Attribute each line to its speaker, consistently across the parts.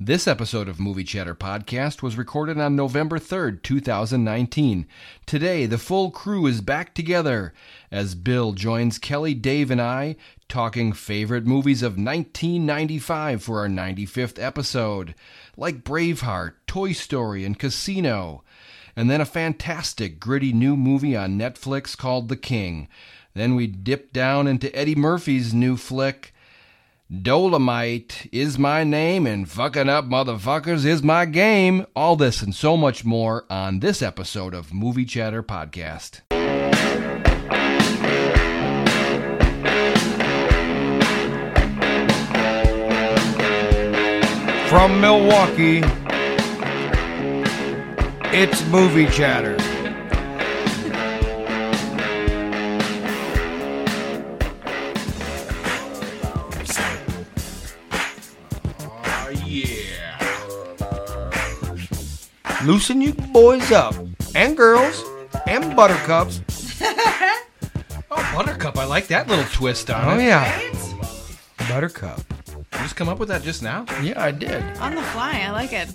Speaker 1: This episode of Movie Chatter Podcast was recorded on November 3rd, 2019. Today, the full crew is back together as Bill joins Kelly, Dave, and I talking favorite movies of 1995 for our 95th episode, like Braveheart, Toy Story, and Casino. And then a fantastic, gritty new movie on Netflix called The King. Then we dip down into Eddie Murphy's new flick, Dolomite is my name, and fucking up motherfuckers is my game. All this and so much more on this episode of Movie Chatter Podcast.
Speaker 2: From Milwaukee, it's Movie Chatter. Oh, Loosen you boys up, and girls, and buttercups.
Speaker 1: Oh, Buttercup, I like that little twist on
Speaker 2: Oh,
Speaker 1: it.
Speaker 2: yeah. Buttercup.
Speaker 1: You just come up with that just now?
Speaker 2: Yeah, I did.
Speaker 3: On the fly, I like it.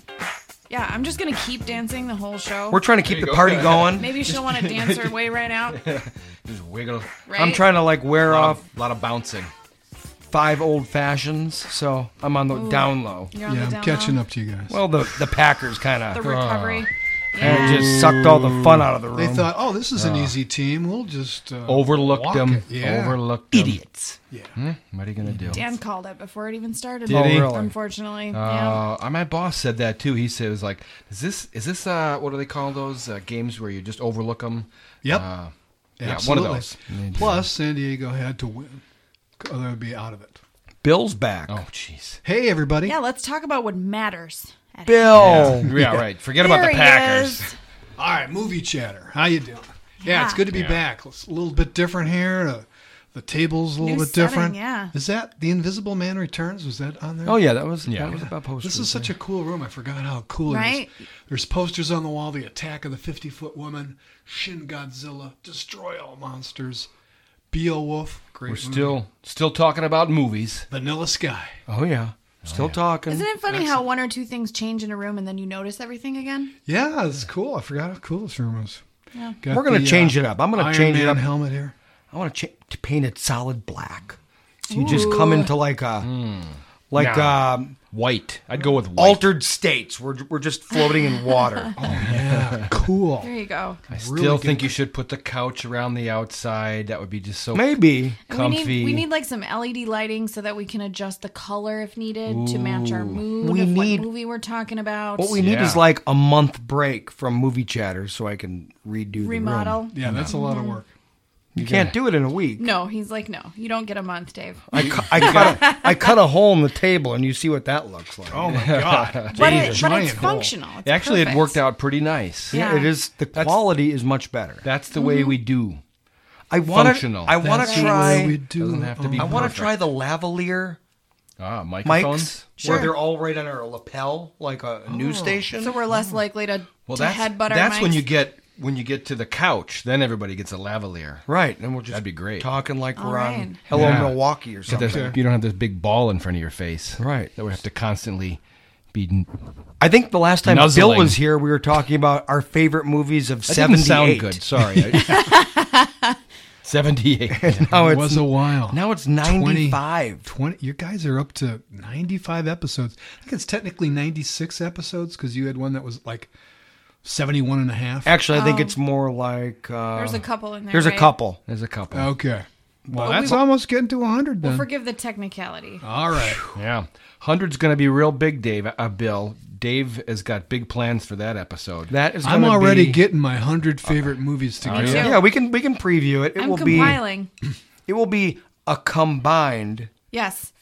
Speaker 3: Yeah, I'm just gonna keep dancing the whole show.
Speaker 2: We're trying to keep
Speaker 1: you
Speaker 2: the
Speaker 1: go.
Speaker 2: party going.
Speaker 3: Maybe she'll want to dance her way right out.
Speaker 1: Just wiggle.
Speaker 3: Right?
Speaker 2: I'm trying to like wear off
Speaker 1: a lot of bouncing.
Speaker 2: five old fashions, so I'm on the down low.
Speaker 3: You're on
Speaker 4: Yeah,
Speaker 3: the
Speaker 4: I'm
Speaker 3: down
Speaker 4: catching
Speaker 3: low.
Speaker 4: up to you guys.
Speaker 2: Well, the the Packers kind
Speaker 3: The
Speaker 2: of
Speaker 3: recovery.
Speaker 2: and
Speaker 3: Yeah.
Speaker 2: just sucked all the fun out of the room.
Speaker 4: they thought, oh, this is an easy team. We'll just uh,
Speaker 1: um, uh, Overlooked
Speaker 4: walk
Speaker 1: him.
Speaker 4: it." Yeah.
Speaker 1: Overlooked Hmm? him.
Speaker 2: idiots.
Speaker 4: Yeah.
Speaker 1: What are you going to do?
Speaker 3: Dan called it before it even started.
Speaker 2: Did he? really?
Speaker 3: Unfortunately. yeah.
Speaker 1: Uh, my boss said that too. He said, "Was like, is this is this uh, what do they call those uh, games where you just overlook them?"
Speaker 4: Yep.
Speaker 1: Uh, yeah, one of
Speaker 4: Absolutely.
Speaker 1: those.
Speaker 4: Plus, San Diego had to win. Or they would be out of it.
Speaker 2: Bill's back.
Speaker 1: Oh, jeez.
Speaker 4: Hey, everybody.
Speaker 3: Yeah, let's talk about what matters. at
Speaker 2: Bill.
Speaker 1: Yeah, right. Forget
Speaker 3: hand.
Speaker 1: about
Speaker 3: There
Speaker 1: the
Speaker 3: he
Speaker 1: Packers.
Speaker 3: is.
Speaker 4: All right, movie chatter. How you doing? Yeah, it's
Speaker 3: Yeah.
Speaker 4: good to be back. It's a little bit different here. Uh, the table's a little
Speaker 3: New
Speaker 4: bit
Speaker 3: setting,
Speaker 4: different.
Speaker 3: yeah.
Speaker 4: Is that The Invisible Man Returns? Was that on there?
Speaker 2: Oh yeah, that was
Speaker 1: Yeah.
Speaker 2: that was about posters.
Speaker 4: This is such a cool room. I forgot how cool
Speaker 3: Right?
Speaker 4: it is. There's posters on the wall The Attack of the 50 Foot Woman, Shin Godzilla, Destroy All Monsters, Beowulf. Great
Speaker 1: We're
Speaker 4: movie.
Speaker 1: still still talking about movies.
Speaker 4: Vanilla Sky.
Speaker 2: Oh yeah. Still talking.
Speaker 3: Isn't it funny how one or two things change in a room and then you notice everything again?
Speaker 4: Yeah, it's cool. I forgot how cool this room was.
Speaker 3: Yeah.
Speaker 4: Got uh,
Speaker 2: We're gonna change it up. I'm gonna
Speaker 4: Iron
Speaker 2: change it
Speaker 4: Man
Speaker 2: up.
Speaker 4: Helmet here.
Speaker 2: I want to, ch- to paint it solid black. So you just come into like a
Speaker 1: Mm.
Speaker 2: like
Speaker 1: Nah.
Speaker 2: um,
Speaker 1: White. I'd go with white.
Speaker 2: altered states. We're we're just floating in water.
Speaker 1: Oh.
Speaker 4: Cool.
Speaker 3: There you go.
Speaker 1: I still
Speaker 4: really good.
Speaker 1: think you should put the couch around the outside. That would be just so
Speaker 2: Maybe.
Speaker 3: And We
Speaker 1: Comfy.
Speaker 3: need, we need like some LED lighting so that we can adjust the color if needed to match our mood
Speaker 2: We
Speaker 3: of
Speaker 2: need-
Speaker 3: what movie we're talking about.
Speaker 2: What we need is
Speaker 1: Yeah.
Speaker 2: like a month break from movie chatter so I can redo the
Speaker 3: remodel.
Speaker 2: room.
Speaker 4: Yeah, that's a lot of
Speaker 3: Mm-hmm.
Speaker 4: work.
Speaker 2: You can't do it in a week.
Speaker 3: No, he's like, no, you don't get a month, Dave.
Speaker 2: I, cu- I, cut a, I cut a hole in the table and you see what that looks like.
Speaker 4: Oh my
Speaker 3: But,
Speaker 4: god. Jeez,
Speaker 3: it, but it's
Speaker 4: giant hole.
Speaker 3: functional. It's
Speaker 1: Actually,
Speaker 3: perfect.
Speaker 1: it worked out pretty nice.
Speaker 3: Yeah. Mm-hmm.
Speaker 2: It is the quality is much better.
Speaker 1: That's the way we do.
Speaker 2: I want to
Speaker 1: functional.
Speaker 2: I want
Speaker 4: That's
Speaker 2: to
Speaker 4: the way We
Speaker 2: try
Speaker 4: do. Oh,
Speaker 1: Doesn't have to be.
Speaker 2: I want
Speaker 1: perfect.
Speaker 2: to try the lavalier
Speaker 1: ah microphones.
Speaker 2: mics
Speaker 3: Sure. Oh.
Speaker 2: where they're all right under a lapel like a, a news station.
Speaker 3: So we're less likely to,
Speaker 1: Mm-hmm. Well,
Speaker 3: to
Speaker 1: that's
Speaker 3: headbutt our
Speaker 1: that's when
Speaker 3: mics.
Speaker 1: you get when you get to the couch. Then everybody gets a lavalier.
Speaker 2: Right, and we'll just
Speaker 1: That'd be great.
Speaker 2: Talking like we're
Speaker 3: All right.
Speaker 2: on Hello
Speaker 1: Yeah.
Speaker 2: Milwaukee or
Speaker 1: But there's-
Speaker 2: something.
Speaker 1: You don't have this big ball in front of your face,
Speaker 2: Right.
Speaker 1: That would have to constantly be.
Speaker 2: I think the last time
Speaker 1: Nuzzling.
Speaker 2: Bill was here, we were talking about our favorite movies of
Speaker 1: That
Speaker 2: seventy-eight.
Speaker 1: didn't sound good. Sorry, seventy-eight.
Speaker 2: Now
Speaker 4: It
Speaker 2: it's
Speaker 4: was a while.
Speaker 2: now it's ninety-five.
Speaker 4: 20 you guys are up to 95 episodes. I think it's technically 96 episodes cuz you had one that was like 71 and a half.
Speaker 2: Actually, I think it's more like uh,
Speaker 3: Oh. There's a couple in there.
Speaker 2: there's a
Speaker 3: right?
Speaker 2: couple.
Speaker 1: There's a couple.
Speaker 4: Okay. Well,
Speaker 3: But
Speaker 4: that's
Speaker 3: we-
Speaker 4: almost getting to 100 then.
Speaker 3: Well, forgive the technicality.
Speaker 4: All right.
Speaker 1: Yeah, hundred's going to be real big, Dave. Uh, Bill, Dave has got big plans for that episode.
Speaker 2: That is.
Speaker 4: I'm
Speaker 2: gonna
Speaker 4: already
Speaker 2: be-
Speaker 4: getting my 100 favorite movies
Speaker 3: Me
Speaker 4: together.
Speaker 3: too.
Speaker 2: Yeah, we can we can preview it. It
Speaker 3: I'm
Speaker 2: will
Speaker 3: compiling.
Speaker 2: be it will be a combined
Speaker 3: yes.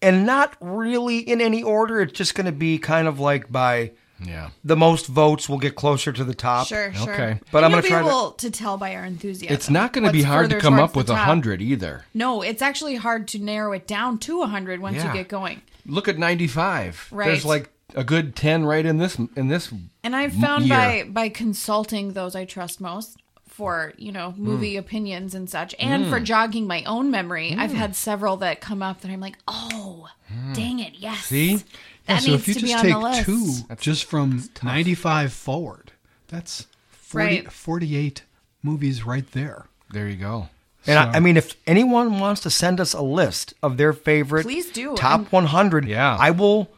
Speaker 2: and not really in any order. It's just going to be kind of like by
Speaker 1: yeah,
Speaker 2: the most votes will get closer to the top.
Speaker 3: Sure, sure.
Speaker 1: Okay.
Speaker 2: But I'm
Speaker 3: You'll
Speaker 2: gonna try
Speaker 3: be
Speaker 2: to-
Speaker 3: able to... tell by our enthusiasm.
Speaker 1: it's not going to be
Speaker 3: what's
Speaker 1: hard to
Speaker 3: further
Speaker 1: come
Speaker 3: towards
Speaker 1: up
Speaker 3: the
Speaker 1: with a
Speaker 3: top.
Speaker 1: hundred either.
Speaker 3: No, it's actually hard to narrow it down to 100 once
Speaker 1: Yeah.
Speaker 3: you get going.
Speaker 1: Look at ninety-five.
Speaker 3: Right.
Speaker 1: There's like a good ten right in this in this.
Speaker 3: And I've found
Speaker 1: year.
Speaker 3: by by consulting those I trust most for you know movie opinions and such, and for jogging my own memory, I've had several that come up that I'm like, oh, dang it, yes.
Speaker 1: See,
Speaker 3: That
Speaker 4: so
Speaker 3: needs
Speaker 4: if you
Speaker 3: to be
Speaker 4: just
Speaker 3: on
Speaker 4: take
Speaker 3: the list.
Speaker 4: two just from 95 forward, that's 40,
Speaker 3: Right.
Speaker 4: 48 movies right there.
Speaker 1: There you go.
Speaker 2: And I,
Speaker 4: So-
Speaker 2: I mean, if anyone wants to send us a list of their favorite
Speaker 3: Please do,
Speaker 2: top
Speaker 3: and-
Speaker 2: 100,
Speaker 1: Yeah.
Speaker 2: I will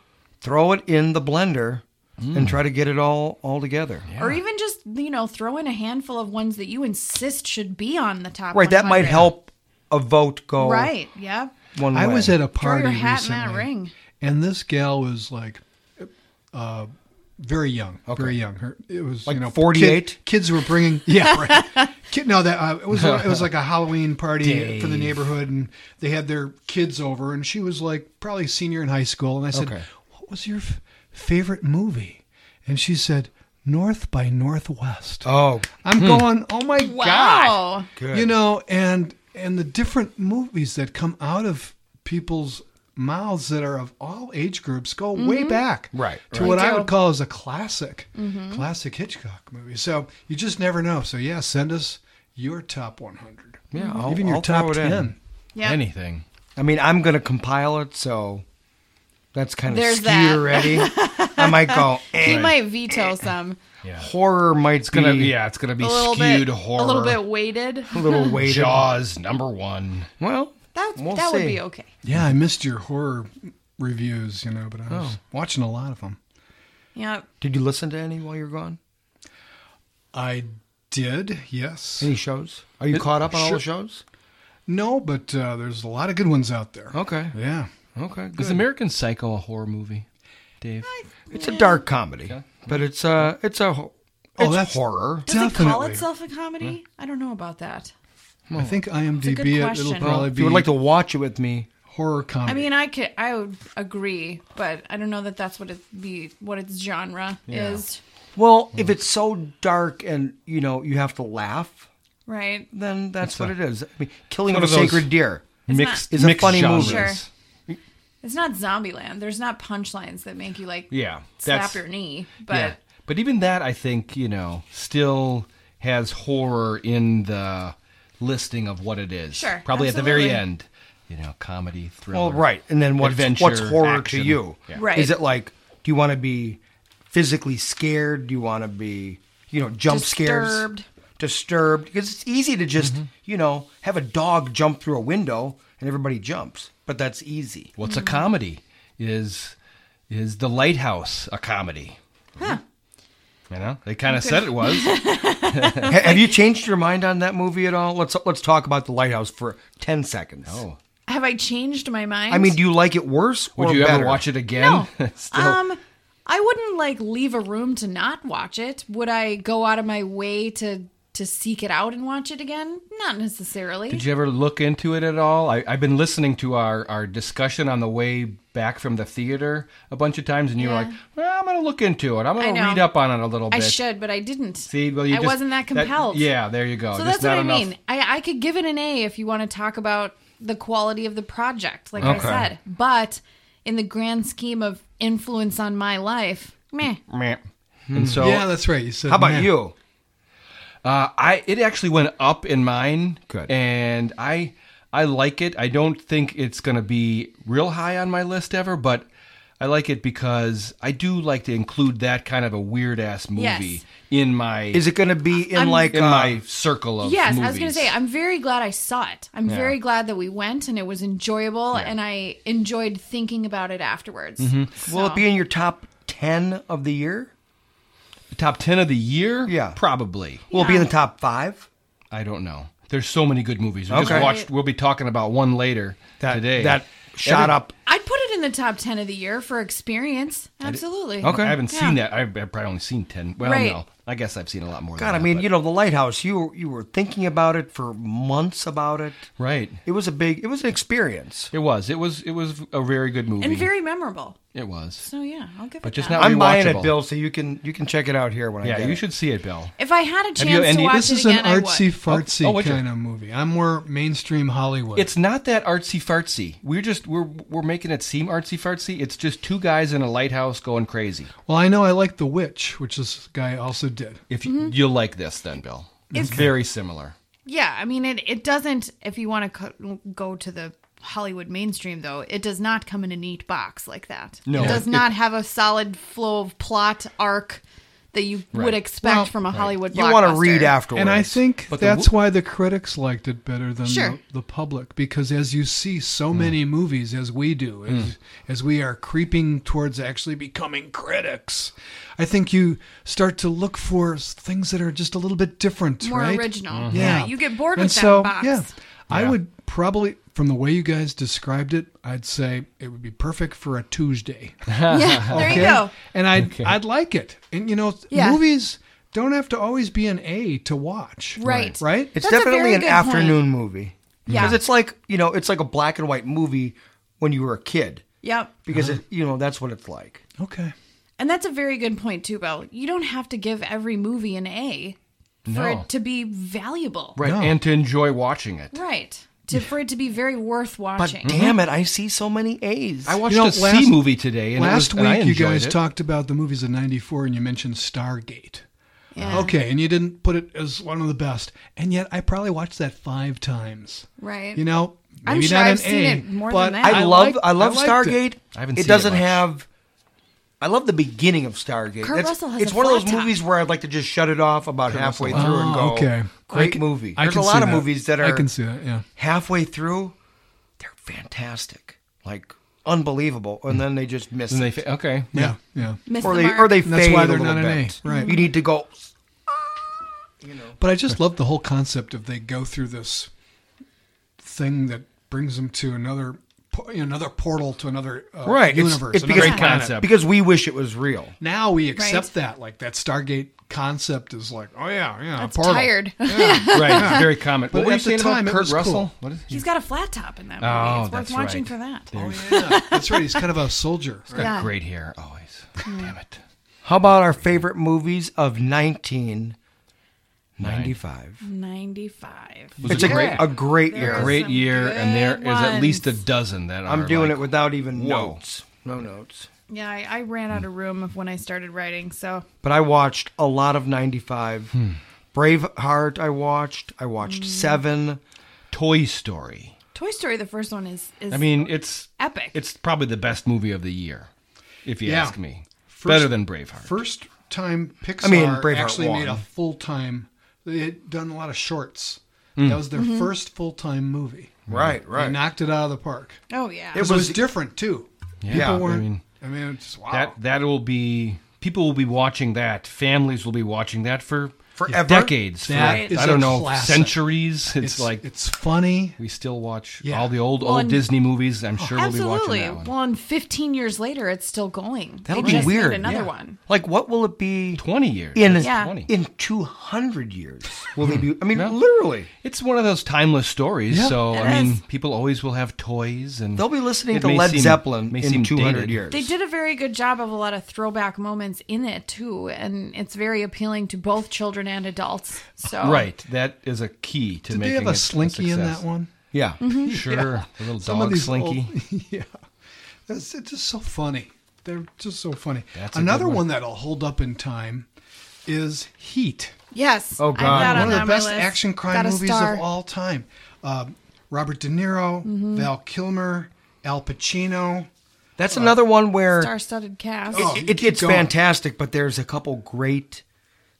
Speaker 2: throw it in the blender and try to get it all all together.
Speaker 3: Or even just, you know, throw in a handful of ones that you insist should be on the top.
Speaker 2: Right, that might
Speaker 3: 100.
Speaker 2: help a vote go
Speaker 3: Right, yeah.
Speaker 2: one way.
Speaker 4: I was at a
Speaker 3: Throw
Speaker 4: party
Speaker 3: your hat in
Speaker 4: recently,
Speaker 3: that ring.
Speaker 4: and this gal was like, uh, very young, very young. Her it was
Speaker 2: Like
Speaker 4: you know
Speaker 2: 48?
Speaker 4: kid- kids were bringing yeah right. kid, no that uh, it was it was like a Halloween party for the neighborhood, and they had their kids over, and she was like probably senior in high school, and I said,
Speaker 2: Okay.
Speaker 4: what was your f- favorite movie? And she said North by Northwest.
Speaker 2: Oh,
Speaker 4: I'm going, oh my god.
Speaker 3: Wow.
Speaker 2: Good.
Speaker 4: You know, and and the different movies that come out of people's mouths that are of all age groups go way back,
Speaker 1: Right,
Speaker 4: to
Speaker 1: right.
Speaker 4: what
Speaker 3: Mm-hmm. They
Speaker 4: I
Speaker 3: do. Mm-hmm.
Speaker 4: would call as a classic, classic Hitchcock movie. So you just never know. So yeah, send us your top 100.
Speaker 2: Yeah, I'll-
Speaker 4: even your
Speaker 2: I'll
Speaker 4: top
Speaker 2: throw it in.
Speaker 4: 10.
Speaker 3: Yeah.
Speaker 1: Anything.
Speaker 2: I mean, I'm going to compile it, so that's kind of
Speaker 3: There's
Speaker 2: ski
Speaker 3: that.
Speaker 2: already. I might go. eh.
Speaker 3: He might veto some.
Speaker 2: Horror might
Speaker 1: It's gonna
Speaker 2: be
Speaker 1: yeah, it's gonna be
Speaker 3: A little
Speaker 1: skewed
Speaker 3: bit
Speaker 1: horror.
Speaker 3: a little bit weighted.
Speaker 2: a little weighted.
Speaker 1: Jaws number one.
Speaker 2: Well,
Speaker 3: That's
Speaker 2: We'll
Speaker 3: that
Speaker 2: see.
Speaker 3: would be okay.
Speaker 4: Yeah, I missed your horror reviews, you know, but I
Speaker 2: Oh.
Speaker 4: was watching a lot of them.
Speaker 3: Yeah.
Speaker 2: did you listen to any while you were gone?
Speaker 4: I did, yes.
Speaker 2: Any shows? Are you caught up on all the shows?
Speaker 4: No, but uh, there's a lot of good ones out there.
Speaker 2: Okay.
Speaker 4: Yeah.
Speaker 2: Okay. Good.
Speaker 1: Is American Psycho a horror movie, Dave?
Speaker 2: It's a dark comedy, but it's a it's a ho-
Speaker 4: Oh,
Speaker 2: it's
Speaker 4: that's-
Speaker 2: horror.
Speaker 3: Does it call
Speaker 4: Definitely.
Speaker 3: itself a comedy? I don't know about that.
Speaker 4: I think
Speaker 3: good
Speaker 4: IMDb. it- It'll
Speaker 3: question.
Speaker 2: Well,
Speaker 4: probably
Speaker 2: if
Speaker 4: be
Speaker 2: you would like to watch it with me,
Speaker 4: horror comedy.
Speaker 3: I mean, I could, I would agree, but I don't know that that's what it be, what its genre is,
Speaker 2: well, if it's so dark and you know you have to laugh,
Speaker 3: right?
Speaker 2: then that's what it is. I mean, killing
Speaker 1: one
Speaker 2: of a
Speaker 1: of those-
Speaker 2: sacred deer.
Speaker 1: Mixed
Speaker 2: It's a
Speaker 1: mixed
Speaker 2: funny
Speaker 1: genres.
Speaker 2: movie.
Speaker 3: Sure. It's not Zombieland. There's not punchlines that make you like
Speaker 1: Yeah,
Speaker 3: slap
Speaker 1: that's-
Speaker 3: your knee, but
Speaker 1: But even that, I think, you know, still has horror in the listing of what it is.
Speaker 3: Sure,
Speaker 1: Probably at the very
Speaker 3: absolutely.
Speaker 1: end. You know, comedy, thriller.
Speaker 2: Well, right, and then what's
Speaker 1: adventure,
Speaker 2: what's horror
Speaker 1: action.
Speaker 2: to you?
Speaker 1: Yeah.
Speaker 3: Right.
Speaker 2: Is it like do you want to be physically scared? Do you want to be you know jump
Speaker 3: Disturbed.
Speaker 2: scares? Disturbed, because it's easy to
Speaker 1: Mm-hmm.
Speaker 2: just you know have a dog jump through a window and everybody jumps, but that's easy.
Speaker 1: What's a comedy? Is is The Lighthouse a comedy? You know, they kind of said it was.
Speaker 2: Ha- have you changed your mind on that movie at all? Let's let's talk about the lighthouse for ten seconds.
Speaker 1: Oh.
Speaker 3: have I changed my mind?
Speaker 2: I mean, do you like it worse?
Speaker 1: Would
Speaker 2: or
Speaker 1: you
Speaker 2: better?
Speaker 1: ever watch it again?
Speaker 3: no.
Speaker 1: Still-
Speaker 3: um, I wouldn't like leave a room to not watch it. Would I go out of my way to to seek it out and watch it again? Not necessarily.
Speaker 1: Did you ever look into it at all? I, I've been listening to our, our discussion on the way back from the theater a bunch of times, and you were
Speaker 3: Yeah.
Speaker 1: like, well, I'm going to look into it. I'm going to
Speaker 3: know.
Speaker 1: read up on it a little
Speaker 3: I
Speaker 1: bit.
Speaker 3: should, but I didn't.
Speaker 1: See, well, you
Speaker 3: I
Speaker 1: just-
Speaker 3: wasn't that compelled.
Speaker 1: yeah, there you go.
Speaker 3: So
Speaker 1: Just
Speaker 3: that's what
Speaker 1: not
Speaker 3: I
Speaker 1: enough.
Speaker 3: mean. I, I could give it an A if you want to talk about the quality of the project, like I
Speaker 1: Okay.
Speaker 3: said. But in the grand scheme of influence on my life, meh.
Speaker 1: Meh. And so
Speaker 4: yeah, that's right. You said.
Speaker 2: Hmm. How about
Speaker 4: meh.
Speaker 2: you?
Speaker 1: Uh, I it actually went up in mine.
Speaker 2: Good.
Speaker 1: And I I like it. I don't think it's going to be real high on my list ever, but I like it because I do like to include that kind of a weird ass movie
Speaker 3: Yes.
Speaker 1: in my
Speaker 2: Is it going to be in
Speaker 3: I'm-
Speaker 2: like
Speaker 1: in
Speaker 2: uh,
Speaker 1: my circle of
Speaker 3: Yes,
Speaker 1: movies.
Speaker 3: I was going to say, I'm very glad I saw it. I'm very glad that we went and it was enjoyable and I enjoyed thinking about it afterwards.
Speaker 1: Mm-hmm.
Speaker 2: Will it be in your top ten of the year?
Speaker 1: top 10 of the year?
Speaker 2: Yeah.
Speaker 1: Probably.
Speaker 2: Will it be in the top five?
Speaker 1: I don't know. There's so many good movies. We
Speaker 2: Okay.
Speaker 1: just watched we'll be talking about one later today.
Speaker 2: that shot
Speaker 1: Every-
Speaker 2: up.
Speaker 3: I'd put it in the top 10 of the year for experience. Absolutely.
Speaker 2: Okay.
Speaker 1: I haven't
Speaker 3: Yeah.
Speaker 1: seen that. I've, I've probably only seen 10. Well,
Speaker 3: Right.
Speaker 1: no. I guess I've seen a lot more
Speaker 2: God,
Speaker 1: than
Speaker 2: I mean,
Speaker 1: that,
Speaker 2: you know, the lighthouse. You were, you were thinking about it for months about it.
Speaker 1: but- Right.
Speaker 2: It was a big. It was an experience.
Speaker 1: It was. It was. It was a very good movie.
Speaker 3: And very memorable.
Speaker 1: it was.
Speaker 3: So, yeah, I'll give
Speaker 1: But
Speaker 3: it
Speaker 1: just
Speaker 3: that.
Speaker 1: not-
Speaker 2: I'm buying
Speaker 1: Rewatchable.
Speaker 2: it, Bill. So you can you can check it out here when I
Speaker 1: Yeah,
Speaker 2: get
Speaker 1: you
Speaker 2: it.
Speaker 1: should see it, Bill.
Speaker 3: If I had a chance
Speaker 1: you
Speaker 3: to
Speaker 1: any-
Speaker 3: watch
Speaker 4: This
Speaker 3: it
Speaker 4: is
Speaker 3: again,
Speaker 4: an
Speaker 3: I would.
Speaker 4: artsy fartsy
Speaker 1: Oh, what's your-
Speaker 4: kind of movie. I'm more mainstream Hollywood.
Speaker 1: It's not that artsy fartsy. We're just we're we're making it seem artsy fartsy. It's just two guys in a lighthouse going crazy.
Speaker 4: well, I know I like The Witch, which this guy also did.
Speaker 1: If
Speaker 3: Mm-hmm.
Speaker 1: you, you'll like this, then Bill, it's very similar.
Speaker 3: Yeah, I mean it. It doesn't. If you want to co- go to the Hollywood mainstream, though, it does not come in a neat box like that.
Speaker 1: No.
Speaker 3: it does
Speaker 1: It-
Speaker 3: not have a solid flow of plot arc that you would expect
Speaker 4: Well,
Speaker 3: from a Hollywood.
Speaker 2: You want to
Speaker 3: blockbuster.
Speaker 2: read afterwards.
Speaker 4: And I think
Speaker 1: But the
Speaker 4: that's
Speaker 1: wo-
Speaker 4: why the critics liked it better than
Speaker 3: Sure.
Speaker 4: the, the public because as you see so
Speaker 1: Mm.
Speaker 4: many movies as we do as, as we are creeping towards actually becoming critics I think you start to look for s- things that are just a little bit different
Speaker 3: more
Speaker 4: right Mm-hmm.
Speaker 3: original.
Speaker 4: yeah.
Speaker 3: Yeah. you get bored
Speaker 4: and
Speaker 3: with
Speaker 4: so,
Speaker 3: that box.
Speaker 4: Yeah, I would probably, from the way you guys described it, I'd say it would be perfect for a Tuesday.
Speaker 3: Yeah, there you go.
Speaker 4: And I'd I'd like it. And you know,
Speaker 3: Yeah.
Speaker 4: movies don't have to always be an A to watch.
Speaker 3: Right.
Speaker 4: Right.
Speaker 2: it's
Speaker 3: That's a very
Speaker 2: definitely an
Speaker 3: good point.
Speaker 2: afternoon movie.
Speaker 3: Yeah.
Speaker 2: Because it's like you know, it's like a black and white movie when you were a kid.
Speaker 3: Yep.
Speaker 2: Because it, you know that's what it's like.
Speaker 4: okay.
Speaker 3: And that's a very good point too, Bill. You don't have to give every movie an A for
Speaker 1: No.
Speaker 3: it to be valuable.
Speaker 1: Right, and to enjoy watching it.
Speaker 3: Right. To, for it to be very worth
Speaker 2: But
Speaker 3: watching.
Speaker 2: damn it, I see so many A's.
Speaker 1: I watched
Speaker 4: You know,
Speaker 1: a C
Speaker 4: last-
Speaker 1: movie today, and it
Speaker 4: Last
Speaker 1: was- and I
Speaker 4: week you
Speaker 1: enjoyed
Speaker 4: guys
Speaker 1: it.
Speaker 4: talked about the movies of '94, and you mentioned Stargate.
Speaker 3: Yeah.
Speaker 4: Okay, and you didn't put it as one of the best, and yet I probably watched that five times.
Speaker 3: Right.
Speaker 4: You know, maybe
Speaker 3: I'm
Speaker 4: not
Speaker 3: sure
Speaker 4: an
Speaker 3: I've seen
Speaker 4: A,
Speaker 3: it more
Speaker 4: but
Speaker 3: than that.
Speaker 2: I, love
Speaker 4: liked-
Speaker 2: I love
Speaker 4: liked it.
Speaker 2: Stargate.
Speaker 1: I haven't
Speaker 2: it
Speaker 1: seen it
Speaker 2: doesn't
Speaker 1: much.
Speaker 2: have. I love the beginning of Stargate.
Speaker 3: Kurt
Speaker 2: That's-
Speaker 3: Russell has
Speaker 2: it's
Speaker 3: a
Speaker 2: one of those
Speaker 3: flat top.
Speaker 2: movies where I'd like to just shut it off about halfway
Speaker 4: Russell.
Speaker 2: through and
Speaker 4: Oh,
Speaker 2: go,
Speaker 4: okay. I
Speaker 2: great
Speaker 4: can-
Speaker 2: movie.
Speaker 4: I
Speaker 2: There's a
Speaker 4: can
Speaker 2: lot
Speaker 4: see
Speaker 2: of
Speaker 4: that.
Speaker 2: movies that are
Speaker 4: I can see that. Yeah.
Speaker 2: halfway through, they're fantastic, like unbelievable, and then they just miss
Speaker 1: And they
Speaker 2: it.
Speaker 1: fa- okay,
Speaker 4: Yeah. Yeah.
Speaker 3: Miss
Speaker 2: or
Speaker 3: the
Speaker 2: they
Speaker 3: mark.
Speaker 2: or they fade
Speaker 4: That's why
Speaker 2: a
Speaker 4: they're
Speaker 2: little
Speaker 4: not an
Speaker 2: bit.
Speaker 4: A, right.
Speaker 2: You need to go.
Speaker 4: But I just love the whole concept of they go through this thing that brings them to another po- another portal to another uh,
Speaker 2: Right, it's-
Speaker 4: universe.
Speaker 2: it's
Speaker 4: another
Speaker 2: because-
Speaker 4: planet.
Speaker 1: Concept.
Speaker 2: Because we wish it was real.
Speaker 4: Now we accept
Speaker 3: Right.
Speaker 4: that. Like that Stargate concept is like, oh yeah, yeah,
Speaker 3: That's
Speaker 4: a portal.
Speaker 3: tired.
Speaker 1: right, it's very common.
Speaker 4: But
Speaker 1: what were
Speaker 4: at
Speaker 1: you
Speaker 4: the
Speaker 1: saying
Speaker 4: time, it
Speaker 1: about Kurt
Speaker 4: was
Speaker 1: Russell?
Speaker 4: cool.
Speaker 1: What is he?
Speaker 3: He's got a flat top in that movie.
Speaker 1: Oh,
Speaker 3: it's worth
Speaker 1: that's
Speaker 3: watching
Speaker 1: right.
Speaker 3: for that.
Speaker 4: Oh yeah, that's right. He's kind of a soldier.
Speaker 1: Got
Speaker 3: Yeah. Hmm.
Speaker 1: great hair always. Damn it.
Speaker 2: How about our favorite movies of 1995?
Speaker 3: 95.
Speaker 1: Was
Speaker 2: It's a great,
Speaker 1: great,
Speaker 2: a great
Speaker 3: There
Speaker 2: year.
Speaker 3: is-
Speaker 1: great
Speaker 3: Some
Speaker 1: year, and there
Speaker 3: good
Speaker 1: is at least a
Speaker 3: ones.
Speaker 1: dozen that
Speaker 2: I'm
Speaker 1: are
Speaker 2: doing
Speaker 1: like-
Speaker 2: it without even
Speaker 1: whoa.
Speaker 2: notes. No notes.
Speaker 3: Yeah, I, I ran out of room of when I started writing, so
Speaker 2: But I watched a lot of 95. Braveheart, I watched. I watched Seven.
Speaker 1: Toy Story.
Speaker 3: Toy Story the first one is is
Speaker 1: I mean, it's
Speaker 3: epic.
Speaker 1: It's probably the best movie of the year, if you
Speaker 4: Yeah.
Speaker 1: ask me.
Speaker 4: First-
Speaker 1: Better than Braveheart.
Speaker 4: First time Pixar
Speaker 2: I mean, Braveheart
Speaker 4: actually
Speaker 2: won.
Speaker 4: made a full time. They had done a lot of shorts. That was their
Speaker 3: Mm-hmm.
Speaker 4: first full time movie.
Speaker 2: Mm. Right,
Speaker 4: They knocked it out of the park.
Speaker 3: oh yeah.
Speaker 4: It was,
Speaker 2: was-
Speaker 4: different too.
Speaker 2: Yeah, I
Speaker 4: People weren't. I mean,
Speaker 1: mean,
Speaker 4: it's just, wow.
Speaker 1: that that will be people will be watching that. Families will be watching that for
Speaker 2: Forever.
Speaker 1: decades.
Speaker 4: That
Speaker 1: for,
Speaker 4: is
Speaker 1: I don't
Speaker 4: a
Speaker 1: know,
Speaker 4: classic.
Speaker 1: centuries. It's,
Speaker 4: it's
Speaker 1: like
Speaker 4: it's funny.
Speaker 1: we still watch
Speaker 4: Yeah.
Speaker 1: all the old
Speaker 3: Well,
Speaker 1: old
Speaker 3: and- Oh,
Speaker 1: Disney movies. I'm sure we'll be watching
Speaker 3: Absolutely.
Speaker 1: that one.
Speaker 3: well, and 15 years later, it's still going.
Speaker 2: That'll
Speaker 3: They
Speaker 2: be
Speaker 3: just made
Speaker 2: weird.
Speaker 3: Another
Speaker 2: yeah.
Speaker 3: one.
Speaker 2: Like, what will it be
Speaker 1: Twenty years.
Speaker 2: in
Speaker 3: Yeah.
Speaker 1: Twenty.
Speaker 2: in 200 years? Will they be? I mean, literally.
Speaker 1: It's one of those timeless stories.
Speaker 4: Yeah.
Speaker 1: So
Speaker 3: It
Speaker 1: I mean,
Speaker 3: is.
Speaker 1: people always will have toys, and
Speaker 2: They'll be listening
Speaker 1: it
Speaker 2: to
Speaker 1: may
Speaker 2: Led
Speaker 1: seem-
Speaker 2: Zeppelin
Speaker 1: may
Speaker 2: in
Speaker 1: seem
Speaker 2: 200
Speaker 1: dated.
Speaker 2: years.
Speaker 3: They did a very good job of a lot of throwback moments in it, too. And it's very appealing to both children and adults. So
Speaker 1: Right, that is a key to
Speaker 4: Did
Speaker 1: making
Speaker 4: they have a
Speaker 1: it
Speaker 4: slinky in
Speaker 1: success.
Speaker 4: that one?
Speaker 2: Yeah.
Speaker 3: Mm-hmm.
Speaker 1: Sure, a little
Speaker 4: Some of
Speaker 1: dog
Speaker 4: these
Speaker 1: slinky.
Speaker 4: old- yeah, That's, it's just so funny. They're just so funny.
Speaker 1: That's a good
Speaker 4: Another
Speaker 1: one.
Speaker 4: one. that'll hold up in time is Heat.
Speaker 3: Yes.
Speaker 2: Oh,
Speaker 3: I've
Speaker 2: God.
Speaker 3: got
Speaker 2: Not
Speaker 4: one
Speaker 3: on
Speaker 4: of the
Speaker 3: that my
Speaker 4: best
Speaker 3: list.
Speaker 4: action crime
Speaker 3: Got a
Speaker 4: movies
Speaker 3: star.
Speaker 4: of all time. Um, Robert De Niro,
Speaker 3: Mm-hmm.
Speaker 4: Val Kilmer, Al Pacino.
Speaker 2: That's another one where
Speaker 3: Star-studded cast.
Speaker 4: Oh,
Speaker 2: it,
Speaker 4: keep
Speaker 2: it's
Speaker 4: going.
Speaker 2: fantastic, but there's a couple great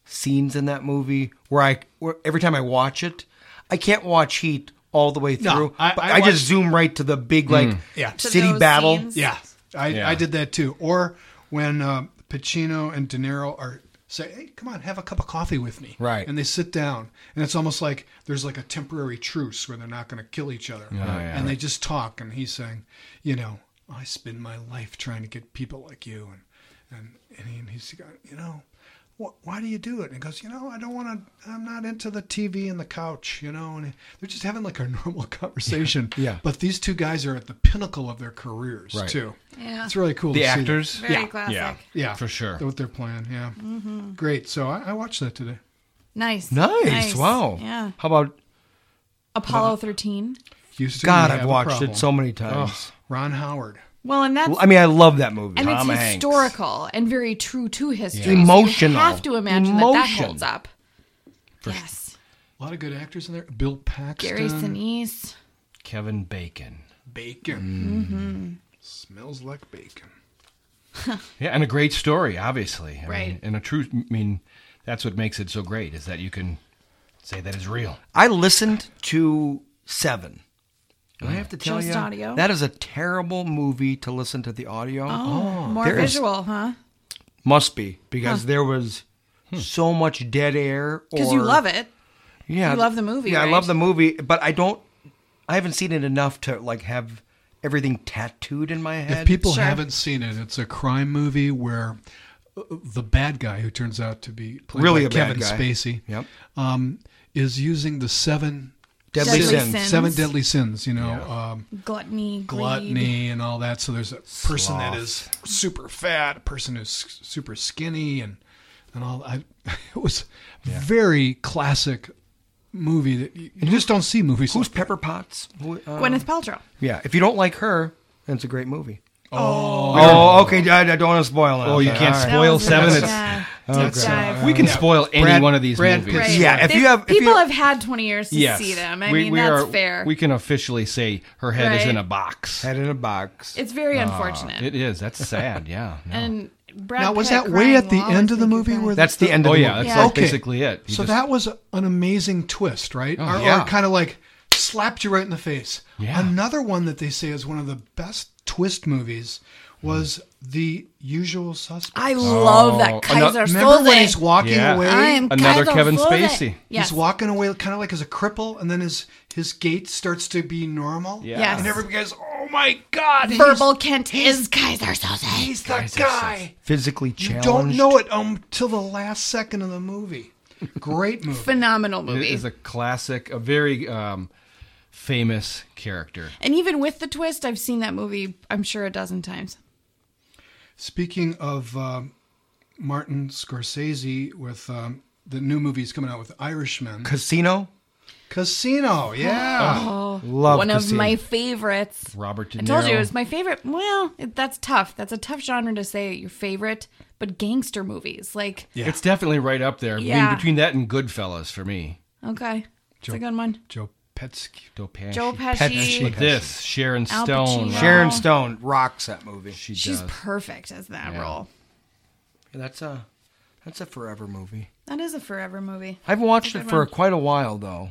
Speaker 2: scenes in that movie where I where every time I watch it, I can't watch Heat all the way
Speaker 4: No,
Speaker 2: through.
Speaker 4: I-
Speaker 2: but
Speaker 4: I
Speaker 2: I,
Speaker 4: watched- Mm.
Speaker 2: just zoom right to the big like
Speaker 4: Yeah. To
Speaker 2: city
Speaker 3: those
Speaker 2: battle.
Speaker 3: scenes.
Speaker 4: Yeah, I,
Speaker 1: Yeah.
Speaker 4: I did that too. Or when uh, Pacino and De Niro are say, "Hey, come on, have a cup of coffee with me,"
Speaker 2: Right.
Speaker 4: And they sit down, and it's almost like there's like a temporary truce where they're not going to kill each other,
Speaker 1: yeah.
Speaker 4: and they just talk. And he's saying, "You know, I spend my life trying to get people like you," and and and, he, and he's got, you know. "Wh- Why do you do it? And he goes, you know, I don't want to. I'm not into the TV and the couch, you know. And they're just having like a normal conversation.
Speaker 2: Yeah.
Speaker 4: But these two guys are at the pinnacle of their careers
Speaker 2: Right.
Speaker 4: too.
Speaker 3: Yeah.
Speaker 4: It's really cool.
Speaker 1: The
Speaker 4: to see that.
Speaker 1: actors,
Speaker 3: Very
Speaker 4: Yeah.
Speaker 3: classic.
Speaker 1: yeah,
Speaker 4: Yeah.
Speaker 1: for sure.
Speaker 4: What they're playing. Yeah.
Speaker 3: Mm-hmm.
Speaker 4: Great. So I, I watched that today.
Speaker 3: Nice.
Speaker 2: Nice. Wow.
Speaker 3: Yeah.
Speaker 2: How about
Speaker 3: Apollo 13.
Speaker 4: Houston.
Speaker 2: God,
Speaker 4: we
Speaker 2: I've
Speaker 4: have a
Speaker 2: watched
Speaker 4: problem.
Speaker 2: it so many times.
Speaker 4: Ron Howard.
Speaker 3: Well, and that's
Speaker 2: Well, I mean, I love that movie.
Speaker 3: and
Speaker 1: Tom
Speaker 3: it's
Speaker 1: Hanks.
Speaker 3: historical and very true to history. So
Speaker 2: Emotional.
Speaker 3: You have to imagine that that
Speaker 2: Emotion.
Speaker 3: holds up. yes.
Speaker 4: A lot of good actors in there. Bill Paxton.
Speaker 3: Gary Sinise.
Speaker 1: Kevin Bacon.
Speaker 4: bacon.
Speaker 3: Mm-hmm.
Speaker 4: Smells like bacon.
Speaker 1: Yeah, and a great story, obviously. I Mean,
Speaker 3: Right.
Speaker 1: and a true, I mean, that's what makes it so great is that you can say that is real.
Speaker 2: I listened to Seven. And I have to tell
Speaker 3: Just
Speaker 2: you,
Speaker 3: audio?
Speaker 2: that is a terrible movie to listen to the audio.
Speaker 3: Oh, more
Speaker 2: There is-
Speaker 3: visual, huh?
Speaker 2: Must be because there was so much dead air.
Speaker 3: Hmm. Because you
Speaker 2: or-
Speaker 3: love it.
Speaker 2: Yeah,
Speaker 3: You love the movie,
Speaker 2: Yeah, I
Speaker 3: right?
Speaker 2: love the movie, but I don't. I haven't seen it enough to like have everything tattooed in my head.
Speaker 4: If people
Speaker 3: Sure.
Speaker 4: haven't seen it, it's a crime movie where uh, the bad guy, who turns out to be played
Speaker 2: Really
Speaker 4: by
Speaker 2: a bad
Speaker 4: Kevin
Speaker 2: guy.
Speaker 4: Spacey,
Speaker 2: Yep.
Speaker 4: um, is using the seven
Speaker 2: Deadly
Speaker 3: Deadly
Speaker 2: sins.
Speaker 3: Sins.
Speaker 4: seven deadly sins. You know, um,
Speaker 3: Gluttony, greed.
Speaker 4: gluttony and all that. So there's a person that is super fat, a person who's s- super skinny, and and all. I, it was very classic movie that you, you just don't see movies.
Speaker 2: Who's
Speaker 4: like that.
Speaker 2: Pepper Potts? Who, uh,
Speaker 3: Gwyneth Paltrow.
Speaker 2: yeah, if you don't like her, then it's a great movie.
Speaker 4: Oh,
Speaker 2: Oh, okay. I, I don't want to spoil it.
Speaker 1: Oh, you
Speaker 2: Okay,
Speaker 1: can't
Speaker 2: all
Speaker 3: That
Speaker 1: Spoil
Speaker 3: was a-
Speaker 1: seven, it's-
Speaker 3: Yeah.
Speaker 4: okay.
Speaker 3: Deep dive.
Speaker 1: We can spoil any
Speaker 2: Brad-
Speaker 1: one of these
Speaker 2: Brad
Speaker 1: movies.
Speaker 2: Pitt.
Speaker 3: Right.
Speaker 2: Yeah, if
Speaker 3: They-
Speaker 2: you have- if
Speaker 3: people
Speaker 2: you-
Speaker 3: have had 20 years to
Speaker 1: Yes.
Speaker 3: see them. I
Speaker 1: We-
Speaker 3: mean,
Speaker 1: we
Speaker 3: that's
Speaker 1: are-
Speaker 3: fair.
Speaker 1: We can officially say her head is
Speaker 3: Right.
Speaker 1: in a box.
Speaker 2: Head in a box.
Speaker 3: it's very unfortunate.
Speaker 1: It is. That's sad. Yeah. no.
Speaker 3: and Brad
Speaker 4: Now was
Speaker 3: Pitt
Speaker 4: that way
Speaker 3: crying
Speaker 4: at the
Speaker 3: will always
Speaker 4: end of the
Speaker 3: make you
Speaker 4: movie
Speaker 3: cry.
Speaker 4: where
Speaker 2: That's the end of
Speaker 1: oh
Speaker 2: the
Speaker 1: yeah,
Speaker 2: movie.
Speaker 1: that's
Speaker 3: Yeah.
Speaker 1: like
Speaker 4: Okay.
Speaker 1: basically it. You
Speaker 4: so
Speaker 1: just-
Speaker 4: that was an amazing twist, right? or
Speaker 2: yeah.
Speaker 4: kind of like slapped you right in the face.
Speaker 1: Yeah.
Speaker 4: Another one that they say is one of the best twist movies was The Usual Suspects.
Speaker 3: I love
Speaker 1: ano-
Speaker 3: that Kaiser
Speaker 4: Remember when he's
Speaker 3: Soze.
Speaker 4: walking
Speaker 1: Yeah.
Speaker 4: away?
Speaker 3: I'm
Speaker 1: Another
Speaker 3: Kaiser
Speaker 1: Kevin
Speaker 3: Soze.
Speaker 1: Spacey.
Speaker 3: Yes.
Speaker 4: He's walking away kind of like as a cripple, and then his his gait starts to be normal.
Speaker 1: Yeah.
Speaker 3: Yes.
Speaker 4: And everybody goes, "Oh my God!" he's-
Speaker 3: Verbal Kent is Kaiser Soze.
Speaker 4: He's the guy.
Speaker 2: Physically
Speaker 4: You
Speaker 2: challenged.
Speaker 4: don't know it until the last second of the movie. Great movie.
Speaker 3: Phenomenal
Speaker 1: It
Speaker 3: movie.
Speaker 1: is a classic, a very um, famous character.
Speaker 3: and even with the twist, I've seen that movie, I'm sure, a dozen times.
Speaker 4: Speaking of um, Martin Scorsese with um, the new movies coming out with Irishman,
Speaker 2: Casino.
Speaker 4: Casino, yeah,
Speaker 3: Oh,
Speaker 2: Love
Speaker 3: one of
Speaker 2: Casino.
Speaker 3: my favorites.
Speaker 1: Robert De
Speaker 3: I
Speaker 1: Niro.
Speaker 3: told you it was my favorite. Well, it, that's tough. That's a tough genre to say your favorite, but gangster movies, like
Speaker 4: yeah.
Speaker 1: It's definitely right up there. I mean,
Speaker 3: Yeah.
Speaker 1: between that and Goodfellas for me.
Speaker 3: okay, it's
Speaker 4: Joe-
Speaker 3: a good one.
Speaker 4: Joe Pesci.
Speaker 1: Joe Pesci.
Speaker 3: Joe
Speaker 1: But
Speaker 3: Pesci,
Speaker 1: this, Sharon
Speaker 3: Al
Speaker 1: Stone.
Speaker 3: Pacino.
Speaker 2: Sharon Stone rocks that movie.
Speaker 1: She
Speaker 3: she's
Speaker 1: does.
Speaker 3: perfect as that
Speaker 1: Yeah.
Speaker 3: role.
Speaker 2: That's a that's a forever movie.
Speaker 3: That is a forever movie.
Speaker 2: I've watched
Speaker 3: It's a
Speaker 2: it
Speaker 3: good
Speaker 2: for
Speaker 3: one.
Speaker 2: quite a while though.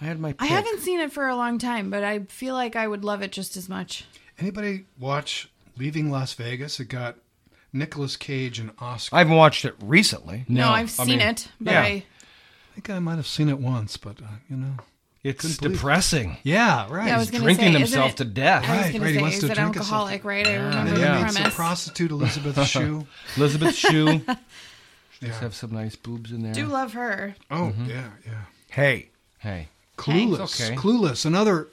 Speaker 2: I had my. Pick.
Speaker 3: I haven't seen it for a long time, but I feel like I would love it just as much.
Speaker 4: Anybody watch Leaving Las Vegas? It got Nicolas Cage and Oscar.
Speaker 2: I haven't watched it recently.
Speaker 3: No,
Speaker 1: No,
Speaker 3: I've
Speaker 1: I
Speaker 3: seen
Speaker 1: mean,
Speaker 3: it, but
Speaker 2: yeah.
Speaker 3: I
Speaker 4: I think I might have seen it once, but uh, you know,
Speaker 1: It's
Speaker 4: Couldn't believe it.
Speaker 1: depressing.
Speaker 4: yeah, right.
Speaker 3: yeah, I was gonna
Speaker 1: Drinking
Speaker 3: say,
Speaker 1: himself to
Speaker 3: isn't it-
Speaker 1: death.
Speaker 3: I was
Speaker 4: Right,
Speaker 3: gonna
Speaker 4: right, he
Speaker 3: say,
Speaker 4: wants
Speaker 3: is
Speaker 4: to
Speaker 3: it
Speaker 4: drink or
Speaker 3: alcoholic? Right, I
Speaker 4: and
Speaker 3: remember
Speaker 4: then
Speaker 1: Yeah.
Speaker 4: he
Speaker 3: the
Speaker 4: meets the
Speaker 3: premise.
Speaker 4: prostitute Elizabeth Shue.
Speaker 1: Elizabeth Shue. Just
Speaker 4: Yeah.
Speaker 1: have some nice boobs in there.
Speaker 3: Do love her?
Speaker 4: Oh yeah, yeah.
Speaker 2: Hey,
Speaker 1: hey.
Speaker 4: Clueless.
Speaker 1: Okay.
Speaker 4: Clueless. Another.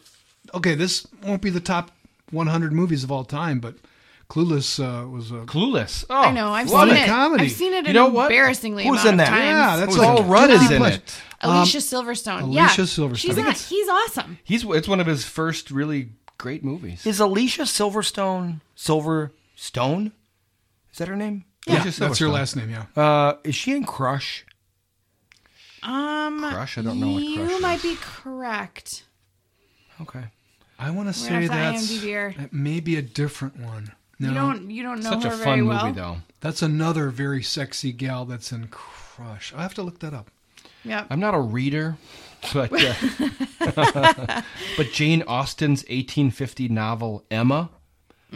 Speaker 4: Okay, this won't be the top 100 movies of all time, but Clueless uh, was a.
Speaker 1: Clueless. Oh,
Speaker 3: I know. I've
Speaker 1: love
Speaker 3: seen
Speaker 4: a
Speaker 3: it.
Speaker 4: comedy.
Speaker 3: I've seen it
Speaker 1: You
Speaker 3: an
Speaker 1: know what?
Speaker 3: embarrassingly
Speaker 2: Who's
Speaker 3: amount
Speaker 2: in
Speaker 3: of
Speaker 2: that?
Speaker 3: times.
Speaker 4: Yeah, that's
Speaker 2: Who's
Speaker 4: like
Speaker 2: Paul Rudd is
Speaker 4: 50
Speaker 2: in
Speaker 4: plus.
Speaker 1: it.
Speaker 3: Alicia Silverstone.
Speaker 4: Alicia
Speaker 3: yeah.
Speaker 4: Silverstone. I
Speaker 3: She's
Speaker 4: think
Speaker 3: a-
Speaker 1: it's-
Speaker 3: he's awesome.
Speaker 1: He's it's one of his first really great movies.
Speaker 2: is Alicia Silverstone Silverstone? Is that her name?
Speaker 4: Yeah,
Speaker 1: Alicia
Speaker 4: that's your
Speaker 1: Silverstone.
Speaker 4: last name, yeah.
Speaker 2: Uh, is she in Crush?
Speaker 3: Um,
Speaker 1: Crush? I don't know what
Speaker 3: You
Speaker 1: Crush is.
Speaker 3: might be correct.
Speaker 2: Okay.
Speaker 4: I
Speaker 3: gonna
Speaker 4: want to say
Speaker 3: have to
Speaker 4: that's
Speaker 3: IMDb her.
Speaker 4: that may be a different one. No,
Speaker 3: You don't. You don't know
Speaker 1: Such
Speaker 3: her
Speaker 1: a
Speaker 3: very
Speaker 1: fun
Speaker 3: well.
Speaker 1: movie, though.
Speaker 4: that's another very sexy gal that's in Crush. I have to look that up.
Speaker 3: Yep.
Speaker 1: I'm not a reader, but uh, but Jane Austen's 1850 novel Emma.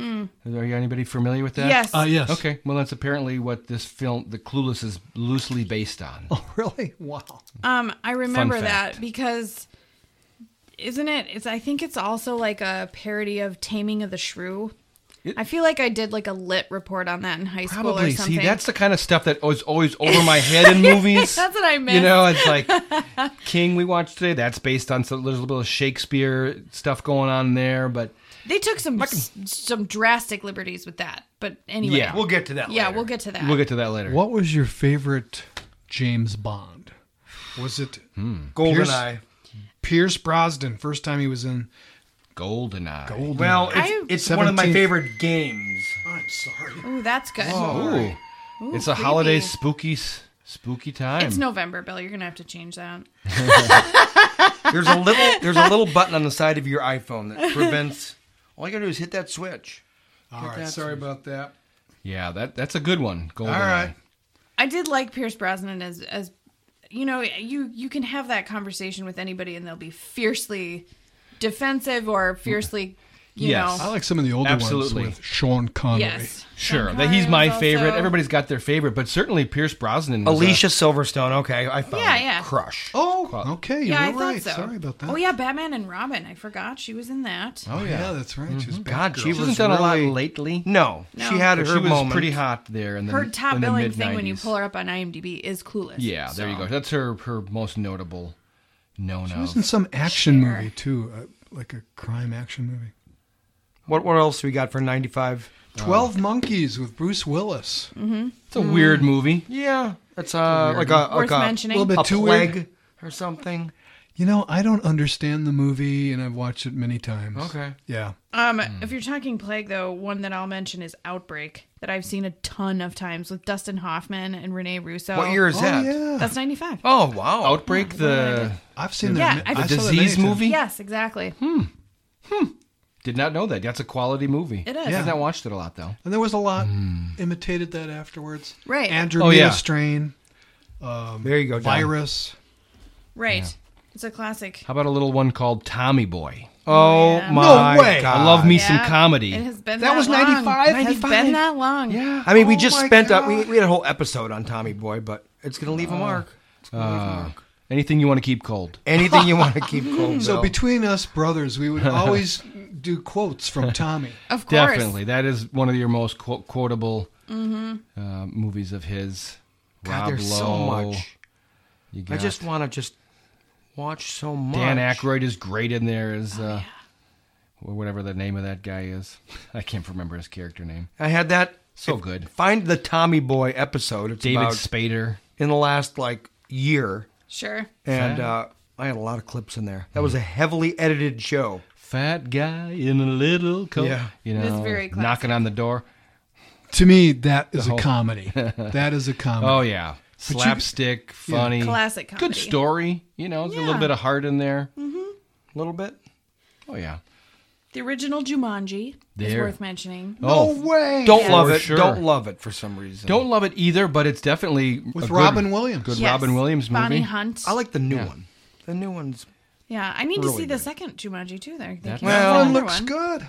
Speaker 1: Are you anybody familiar with that?
Speaker 3: Mm. yes.
Speaker 4: Uh, yes.
Speaker 1: Okay. Well, that's apparently what this film, The Clueless, is loosely based on.
Speaker 4: Oh, really? Wow.
Speaker 3: Um, I remember
Speaker 1: fact.
Speaker 3: that because isn't it? It's. I think it's also like a parody of Taming of the Shrew.
Speaker 1: It-
Speaker 3: I feel like I did like a lit report on that in high school or
Speaker 1: Probably.
Speaker 3: something.
Speaker 1: See, that's the kind of stuff that was always over my head in movies.
Speaker 3: That's what I
Speaker 1: You
Speaker 3: miss.
Speaker 1: know, it's like King we watched today. That's based on some little bit of Shakespeare stuff going on there, but
Speaker 3: they took some s- some drastic liberties with that. But anyway,
Speaker 1: Yeah.
Speaker 2: We'll get to that.
Speaker 3: yeah,
Speaker 2: later.
Speaker 3: we'll get to that.
Speaker 1: we'll get to that later.
Speaker 4: What was your favorite James Bond? Was it Pierce-
Speaker 2: Goldeneye.
Speaker 4: Pierce Brosnan, first time he was in
Speaker 1: Goldeneye.
Speaker 4: Goldeneye?
Speaker 2: Well, it's,
Speaker 3: I-
Speaker 2: it's one of my
Speaker 4: 17th.
Speaker 2: favorite games.
Speaker 4: I'm sorry.
Speaker 3: Ooh, that's good.
Speaker 1: Ooh. it's a
Speaker 3: creepy.
Speaker 1: holiday spooky s- spooky time.
Speaker 3: It's November, Bill. You're gonna have to change that.
Speaker 2: There's a little there's a little button on the side of your iPhone that prevents. All you gotta do is hit that switch.
Speaker 4: All right,
Speaker 2: that.
Speaker 4: sorry about that.
Speaker 1: Yeah, that that's a good one. Golden
Speaker 4: All right.
Speaker 3: I did like Pierce Brosnan as as you know you you can have that conversation with anybody and they'll be fiercely defensive or fiercely you
Speaker 1: Yes.
Speaker 4: I
Speaker 3: know
Speaker 4: like some of the older
Speaker 1: Absolutely.
Speaker 4: ones with Sean Connery.
Speaker 3: yes
Speaker 1: Sure,
Speaker 3: Sean
Speaker 1: that he's
Speaker 3: Connery
Speaker 1: my
Speaker 3: was also-
Speaker 1: favorite. Everybody's got their favorite, but certainly Pierce Brosnan. Was a-
Speaker 2: Alicia Silverstone. Okay, I found
Speaker 3: Yeah,
Speaker 2: it.
Speaker 3: yeah.
Speaker 2: Crush.
Speaker 4: Oh, okay. You
Speaker 3: yeah I
Speaker 4: were
Speaker 3: thought
Speaker 4: right.
Speaker 3: so
Speaker 4: Sorry about that.
Speaker 3: oh yeah Batman and Robin I forgot she was in that
Speaker 4: Oh, yeah. that's right. She's
Speaker 2: God,
Speaker 4: Batgirl.
Speaker 2: she
Speaker 1: she
Speaker 2: was
Speaker 1: hasn't done a lot
Speaker 2: really-
Speaker 1: lately.
Speaker 2: No,
Speaker 3: No.
Speaker 2: she had
Speaker 1: but
Speaker 2: her
Speaker 1: she was
Speaker 2: moment.
Speaker 1: pretty hot there in the
Speaker 3: her top
Speaker 1: in the
Speaker 3: billing
Speaker 1: mid-nineties.
Speaker 3: thing when you pull her up on IMDb is clueless
Speaker 1: Yeah, there you
Speaker 3: so.
Speaker 1: go. That's her her most notable known
Speaker 4: She was
Speaker 1: of.
Speaker 4: in some action
Speaker 3: Sure.
Speaker 4: movie too, uh, like a crime action movie.
Speaker 2: What what else we got for ninety five?
Speaker 4: Uh, Twelve Monkeys with Bruce Willis.
Speaker 3: Mm-hmm.
Speaker 4: A
Speaker 1: It's a weird movie.
Speaker 2: Yeah, it's uh like a
Speaker 3: worth
Speaker 2: like a,
Speaker 3: mentioning
Speaker 4: little bit
Speaker 2: a
Speaker 4: too
Speaker 2: plague
Speaker 4: weird.
Speaker 2: or something.
Speaker 4: You know, I don't understand the movie, and I've watched it many times.
Speaker 2: Okay.
Speaker 4: Yeah.
Speaker 3: Um,
Speaker 1: Hmm.
Speaker 3: if you're talking plague though, one that I'll mention is Outbreak that I've seen a ton of times with Dustin Hoffman and Renee Russo.
Speaker 2: What year is
Speaker 4: Oh
Speaker 2: that?
Speaker 4: yeah.
Speaker 3: That's 95.
Speaker 2: Oh wow!
Speaker 1: Outbreak the
Speaker 4: I've seen
Speaker 3: Yeah,
Speaker 4: that.
Speaker 3: I've-
Speaker 4: I
Speaker 3: The
Speaker 4: saw that many
Speaker 1: disease
Speaker 4: times.
Speaker 1: movie.
Speaker 3: Yes, exactly.
Speaker 1: Hmm. Did not know that. That's a quality movie.
Speaker 3: It is.
Speaker 1: I
Speaker 4: Yeah.
Speaker 1: have not watched it a lot though.
Speaker 4: and there was a lot
Speaker 1: Mm.
Speaker 4: imitated that afterwards.
Speaker 3: Right.
Speaker 4: Andrew
Speaker 1: Oh, yeah.
Speaker 4: strain. Um,
Speaker 2: There you
Speaker 1: Oh,
Speaker 2: go, John.
Speaker 4: Virus.
Speaker 3: Right. It's a classic.
Speaker 1: How about a little one called Tommy Boy?
Speaker 2: Oh
Speaker 3: Yeah.
Speaker 2: my
Speaker 4: No way.
Speaker 2: God.
Speaker 1: I love me some
Speaker 3: Yeah.
Speaker 1: comedy.
Speaker 3: It has been
Speaker 2: That
Speaker 3: that,
Speaker 2: was
Speaker 3: long.
Speaker 2: 95?
Speaker 3: It has
Speaker 2: 95?
Speaker 3: been that long.
Speaker 1: yeah.
Speaker 2: I mean, we
Speaker 4: Oh
Speaker 2: just
Speaker 4: my
Speaker 2: spent up. We,
Speaker 4: God.
Speaker 2: we had a whole episode on Tommy Boy, but it's gonna leave a mark. It's gonna leave a
Speaker 1: Oh. Uh,
Speaker 2: mark.
Speaker 1: anything you want to keep cold.
Speaker 2: Anything you want to keep cold.
Speaker 4: So
Speaker 2: Bill.
Speaker 4: between us brothers, we would always do quotes from Tommy.
Speaker 3: Of course.
Speaker 1: Definitely, that is one of your most quote, quotable
Speaker 3: Mm-hmm.
Speaker 1: uh, movies of his.
Speaker 2: God,
Speaker 1: Rob
Speaker 2: there's so
Speaker 1: Lowe.
Speaker 2: much.
Speaker 1: You
Speaker 2: I
Speaker 1: got
Speaker 2: just want to just watch so much.
Speaker 1: Dan Aykroyd is great in there as uh, wh- whatever the name of that guy is. I can't remember his character name.
Speaker 2: I had that.
Speaker 1: So good.
Speaker 2: Find the Tommy Boy episode. It's
Speaker 1: David
Speaker 2: about
Speaker 1: Spader.
Speaker 2: in the last like year,
Speaker 3: Sure.
Speaker 2: and uh, I had a lot of clips in there.
Speaker 1: Hmm.
Speaker 2: That was a heavily edited show.
Speaker 1: Fat guy in a little coat.
Speaker 2: Yeah.
Speaker 1: You know,
Speaker 3: It is very
Speaker 1: knocking
Speaker 3: classic.
Speaker 1: on the door.
Speaker 4: to me, that is
Speaker 1: whole-
Speaker 4: a comedy. that is a comedy.
Speaker 1: Oh, yeah. Slapstick, funny.
Speaker 3: Classic comedy.
Speaker 1: Good story. You know, there's a little
Speaker 3: Yeah.
Speaker 1: bit of heart in there.
Speaker 2: A little bit.
Speaker 1: Oh, yeah.
Speaker 3: The original Jumanji is
Speaker 1: There.
Speaker 3: worth mentioning.
Speaker 1: oh,
Speaker 4: no way.
Speaker 2: Don't
Speaker 1: For
Speaker 2: love it.
Speaker 1: sure.
Speaker 2: Don't love it for some reason.
Speaker 1: Don't love it either, but it's definitely a
Speaker 4: With
Speaker 1: good-
Speaker 4: Robin Williams.
Speaker 1: Good
Speaker 3: Yes.
Speaker 1: Robin Williams movie.
Speaker 3: Bonnie Hunt.
Speaker 2: I like the new one. The new one's.
Speaker 3: yeah, I need to
Speaker 2: Really
Speaker 3: see the
Speaker 2: good.
Speaker 3: second Jumanji too. There.
Speaker 1: That's-
Speaker 4: That
Speaker 2: Well,
Speaker 4: one looks good.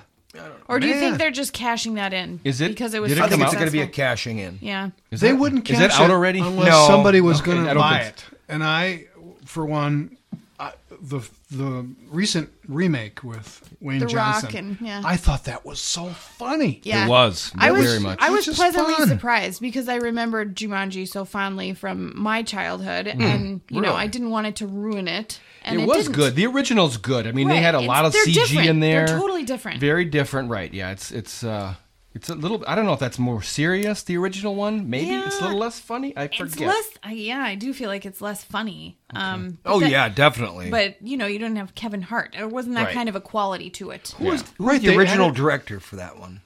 Speaker 3: Or do you
Speaker 4: Man.
Speaker 3: think they're just cashing that in?
Speaker 1: Is it-
Speaker 3: because it was?
Speaker 1: did it
Speaker 3: so
Speaker 2: I think
Speaker 1: come
Speaker 2: it's
Speaker 1: out?
Speaker 2: going to be a
Speaker 3: successful?
Speaker 2: cashing in.
Speaker 3: Yeah.
Speaker 1: Is
Speaker 4: They
Speaker 1: that-
Speaker 4: wouldn't
Speaker 1: Is
Speaker 4: catch
Speaker 1: that out
Speaker 4: it
Speaker 1: already?
Speaker 4: unless
Speaker 2: No.
Speaker 4: somebody was
Speaker 1: Okay,
Speaker 4: going
Speaker 1: I
Speaker 4: to
Speaker 1: don't
Speaker 4: buy
Speaker 1: think
Speaker 4: it. And I, for one, I, the the recent remake with Wayne
Speaker 3: The Rock
Speaker 4: Johnson,
Speaker 3: and- yeah.
Speaker 4: I thought that was so funny.
Speaker 3: Yeah.
Speaker 1: It was.
Speaker 3: I was
Speaker 1: very much.
Speaker 3: I was
Speaker 4: Which is
Speaker 3: pleasantly
Speaker 4: fun.
Speaker 3: surprised because I remembered Jumanji so fondly from my childhood, and
Speaker 1: Hmm.
Speaker 3: you know
Speaker 1: really?
Speaker 3: I didn't want it to ruin it. And
Speaker 1: it,
Speaker 3: it,
Speaker 1: was
Speaker 3: didn't.
Speaker 1: good. The original's good. I mean, they
Speaker 3: Right.
Speaker 1: had a lot of
Speaker 3: It's-
Speaker 1: CG
Speaker 3: they're different.
Speaker 1: in there.
Speaker 3: They're totally different.
Speaker 1: Very different, right? Yeah, it's it's uh, it's a little. I don't know if that's more serious. The original one, maybe it's a
Speaker 3: Yeah.
Speaker 1: little less funny. I forget.
Speaker 3: It's less. I yeah, I do feel like it's less funny. Um. but
Speaker 2: Oh
Speaker 3: that-
Speaker 2: yeah, definitely.
Speaker 3: But you know, you didn't have Kevin Hart. There wasn't that
Speaker 1: Right.
Speaker 3: kind of a quality to it.
Speaker 1: Yeah.
Speaker 4: Right,
Speaker 2: the
Speaker 4: they
Speaker 2: original
Speaker 4: added-
Speaker 2: director for that one.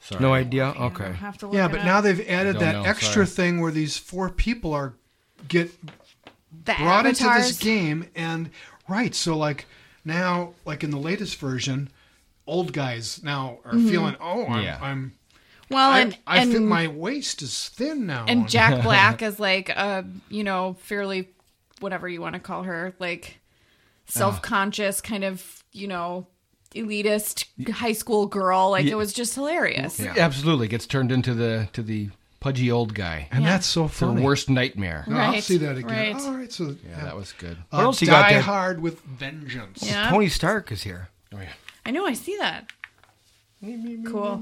Speaker 1: Sorry.
Speaker 2: No idea.
Speaker 3: You know,
Speaker 2: Okay.
Speaker 3: I'll have to look
Speaker 4: Yeah,
Speaker 3: it
Speaker 4: but
Speaker 3: up.
Speaker 4: now they've added
Speaker 1: Don't
Speaker 4: that
Speaker 1: know, sorry.
Speaker 4: extra thing where these four people are get
Speaker 3: the
Speaker 4: brought into
Speaker 3: avatars-
Speaker 4: this game and right so like now like in the latest version old guys now are feeling oh i'm
Speaker 1: Yeah.
Speaker 4: i'm
Speaker 3: Mm-hmm. Well,
Speaker 4: I,
Speaker 3: and
Speaker 4: I
Speaker 3: and,
Speaker 4: feel my waist is thin now
Speaker 3: and Jack Black is like a you know fairly whatever you want to call her like
Speaker 1: Uh-huh.
Speaker 3: self-conscious kind of you know elitist high school girl like
Speaker 1: Yeah.
Speaker 3: it was just hilarious
Speaker 2: Yeah.
Speaker 1: Absolutely, gets turned into the to the pudgy old guy.
Speaker 4: and
Speaker 3: yeah.
Speaker 4: that's so
Speaker 1: It's their
Speaker 4: funny
Speaker 1: worst nightmare.
Speaker 4: No, i'll
Speaker 3: Right,
Speaker 4: see that
Speaker 3: right.
Speaker 4: again all right so
Speaker 1: Yeah, that was good.
Speaker 4: uh,
Speaker 2: What else you
Speaker 4: die
Speaker 2: got there?
Speaker 4: hard with vengeance
Speaker 3: Yeah.
Speaker 2: Tony Stark is here.
Speaker 1: Oh yeah.
Speaker 3: i know i see that cool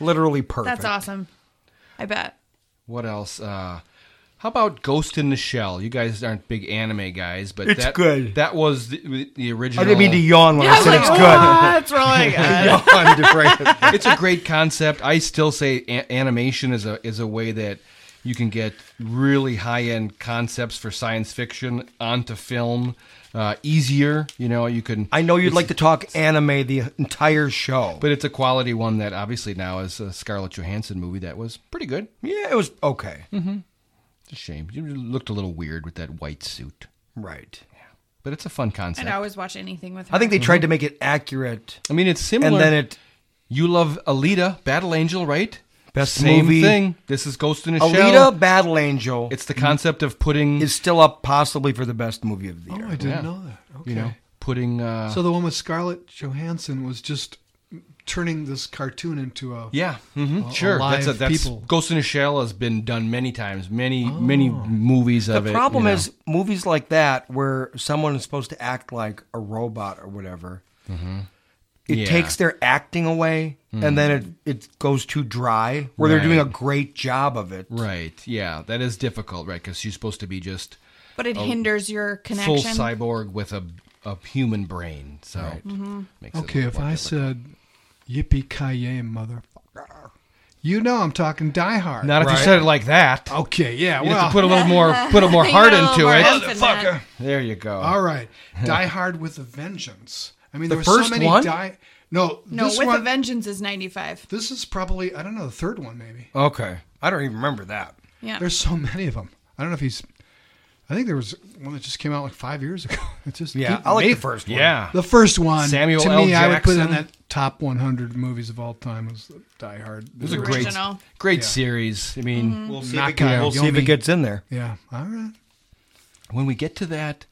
Speaker 2: Literally perfect.
Speaker 3: that's awesome i bet
Speaker 1: What else? Uh, how about Ghost in the Shell? You guys aren't big anime guys, but
Speaker 2: It's
Speaker 1: that,
Speaker 2: good.
Speaker 1: That was the, the original.
Speaker 2: I didn't mean to yawn when I said it's good.
Speaker 3: that's really good
Speaker 2: Yawned to break it.
Speaker 1: it's a great concept. I still say a- animation is a is a way that you can get really high end concepts for science fiction onto film uh, easier. You know, you can.
Speaker 2: I know you'd like to talk anime the entire show.
Speaker 1: but it's a quality one that obviously now is a Scarlett Johansson movie that was pretty good.
Speaker 2: yeah, it was okay.
Speaker 3: Mm-hmm.
Speaker 1: It's a shame. You looked a little weird with that white suit.
Speaker 2: Right.
Speaker 1: But it's a fun concept.
Speaker 3: And I always watch anything with her.
Speaker 2: I think they tried to make it accurate,
Speaker 1: I mean, it's similar.
Speaker 2: and then it
Speaker 1: you love Alita, Battle Angel, right?
Speaker 2: Best
Speaker 1: Same
Speaker 2: movie.
Speaker 1: thing. This is Ghost in a Shell.
Speaker 2: Alita Battle Angel
Speaker 1: It's the concept of putting,
Speaker 2: is still up possibly for the best movie of the
Speaker 4: Oh,
Speaker 2: year.
Speaker 4: I didn't
Speaker 1: Yeah.
Speaker 4: know that. Okay.
Speaker 1: you know, putting. Uh,
Speaker 4: So the one with Scarlett Johansson was just turning this cartoon into a
Speaker 1: yeah, hmm
Speaker 4: A-
Speaker 1: sure. That's a,
Speaker 4: alive
Speaker 1: that's
Speaker 4: people.
Speaker 1: Ghost in a Shell has been done many times, many many movies of it.
Speaker 2: the
Speaker 1: you
Speaker 2: problem
Speaker 1: know.
Speaker 2: is movies like that where someone is supposed to act like a robot or whatever. It
Speaker 1: Mm-hmm. Yeah. Mm.
Speaker 2: takes their acting away, and then it it goes too dry. Where they're doing a
Speaker 1: Right.
Speaker 2: great job of it.
Speaker 1: right. Yeah, that is difficult, right? Because she's supposed to be just
Speaker 3: but
Speaker 2: Oh.
Speaker 3: it hinders your connection.
Speaker 1: full cyborg with a a human brain. So
Speaker 2: Mm-hmm.
Speaker 1: makes it a
Speaker 4: Okay,
Speaker 1: little
Speaker 4: if
Speaker 1: more
Speaker 4: I
Speaker 1: difficult.
Speaker 4: said yippee ki yay, motherfucker, you know I'm talking Die Hard.
Speaker 1: not if you
Speaker 2: Right.
Speaker 1: said it like that.
Speaker 4: okay, yeah.
Speaker 1: You
Speaker 4: Oh, well,
Speaker 1: have to put a little more, put a more
Speaker 3: You
Speaker 1: heart
Speaker 3: got a little
Speaker 1: into
Speaker 3: more
Speaker 1: it.
Speaker 3: emphasis.
Speaker 4: motherfucker.
Speaker 1: There you go.
Speaker 4: All right, Die Hard with a Vengeance. I mean,
Speaker 2: The
Speaker 4: there were
Speaker 2: first
Speaker 4: so many
Speaker 2: one?
Speaker 4: Die. No,
Speaker 3: No,
Speaker 4: this
Speaker 3: with
Speaker 4: one.
Speaker 3: a vengeance is ninety five.
Speaker 4: this is probably I don't know the third one maybe.
Speaker 2: Okay, I don't even remember that.
Speaker 3: Yeah.
Speaker 4: There's so many of them. I don't know if he's. I think there was one that just came out like five years ago. It just
Speaker 2: Yeah,
Speaker 4: keep
Speaker 2: I like the
Speaker 4: making-
Speaker 2: first one.
Speaker 1: Yeah.
Speaker 4: The first one,
Speaker 1: Samuel
Speaker 4: to
Speaker 1: L.
Speaker 4: me, I would put in
Speaker 1: Jackson.
Speaker 4: that top 100 movies of all time was Die Hard.
Speaker 1: It was a great,
Speaker 3: Original.
Speaker 1: great
Speaker 4: Yeah.
Speaker 1: series. I mean,
Speaker 2: We'll
Speaker 4: see if it gets- we'll see if it
Speaker 2: gets in there.
Speaker 4: Yeah, all right.
Speaker 1: when we get to that,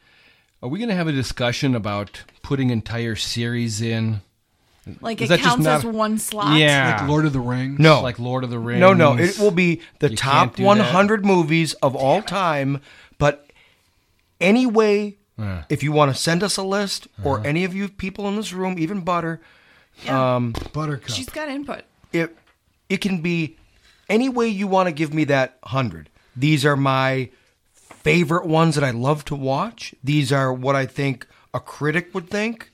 Speaker 1: are we going to have a discussion about putting entire series in?
Speaker 3: Like
Speaker 1: Is
Speaker 3: it
Speaker 1: that just
Speaker 3: counts
Speaker 1: not-
Speaker 3: as one slot.
Speaker 1: Yeah.
Speaker 2: Ah.
Speaker 4: Like Lord of the Rings.
Speaker 2: No.
Speaker 1: Like Lord of the Rings.
Speaker 2: No, no, it will be the
Speaker 1: You can't
Speaker 2: top
Speaker 1: do that.
Speaker 2: 100 movies of all time. But anyway,
Speaker 1: Yeah. Uh-huh.
Speaker 2: if you want to send us a list, or any of you people in this room, even Butter,
Speaker 4: Buttercup.
Speaker 3: She's got input.
Speaker 2: it it can be any way you want to give me that 100. These are my favorite ones that I love to watch. These are what I think a critic would think.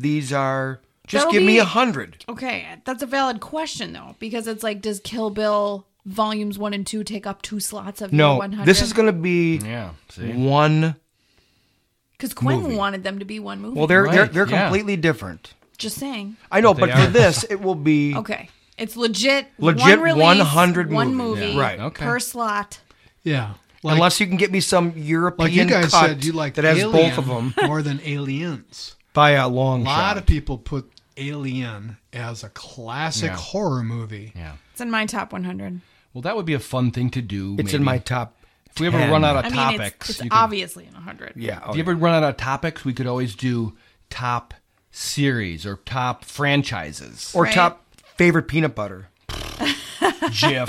Speaker 2: These are just
Speaker 3: That'll
Speaker 2: give me
Speaker 3: be-
Speaker 2: a 100.
Speaker 3: Okay, that's a valid question though, because it's like, does Kill Bill volumes one and two take up two slots of
Speaker 2: No,
Speaker 3: one hundred?
Speaker 2: this is going to be
Speaker 1: Yeah. See?
Speaker 2: one.
Speaker 3: because Quinn
Speaker 2: movie.
Speaker 3: wanted them to be one movie.
Speaker 2: Well, they're they're
Speaker 1: Right,
Speaker 2: they're
Speaker 1: yeah.
Speaker 2: completely different.
Speaker 3: just saying.
Speaker 2: I know,
Speaker 1: They
Speaker 2: but
Speaker 1: are.
Speaker 2: for this, it will be
Speaker 3: Okay, it's legit.
Speaker 2: Legit
Speaker 3: one release,
Speaker 2: 100
Speaker 3: one
Speaker 2: movies.
Speaker 3: movie,
Speaker 2: Yeah. Right.
Speaker 1: Okay.
Speaker 3: per slot.
Speaker 4: yeah. Like,
Speaker 2: unless you can get me some European
Speaker 4: like you guys
Speaker 2: cut
Speaker 4: said, you like
Speaker 2: that has
Speaker 4: Alien
Speaker 2: both of them
Speaker 4: more than Aliens.
Speaker 2: by a long
Speaker 4: A lot
Speaker 2: shot.
Speaker 4: of people put Alien as a classic
Speaker 1: Yeah.
Speaker 4: horror movie.
Speaker 1: Yeah.
Speaker 3: It's in my top one hundred.
Speaker 1: Well, that would be a fun thing to do.
Speaker 2: it's in
Speaker 1: maybe.
Speaker 2: my top.
Speaker 1: If we ever
Speaker 2: 10.
Speaker 1: run out of
Speaker 3: I mean,
Speaker 1: topics,
Speaker 3: it's, it's
Speaker 1: you could-
Speaker 3: obviously in hundred.
Speaker 2: yeah, oh,
Speaker 1: if you ever run out of topics, we could always do top series or top franchises.
Speaker 2: or
Speaker 3: Right.
Speaker 2: top favorite peanut butter.
Speaker 1: Jiff.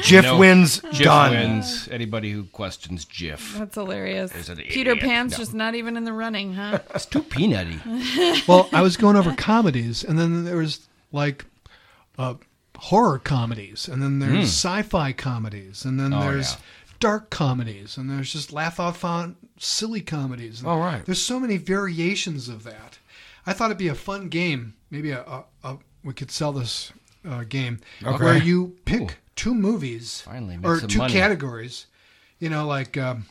Speaker 2: Jif wins.
Speaker 1: Jif
Speaker 2: done.
Speaker 1: wins. Anybody who questions Jiff.
Speaker 3: That's hilarious.
Speaker 1: Is an
Speaker 3: Peter
Speaker 1: idiot.
Speaker 3: Pan's
Speaker 1: No.
Speaker 3: just not even in the running, huh?
Speaker 1: It's too peanutty.
Speaker 4: Well, I was going over comedies, and then there was like uh, horror comedies, and then there's sci-fi comedies, and then
Speaker 1: Hmm. Oh,
Speaker 4: there's
Speaker 1: yeah.
Speaker 4: dark comedies, and there's just laugh out fun, silly comedies. And
Speaker 2: All right.
Speaker 4: There's so many variations of that. I thought it'd be a fun game. Maybe a, a, a we could sell this uh, game where you pick two movies,
Speaker 1: Finally, make
Speaker 4: or
Speaker 1: some
Speaker 4: two
Speaker 1: money.
Speaker 4: categories. You know, like um,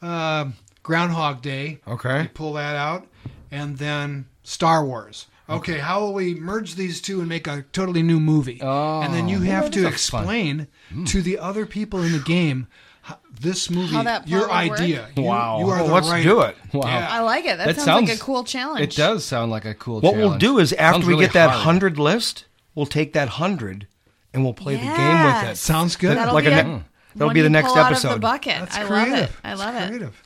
Speaker 4: uh, Groundhog Day.
Speaker 2: Okay.
Speaker 4: You pull that out, and then Star Wars. Okay, how will we merge these two and make a totally new movie?
Speaker 1: Oh.
Speaker 4: and then you have
Speaker 1: that's
Speaker 4: to
Speaker 1: a fun-
Speaker 4: explain to the other people in the game how, this movie,
Speaker 3: How that plot
Speaker 4: your
Speaker 3: would
Speaker 4: idea. You-
Speaker 1: Wow.
Speaker 4: you are
Speaker 2: Well,
Speaker 4: the
Speaker 2: Oh, let's
Speaker 4: writer.
Speaker 2: do it.
Speaker 1: Wow.
Speaker 4: Yeah.
Speaker 3: I like it. That,
Speaker 1: That
Speaker 3: sounds, like
Speaker 1: sounds-
Speaker 3: a cool challenge.
Speaker 1: It does sound like a cool
Speaker 2: What we'll
Speaker 1: challenge.
Speaker 2: do is after
Speaker 1: Sounds
Speaker 2: we
Speaker 1: really
Speaker 2: get that
Speaker 1: hard.
Speaker 2: hundred list, we'll take that hundred and we'll play the game with it.
Speaker 3: Yes.
Speaker 4: Sounds good.
Speaker 3: That'll
Speaker 2: like
Speaker 3: be
Speaker 2: a
Speaker 3: it.
Speaker 2: ne- that'll
Speaker 3: When
Speaker 2: be the
Speaker 3: you
Speaker 2: next
Speaker 3: pull out of the
Speaker 2: episode.
Speaker 3: bucket.
Speaker 4: That's
Speaker 3: I
Speaker 4: creative.
Speaker 3: love it. I
Speaker 4: That's
Speaker 3: love it.
Speaker 4: creative.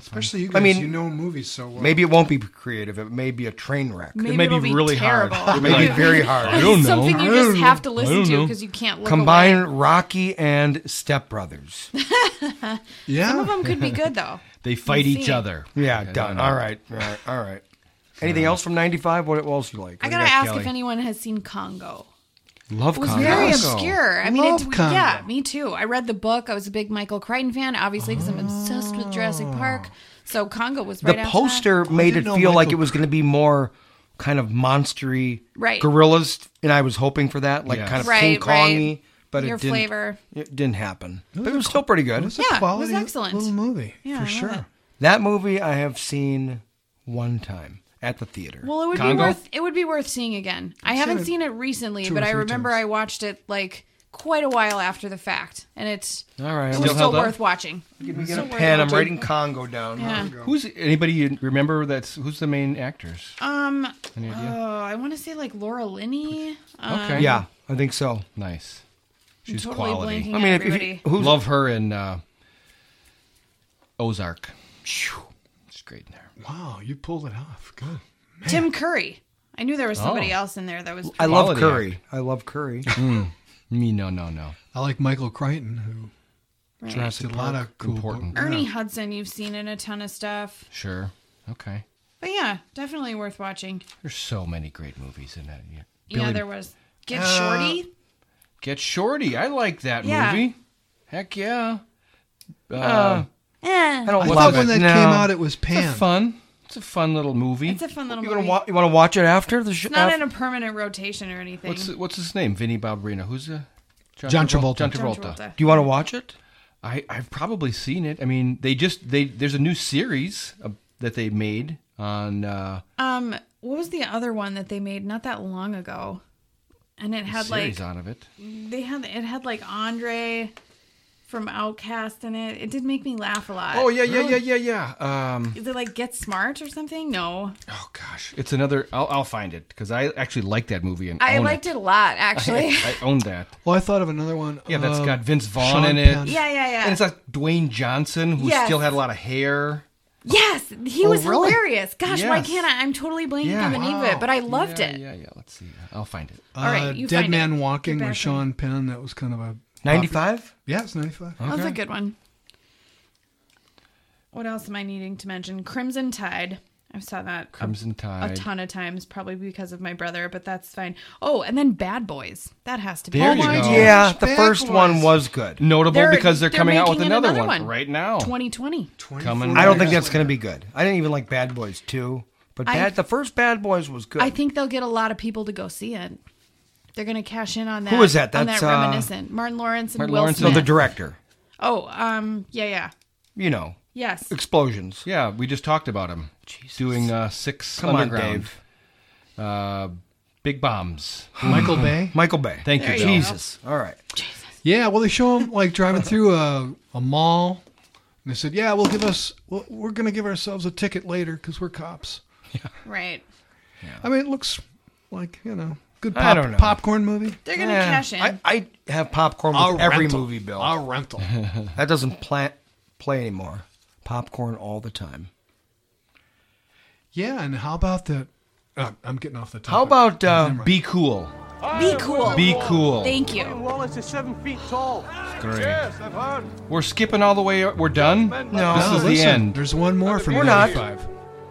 Speaker 4: Especially you guys,
Speaker 2: mean-
Speaker 4: you know movies so well.
Speaker 2: Maybe it won't be creative. It may be a train wreck.
Speaker 3: Maybe
Speaker 2: it
Speaker 3: It
Speaker 2: may
Speaker 3: may
Speaker 2: be
Speaker 3: it'll be be
Speaker 2: really
Speaker 3: really hard.
Speaker 2: hard.
Speaker 3: terrible.
Speaker 2: It may be very hard.
Speaker 1: I don't know.
Speaker 3: Something you
Speaker 1: I don't
Speaker 3: just have to
Speaker 1: know.
Speaker 3: listen
Speaker 1: I don't
Speaker 3: to
Speaker 1: know.
Speaker 3: because you can't look
Speaker 2: Combine
Speaker 3: away.
Speaker 2: Rocky and Step Brothers.
Speaker 4: yeah.
Speaker 3: Some of them could be good though.
Speaker 1: They fight
Speaker 3: Let's
Speaker 1: each
Speaker 3: see.
Speaker 1: other.
Speaker 2: Yeah,
Speaker 1: I don't
Speaker 2: done.
Speaker 1: know. Uh,
Speaker 2: All right, all right, all right. Anything else from '95? What else you like?
Speaker 3: I
Speaker 2: What do
Speaker 3: gotta
Speaker 2: you got,
Speaker 3: ask
Speaker 2: Kelly?
Speaker 3: if anyone has seen Congo.
Speaker 2: Love
Speaker 3: It was
Speaker 2: Congo.
Speaker 3: very
Speaker 4: Congo.
Speaker 3: obscure. I mean,
Speaker 4: Love
Speaker 3: it,
Speaker 4: Congo.
Speaker 3: yeah, me too. I read the book. I was a big Michael Crichton fan, obviously, because I'm obsessed with Jurassic Park. So Congo was right
Speaker 2: the
Speaker 3: after that.
Speaker 2: poster made it
Speaker 4: didn't
Speaker 2: feel
Speaker 4: know
Speaker 2: like it
Speaker 4: Michael-
Speaker 2: was going to be more kind of monstery,
Speaker 3: Right.
Speaker 2: Gorillas, and I was hoping for that, like
Speaker 1: Yes.
Speaker 2: kind of
Speaker 3: Right,
Speaker 2: King Kongy,
Speaker 3: right.
Speaker 2: but
Speaker 3: Your
Speaker 2: it didn't.
Speaker 3: flavor.
Speaker 2: It didn't happen, but it was still pretty good.
Speaker 4: It was a
Speaker 3: Yeah, it was
Speaker 4: quality
Speaker 3: excellent.
Speaker 4: little movie
Speaker 3: Yeah,
Speaker 4: for
Speaker 3: I love
Speaker 4: sure.
Speaker 3: it.
Speaker 2: That movie I have seen one time at the theater.
Speaker 3: Well, it would
Speaker 1: Congo?
Speaker 3: be worth it would be worth seeing again. I haven't
Speaker 4: it
Speaker 3: seen it recently,
Speaker 4: two or
Speaker 3: but I
Speaker 4: three
Speaker 3: remember
Speaker 4: times.
Speaker 3: I watched it like quite a while after the fact, and it's
Speaker 2: All right,
Speaker 3: it
Speaker 2: I'm
Speaker 3: was
Speaker 1: held
Speaker 3: still
Speaker 1: up?
Speaker 3: worth watching.
Speaker 2: Let me get a
Speaker 3: Still worth
Speaker 2: pen. I'm
Speaker 3: watching.
Speaker 2: writing Congo down.
Speaker 3: Yeah.
Speaker 1: Who's anybody you remember? That's who's the main actors?
Speaker 3: Um.
Speaker 1: Any idea?
Speaker 3: Oh, I want to say like Laura Linney. Um,
Speaker 1: Okay.
Speaker 2: Yeah, I think so.
Speaker 1: Nice.
Speaker 3: I'm
Speaker 1: She's
Speaker 3: totally
Speaker 1: quality.
Speaker 3: blanking
Speaker 2: I
Speaker 3: on
Speaker 2: mean, if, if
Speaker 3: everybody.
Speaker 2: you, who's
Speaker 1: Love her in uh, Ozark.
Speaker 2: Phew.
Speaker 1: She's great in there.
Speaker 4: Wow, you pulled it off. Good.
Speaker 3: Tim Curry. I knew there was somebody
Speaker 1: Oh.
Speaker 3: else in there that was.
Speaker 2: I love
Speaker 1: Quality
Speaker 2: Curry. I love Curry.
Speaker 1: Me, no, no, no.
Speaker 4: I like Michael Crichton, who
Speaker 3: Right.
Speaker 4: did a lot of cool
Speaker 1: important.
Speaker 4: bo-
Speaker 3: Ernie
Speaker 4: yeah.
Speaker 3: Hudson, you've seen in a ton of stuff,
Speaker 1: Sure. Okay.
Speaker 3: but yeah, definitely worth watching.
Speaker 1: There's so many great movies in that. Yeah.
Speaker 3: yeah,
Speaker 1: Billy-
Speaker 3: there was Get
Speaker 4: Uh,
Speaker 3: Shorty.
Speaker 1: Get Shorty. I like that
Speaker 3: Yeah.
Speaker 1: movie. Heck yeah. Uh,
Speaker 3: Eh.
Speaker 2: I don't
Speaker 4: I thought
Speaker 2: love
Speaker 4: when
Speaker 2: it.
Speaker 4: that
Speaker 2: No.
Speaker 4: came out, it was
Speaker 1: it's a
Speaker 4: Pan.
Speaker 1: fun. It's a fun little movie.
Speaker 3: It's a fun little
Speaker 2: you
Speaker 3: movie.
Speaker 2: gonna wa- you want to watch it after the show?
Speaker 3: it's not in a permanent rotation or anything.
Speaker 1: what's what's his name? Vinny Barbarina. Who's a
Speaker 4: John
Speaker 1: John
Speaker 4: Travolta.
Speaker 3: John
Speaker 1: Travolta.
Speaker 3: Travolta.
Speaker 2: Do you want to watch it?
Speaker 1: I I've probably seen it. I mean, they just they there's a new series uh, that they made on uh
Speaker 3: Um, what was the other one that they made not that long ago? And it had like
Speaker 1: series out of it.
Speaker 3: they had it had like Andre from Outcast in it. It did make me laugh a lot.
Speaker 1: Oh yeah, yeah, yeah, yeah, yeah. Um
Speaker 3: Is it like Get Smart or something? No,
Speaker 1: oh gosh, it's another I'll I'll find it cuz I actually like that movie and
Speaker 3: I
Speaker 1: own
Speaker 3: liked it. a lot actually.
Speaker 1: I own that.
Speaker 4: Well, I thought of another one.
Speaker 1: Yeah, that's
Speaker 4: um,
Speaker 1: got Vince Vaughn
Speaker 4: Sean
Speaker 1: in it.
Speaker 4: Penn.
Speaker 3: yeah, yeah, yeah.
Speaker 1: And it's like Dwayne Johnson who
Speaker 3: Yes.
Speaker 1: still had a lot of hair.
Speaker 3: yes, he was
Speaker 1: Oh, really?
Speaker 3: hilarious. Gosh, why
Speaker 1: Yes.
Speaker 3: can't I? I'm totally blanking
Speaker 1: Yeah.
Speaker 3: on the name of it, but I loved
Speaker 1: yeah,
Speaker 3: it.
Speaker 1: Yeah, yeah, let's see. I'll find it.
Speaker 4: Uh,
Speaker 3: All right, you
Speaker 4: Dead
Speaker 3: find
Speaker 4: Man
Speaker 3: it.
Speaker 4: Walking
Speaker 3: Get back
Speaker 4: with
Speaker 3: to
Speaker 4: Sean Penn. That was kind of a
Speaker 2: Ninety-five.
Speaker 4: yeah, it's ninety five.
Speaker 3: That was a good one. What else am I needing to mention? Crimson Tide. I saw that a
Speaker 1: Crimson Tide.
Speaker 3: a ton of times, probably because of my brother, but that's fine. Oh, and then Bad Boys. That has to be.
Speaker 1: There
Speaker 3: on
Speaker 1: you
Speaker 3: there.
Speaker 1: go. Oh.
Speaker 2: Yeah, the
Speaker 4: Bad
Speaker 2: first
Speaker 4: Boys.
Speaker 2: one was good.
Speaker 1: Notable
Speaker 3: They're-
Speaker 1: because they're,
Speaker 3: they're
Speaker 1: coming out with
Speaker 3: making it
Speaker 1: another,
Speaker 3: another
Speaker 1: one,
Speaker 3: one.
Speaker 1: right now.
Speaker 3: 2020.
Speaker 1: Coming
Speaker 2: I don't
Speaker 1: Yeah.
Speaker 2: think that's gonna be good. I didn't even like Bad Boys two, but
Speaker 3: I-
Speaker 2: bad, the first Bad Boys was good.
Speaker 3: I think they'll get a lot of people to go see it. They're going to cash in on that.
Speaker 2: was that?
Speaker 3: on
Speaker 2: That's,
Speaker 3: that
Speaker 2: uh,
Speaker 3: reminiscent. Martin Lawrence and
Speaker 1: Martin
Speaker 3: Will
Speaker 1: Lawrence
Speaker 2: so
Speaker 1: and
Speaker 3: Smith.
Speaker 2: the director,
Speaker 3: oh, um, yeah, yeah,
Speaker 2: you know,
Speaker 3: yes.
Speaker 2: explosions.
Speaker 1: Yeah, we just talked about him. Doing uh, six
Speaker 2: Come on,
Speaker 1: underground.
Speaker 2: Dave.
Speaker 1: Uh, big bombs.
Speaker 4: Michael Bay.
Speaker 2: Michael Bay.
Speaker 1: Thank you,
Speaker 3: There you
Speaker 1: Bill.
Speaker 3: go.
Speaker 2: Jesus. All right.
Speaker 4: Yeah, well, they show him like driving through a, a mall, and they said, "Yeah, we'll give us, we'll, we're gonna give ourselves a ticket later because we're cops."
Speaker 3: Right.
Speaker 4: I mean, it looks like you know, good
Speaker 2: I
Speaker 4: pop,
Speaker 2: don't know.
Speaker 4: popcorn movie.
Speaker 3: They're going to
Speaker 2: Yeah.
Speaker 3: cash in.
Speaker 2: I, I have popcorn with every movie, Bill.
Speaker 4: A rental.
Speaker 2: That doesn't pla- play anymore. Popcorn all the time.
Speaker 4: yeah, and how about the? Uh, I'm getting off the topic.
Speaker 2: How about uh,
Speaker 4: Never mind.
Speaker 1: Be cool.
Speaker 3: be cool.
Speaker 1: Be cool.
Speaker 3: Thank you.
Speaker 5: Wallace is seven feet tall.
Speaker 1: Great.
Speaker 5: I've heard.
Speaker 1: We're skipping all the way. We're done.
Speaker 2: No.
Speaker 1: This is the
Speaker 4: listen,
Speaker 1: end.
Speaker 4: There's one more from
Speaker 2: We're not.
Speaker 4: 95.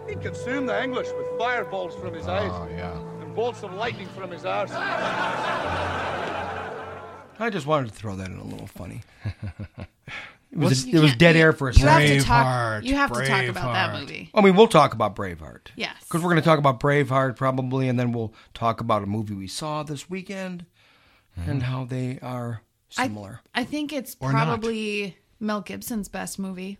Speaker 5: He consumed the English with fireballs from his
Speaker 1: Oh
Speaker 5: eyes
Speaker 1: yeah.
Speaker 5: and bolts of lightning from his arse.
Speaker 2: I just wanted to throw that in a little funny. It
Speaker 4: What's-
Speaker 2: was, it was dead air for a
Speaker 3: You have
Speaker 2: second.
Speaker 3: to talk.
Speaker 4: Braveheart,
Speaker 3: you have to talk about that
Speaker 4: Braveheart.
Speaker 3: movie.
Speaker 2: I mean, we'll talk about Braveheart.
Speaker 3: Yes.
Speaker 2: Because we're going to talk about Braveheart probably, and then we'll talk about a movie we saw this weekend and
Speaker 1: Mm-hmm.
Speaker 2: how they are similar.
Speaker 3: I think it's
Speaker 4: Or not.
Speaker 3: probably Mel Gibson's best movie.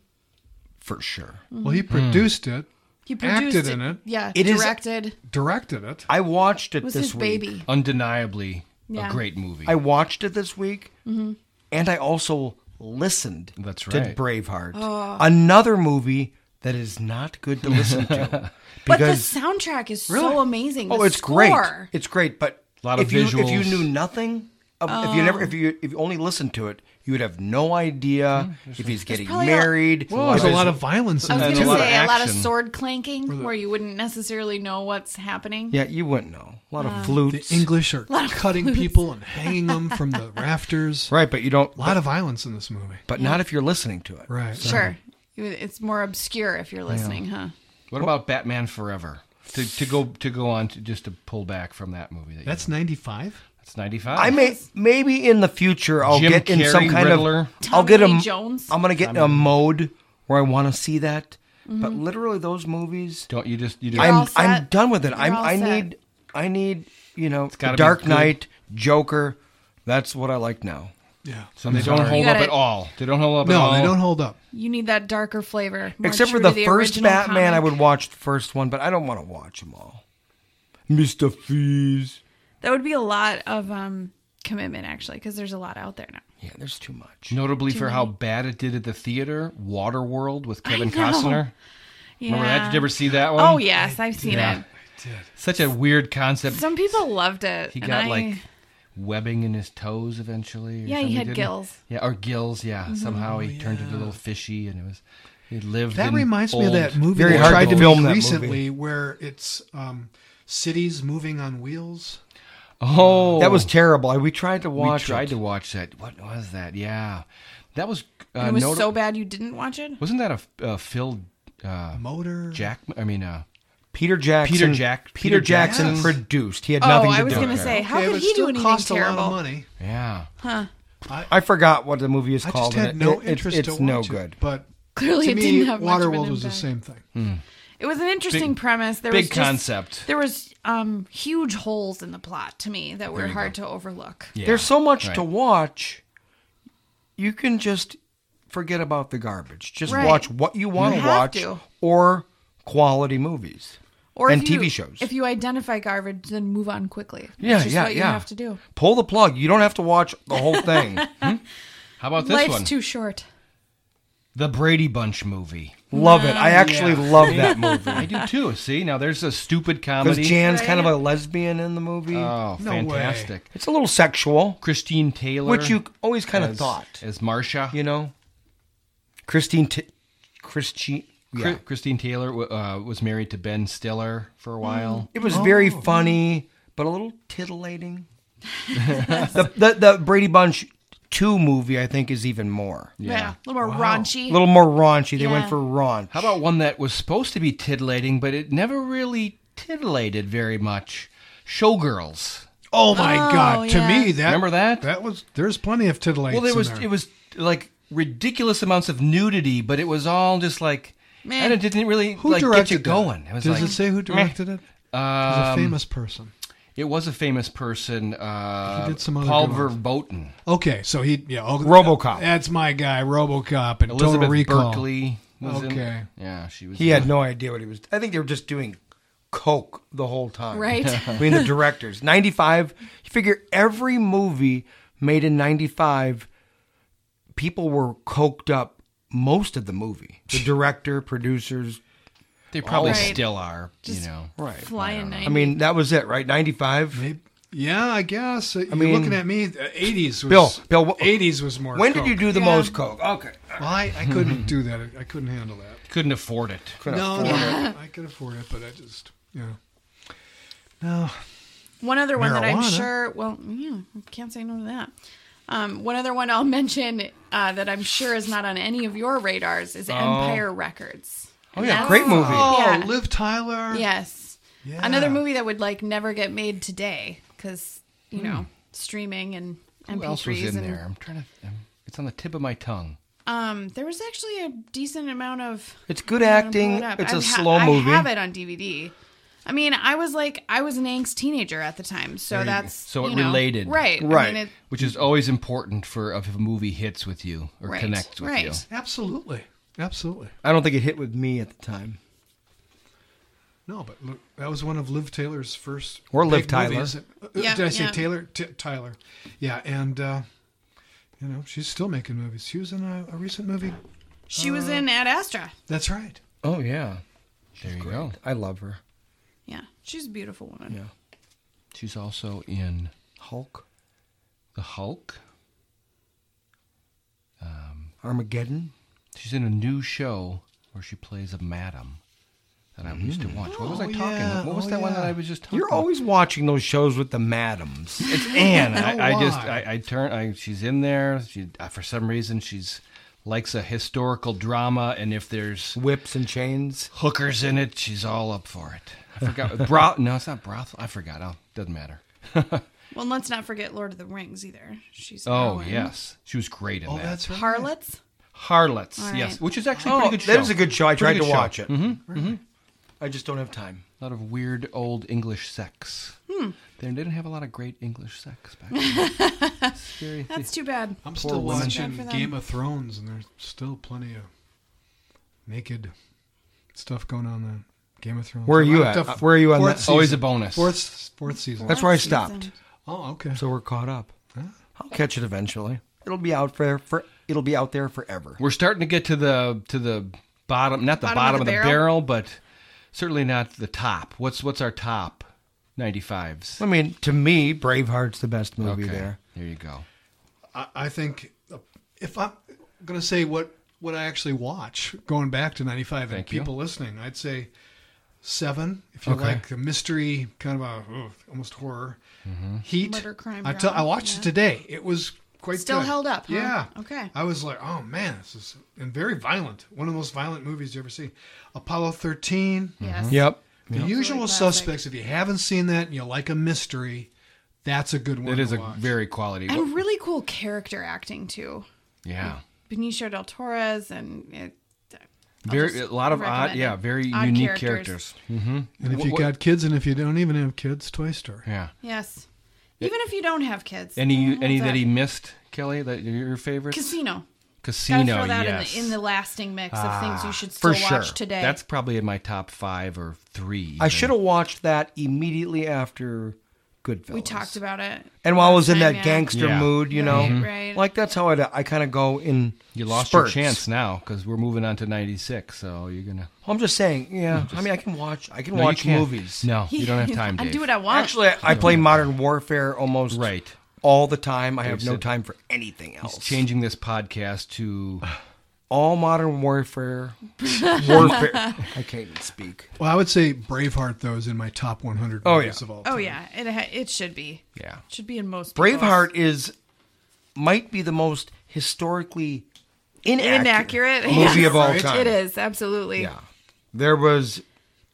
Speaker 2: for sure.
Speaker 4: Well, he produced it,
Speaker 3: He produced
Speaker 4: Acted in it.
Speaker 3: Yeah,
Speaker 2: It is-
Speaker 3: directed.
Speaker 4: directed it.
Speaker 2: I watched it
Speaker 3: was
Speaker 2: this
Speaker 3: his
Speaker 2: week.
Speaker 3: baby.
Speaker 1: Undeniably
Speaker 3: Yeah.
Speaker 1: a great movie.
Speaker 2: I watched it this week,
Speaker 3: Mm-hmm.
Speaker 2: and I also listened
Speaker 1: That's
Speaker 2: to
Speaker 1: right.
Speaker 2: Braveheart,
Speaker 3: Oh.
Speaker 2: another movie that is not good to listen to
Speaker 3: But the
Speaker 2: because
Speaker 3: soundtrack is so amazing.
Speaker 2: oh,
Speaker 3: The
Speaker 2: it's
Speaker 3: score.
Speaker 2: great, it's great. But
Speaker 1: Lot of
Speaker 2: if you if you
Speaker 1: visuals.
Speaker 2: knew nothing, of, if you never if you if you only listened to it, you would have no idea
Speaker 1: Mm-hmm.
Speaker 2: if he's getting
Speaker 3: probably a-
Speaker 2: married.
Speaker 4: Well, there's
Speaker 2: if
Speaker 4: a lot
Speaker 2: his-
Speaker 4: of violence
Speaker 3: I was
Speaker 4: in that
Speaker 1: And
Speaker 3: going
Speaker 1: a
Speaker 3: to
Speaker 1: lot
Speaker 4: too.
Speaker 1: of
Speaker 3: say a lot of
Speaker 1: action.
Speaker 3: sword clanking where you wouldn't necessarily know what's happening.
Speaker 2: yeah, you wouldn't know a lot
Speaker 3: Uh,
Speaker 2: of
Speaker 4: The
Speaker 2: flutes,
Speaker 4: English are cutting people and hanging them from the rafters.
Speaker 2: right? But you don't,
Speaker 4: A lot of violence in this movie.
Speaker 2: but not if you're listening to it.
Speaker 4: Right.
Speaker 3: Sure. You- It's more obscure if you're listening, huh?
Speaker 1: what about Batman Forever? To, to go to go on to just to pull back from that movie. That you-
Speaker 4: That's 95?
Speaker 1: that's ninety five.
Speaker 2: I may maybe in the future I'll
Speaker 1: Jim
Speaker 2: get in some
Speaker 1: Carrey,
Speaker 2: kind
Speaker 1: Riddler.
Speaker 2: of I'll get
Speaker 3: Tommy
Speaker 2: a
Speaker 3: Lee Jones.
Speaker 2: I'm gonna get in a mode where I want to see that. But literally those movies,
Speaker 1: Don't you just you just
Speaker 3: You're
Speaker 2: I'm
Speaker 3: Mm-hmm. all set.
Speaker 2: I'm done with it. I'm,
Speaker 3: all
Speaker 2: I
Speaker 3: set.
Speaker 2: need I need you know
Speaker 1: gotta be
Speaker 2: Dark
Speaker 1: good.
Speaker 2: Knight, Joker. That's what I like now.
Speaker 4: Yeah.
Speaker 1: so they don't
Speaker 2: sorry.
Speaker 1: hold
Speaker 3: You
Speaker 1: up
Speaker 3: gotta-
Speaker 1: at all. They don't hold up at
Speaker 4: No,
Speaker 1: all.
Speaker 4: they don't hold up.
Speaker 3: You need that darker flavor. more
Speaker 2: Except for
Speaker 3: true
Speaker 2: the,
Speaker 3: to the
Speaker 2: first
Speaker 3: original
Speaker 2: Batman, I
Speaker 3: comic.
Speaker 2: would watch the first one, but I don't want to watch them all. Mister Freeze.
Speaker 3: That would be a lot of um commitment actually because there's a lot out there now.
Speaker 2: Yeah, there's too much.
Speaker 1: Notably for how bad it did at the theater, Waterworld with Kevin
Speaker 3: know.
Speaker 1: Costner.
Speaker 3: Yeah.
Speaker 1: Remember that? Did you ever see that one?
Speaker 3: Oh yes, I've seen
Speaker 1: Yeah.
Speaker 3: it.
Speaker 1: Such a weird concept.
Speaker 3: Some people loved it.
Speaker 1: he
Speaker 3: and
Speaker 1: got
Speaker 3: I-
Speaker 1: like webbing in his toes eventually. Or
Speaker 3: Yeah, he
Speaker 1: something,
Speaker 3: had
Speaker 1: didn't
Speaker 3: gills. Mm-hmm.
Speaker 1: Yeah, or gills. Yeah, somehow he turned into a little fishy, and it was he lived.
Speaker 4: Oh, That
Speaker 1: in
Speaker 4: reminds me of
Speaker 1: old-
Speaker 4: that movie
Speaker 2: Very
Speaker 4: they
Speaker 2: hard
Speaker 4: tried
Speaker 2: to
Speaker 4: to
Speaker 2: film
Speaker 4: make
Speaker 2: that movie.
Speaker 4: recently where it's um, cities moving on wheels.
Speaker 1: Oh,
Speaker 2: That was terrible. I, we tried to
Speaker 1: we
Speaker 2: watch.
Speaker 1: tried
Speaker 2: it.
Speaker 1: to watch that. What was that? Yeah, that was. Uh,
Speaker 3: it was
Speaker 1: nota-
Speaker 3: so bad you didn't watch it.
Speaker 1: Wasn't that a, a Phil uh,
Speaker 4: Motor.
Speaker 1: Jack? I mean, uh,
Speaker 2: Peter Jackson.
Speaker 1: Peter Jack-
Speaker 2: Peter,
Speaker 1: Peter
Speaker 2: Jackson
Speaker 1: Jackson.
Speaker 2: produced. He had
Speaker 3: Oh,
Speaker 2: nothing to
Speaker 3: I was
Speaker 2: do.
Speaker 3: gonna
Speaker 2: with it.
Speaker 3: say, how
Speaker 4: Okay, but
Speaker 3: could
Speaker 4: it
Speaker 3: he
Speaker 4: still
Speaker 3: do anything
Speaker 4: cost a
Speaker 3: terrible?
Speaker 4: lot of money.
Speaker 1: yeah.
Speaker 2: I forgot what the movie is
Speaker 4: I
Speaker 2: called.
Speaker 4: just had
Speaker 2: and it-
Speaker 4: no
Speaker 2: it- it's-
Speaker 4: interest
Speaker 2: It's
Speaker 4: to
Speaker 2: no
Speaker 4: watch
Speaker 2: good.
Speaker 4: it. But
Speaker 3: Clearly,
Speaker 4: to
Speaker 3: it
Speaker 4: me,
Speaker 3: didn't have much of an
Speaker 4: Waterworld was the
Speaker 3: impact.
Speaker 4: same thing.
Speaker 3: It was an interesting premise. There
Speaker 1: big
Speaker 3: was just-
Speaker 1: concept.
Speaker 3: There was um, huge holes in the plot to me that were
Speaker 1: you
Speaker 3: hard to overlook.
Speaker 1: yeah.
Speaker 2: There's so much
Speaker 1: right.
Speaker 2: to watch. You can just forget about the garbage. Just
Speaker 3: Right.
Speaker 2: watch what you want
Speaker 3: You
Speaker 2: to
Speaker 3: have
Speaker 2: watch
Speaker 3: to.
Speaker 2: or quality movies
Speaker 3: Or
Speaker 2: and
Speaker 3: if you-
Speaker 2: TV shows.
Speaker 3: If you identify garbage, then move on quickly.
Speaker 2: yeah,
Speaker 3: It's just
Speaker 2: yeah,
Speaker 3: what
Speaker 2: yeah.
Speaker 3: You have to do.
Speaker 2: Pull the plug. You don't have to watch the whole thing.
Speaker 1: How about this
Speaker 3: Life's
Speaker 1: one?
Speaker 3: too short.
Speaker 1: the Brady Bunch movie.
Speaker 2: love it. I actually love that movie.
Speaker 1: I do too. See, now there's a stupid
Speaker 2: Because
Speaker 1: comedy.
Speaker 2: Jan's kind of a lesbian in the movie.
Speaker 1: oh,
Speaker 4: No way.
Speaker 1: fantastic!
Speaker 2: it's a little sexual,
Speaker 1: Christine Taylor,
Speaker 2: which you always kind of
Speaker 1: as-
Speaker 2: thought.
Speaker 1: as Marcia.
Speaker 2: You know, Christine, T- Christine.
Speaker 1: Chri-
Speaker 2: Yeah,
Speaker 1: Christine Taylor w- uh, was married to Ben Stiller for a
Speaker 4: Mm.
Speaker 1: while.
Speaker 2: it was very
Speaker 1: Oh.
Speaker 2: funny, but a little titillating. the, the the Brady Bunch two movie, I think, is even more.
Speaker 3: Yeah. A little more raunchy.
Speaker 2: A little more raunchy. They went
Speaker 3: Yeah.
Speaker 2: for raunch.
Speaker 1: How about one that was supposed to be titillating, but it never really titillated very much? Showgirls.
Speaker 4: Oh my God! To
Speaker 3: yeah.
Speaker 4: me, that
Speaker 1: Remember that?
Speaker 4: That was there's plenty of titillates.
Speaker 1: Well, there was
Speaker 4: in there.
Speaker 1: it was like ridiculous amounts of nudity, but it was all just like
Speaker 3: Meh.
Speaker 1: and it didn't really
Speaker 4: who
Speaker 1: like,
Speaker 4: directed
Speaker 1: get you
Speaker 4: that?
Speaker 1: going. It was
Speaker 4: Does
Speaker 1: like
Speaker 4: it say who directed it? It was a
Speaker 1: um,
Speaker 4: famous person.
Speaker 1: it was a famous person. Uh,
Speaker 4: He did some other
Speaker 1: Paul
Speaker 4: good ones.
Speaker 1: Verboten,
Speaker 4: Okay, so he yeah. Oh,
Speaker 2: RoboCop.
Speaker 4: That's my guy, RoboCop and
Speaker 1: Elizabeth
Speaker 4: Total Recall.
Speaker 1: Berkley. Was in-
Speaker 4: Okay.
Speaker 1: yeah, she was.
Speaker 2: He had no idea what he was. I think they were just doing coke the whole time.
Speaker 3: Right.
Speaker 2: I mean, the directors. 95, you figure every movie made in 95, people were coked up most of the movie. The director, producers.
Speaker 1: They probably
Speaker 3: Right.
Speaker 1: still are.
Speaker 3: Just-
Speaker 1: you know.
Speaker 2: Right.
Speaker 3: Flying night.
Speaker 2: I mean, that was it, right? 95?
Speaker 4: Maybe- Yeah, I guess. You're
Speaker 2: mean-
Speaker 4: looking at me. Eighties was
Speaker 2: Bill, Bill, wh-
Speaker 4: Eighties was more.
Speaker 2: When did you
Speaker 4: coke.
Speaker 2: do the
Speaker 3: Yeah.
Speaker 2: most coke? Okay.
Speaker 4: Well, I, I couldn't do that. I couldn't handle that.
Speaker 1: Couldn't afford it.
Speaker 4: No, no, I could afford it, but I just yeah. No,
Speaker 3: One other one that I'm
Speaker 4: Marijuana.
Speaker 3: sure. Well, yeah, can't say no to that. Um, one other one I'll mention uh, that I'm sure is not on any of your radars is Empire Records.
Speaker 2: Oh, yeah, great movie.
Speaker 4: Oh,
Speaker 3: Yeah.
Speaker 4: Liv Tyler.
Speaker 3: Yes,
Speaker 4: Yeah.
Speaker 3: another movie that would like never get made today because you know streaming and
Speaker 1: Who else was
Speaker 3: MP3s
Speaker 1: in
Speaker 3: and
Speaker 1: there? I'm trying to. i it's on the tip of my tongue.
Speaker 3: um, there was actually a decent amount of
Speaker 2: It's good
Speaker 3: I'm gonna
Speaker 2: acting.
Speaker 3: pull it up.
Speaker 2: it's
Speaker 3: I
Speaker 2: a
Speaker 3: ha-
Speaker 2: slow movie.
Speaker 3: I have it on DVD. I mean, I was like, I was an angst teenager at the time, so that's
Speaker 1: So it
Speaker 3: you know,
Speaker 1: related.
Speaker 3: right? I mean,
Speaker 2: Right.
Speaker 3: it-
Speaker 1: which is always important for if a movie hits with you or
Speaker 3: Right,
Speaker 1: connects with
Speaker 3: right.
Speaker 1: you.
Speaker 4: Absolutely, absolutely.
Speaker 2: I don't think it hit with me at the time.
Speaker 4: No, but look, that was one of Liv Taylor's first
Speaker 2: Or Liv
Speaker 4: big
Speaker 2: Tyler.
Speaker 4: movies. Uh, uh,
Speaker 3: Yeah,
Speaker 4: Did I say
Speaker 3: yeah.
Speaker 4: Taylor? T- Tyler. Yeah, and uh, you know she's still making movies. She was in a, a recent movie.
Speaker 3: She
Speaker 1: Uh.
Speaker 3: was in Ad Astra.
Speaker 4: That's right.
Speaker 2: Oh, yeah.
Speaker 1: There you go.
Speaker 2: I love her.
Speaker 3: Yeah, she's a beautiful woman.
Speaker 2: Yeah.
Speaker 1: She's also in
Speaker 2: Hulk.
Speaker 1: The Hulk.
Speaker 2: Armageddon.
Speaker 1: She's in a new show where she plays a madam that I used to watch. What was I
Speaker 4: Oh,
Speaker 1: talking?
Speaker 4: yeah.
Speaker 1: What was
Speaker 4: Oh,
Speaker 1: that one that
Speaker 4: yeah.
Speaker 1: I was just talking?
Speaker 2: You're always watching those shows with the madams.
Speaker 1: It's Anne. I, I
Speaker 4: Oh,
Speaker 1: just
Speaker 4: why?
Speaker 1: I, I turn. I, she's in there. She uh, for some reason she's likes a historical drama, and if there's
Speaker 2: Whips and chains.
Speaker 1: hookers in it, she's all up for it. I forgot. Bro- no, it's not brothel. I forgot. Oh, doesn't matter.
Speaker 3: Well, and let's not forget Lord of the Rings either. She's
Speaker 1: Oh
Speaker 3: Arwen.
Speaker 1: yes, she was great in
Speaker 4: Oh,
Speaker 1: that.
Speaker 4: that's right.
Speaker 3: Harlots.
Speaker 1: Harlots.
Speaker 3: All
Speaker 1: Yes,
Speaker 3: right.
Speaker 1: which is actually a
Speaker 2: Oh,
Speaker 1: pretty good show.
Speaker 2: that is a good show. I
Speaker 1: Pretty
Speaker 2: tried
Speaker 1: good
Speaker 2: to
Speaker 1: show.
Speaker 2: watch it. I just don't have time.
Speaker 1: A lot of weird old English sex. Hmm. They didn't have a lot of great English sex back then. It's very-
Speaker 3: That's too bad.
Speaker 4: I'm still
Speaker 1: women.
Speaker 4: watching
Speaker 3: Bad for them.
Speaker 4: Game of Thrones, and there's still plenty of naked stuff going on in Game of Thrones.
Speaker 2: Where are you
Speaker 4: I'm up
Speaker 2: at?
Speaker 4: to
Speaker 2: Where are you on
Speaker 4: fourth
Speaker 2: that?
Speaker 1: always a
Speaker 4: season.
Speaker 1: bonus.
Speaker 4: Fourth, fourth season.
Speaker 2: That's where I
Speaker 3: Last
Speaker 2: stopped.
Speaker 3: season.
Speaker 4: oh, okay.
Speaker 2: So we're caught up. I'll catch it eventually. It'll be out there for it'll be out there forever.
Speaker 1: We're starting to get to the to the bottom, not the bottom, of, the, barrel. but certainly not the top. What's what's our top ninety fives?
Speaker 2: I mean, to me, Braveheart's the best movie there.
Speaker 1: there you go.
Speaker 4: I, I think if I'm going to say what what I actually watch, going back to '95 and
Speaker 1: Thank you.
Speaker 4: people listening, I'd say seven. If you
Speaker 1: Okay.
Speaker 4: like a mystery, kind of a ugh, almost horror,
Speaker 1: Mm-hmm.
Speaker 4: Heat.
Speaker 3: Murder, crime,
Speaker 4: I, tell- I
Speaker 3: drama,
Speaker 4: watched
Speaker 3: yeah.
Speaker 4: it today. It was quite
Speaker 3: Still
Speaker 4: good.
Speaker 3: held up, huh?
Speaker 4: Yeah.
Speaker 3: Okay.
Speaker 4: I was like, oh man, this is and very violent. One of the most violent movies you ever see. Apollo 13.
Speaker 3: Yes.
Speaker 2: Yep.
Speaker 4: The Usual
Speaker 3: Really classic.
Speaker 4: Suspects. If you haven't seen that and you like a mystery, that's a good one.
Speaker 1: It is
Speaker 4: to
Speaker 1: a
Speaker 4: watch.
Speaker 1: very quality.
Speaker 3: And really cool character acting too.
Speaker 1: yeah.
Speaker 3: Benicio del Torres and it, I'll
Speaker 1: Very a
Speaker 3: just
Speaker 1: lot of odd,
Speaker 3: recommend it.
Speaker 1: yeah, very
Speaker 3: Odd
Speaker 1: unique characters.
Speaker 4: And if
Speaker 1: Wh-
Speaker 4: you
Speaker 1: what-
Speaker 4: got kids, and if you don't even have kids, Toy Story.
Speaker 1: Yeah.
Speaker 3: Yes. Even if you don't have kids.
Speaker 1: Any
Speaker 3: What's
Speaker 1: any that he missed, Kelly? That your favorites?
Speaker 3: Casino.
Speaker 1: Casino.
Speaker 3: Gotta throw that
Speaker 1: yes. Ah,
Speaker 3: in, the, in the lasting mix of things you should
Speaker 2: for
Speaker 3: still watch
Speaker 2: sure.
Speaker 3: today.
Speaker 1: That's probably in my top five or three.
Speaker 2: I
Speaker 1: even.
Speaker 2: should have watched that immediately after Goodfellas.
Speaker 3: we talked about it.
Speaker 2: And while I was in
Speaker 3: last time,
Speaker 2: that
Speaker 3: yeah.
Speaker 2: gangster
Speaker 1: Yeah.
Speaker 2: mood, you know,
Speaker 3: Right, right.
Speaker 2: like that's how I, I kind of go in.
Speaker 1: You lost
Speaker 2: spurts.
Speaker 1: your chance now because we're moving on to '96. So you're gonna
Speaker 2: I'm just saying, yeah. I mean, I can watch. I can
Speaker 1: No, you
Speaker 2: watch
Speaker 1: can't.
Speaker 2: movies.
Speaker 1: No, you don't have time.
Speaker 3: I
Speaker 1: Dave.
Speaker 3: do what I want.
Speaker 2: Actually, I play Modern Warfare almost
Speaker 1: Right.
Speaker 2: all the time. I have
Speaker 1: Dave
Speaker 2: no
Speaker 1: said-
Speaker 2: time for anything else.
Speaker 1: Changing this podcast to
Speaker 2: all Modern Warfare. warfare. I can't even speak.
Speaker 4: Well, I would say Braveheart though is in my top 100
Speaker 2: Oh,
Speaker 4: movies
Speaker 2: yeah.
Speaker 4: of all time.
Speaker 3: oh yeah, it ha- it should be.
Speaker 1: yeah.
Speaker 3: Should be in most. people's.
Speaker 2: Braveheart is might be the most historically inaccurate,
Speaker 3: inaccurate
Speaker 2: movie of all
Speaker 4: Right?
Speaker 2: time.
Speaker 3: It is absolutely.
Speaker 2: Yeah. There was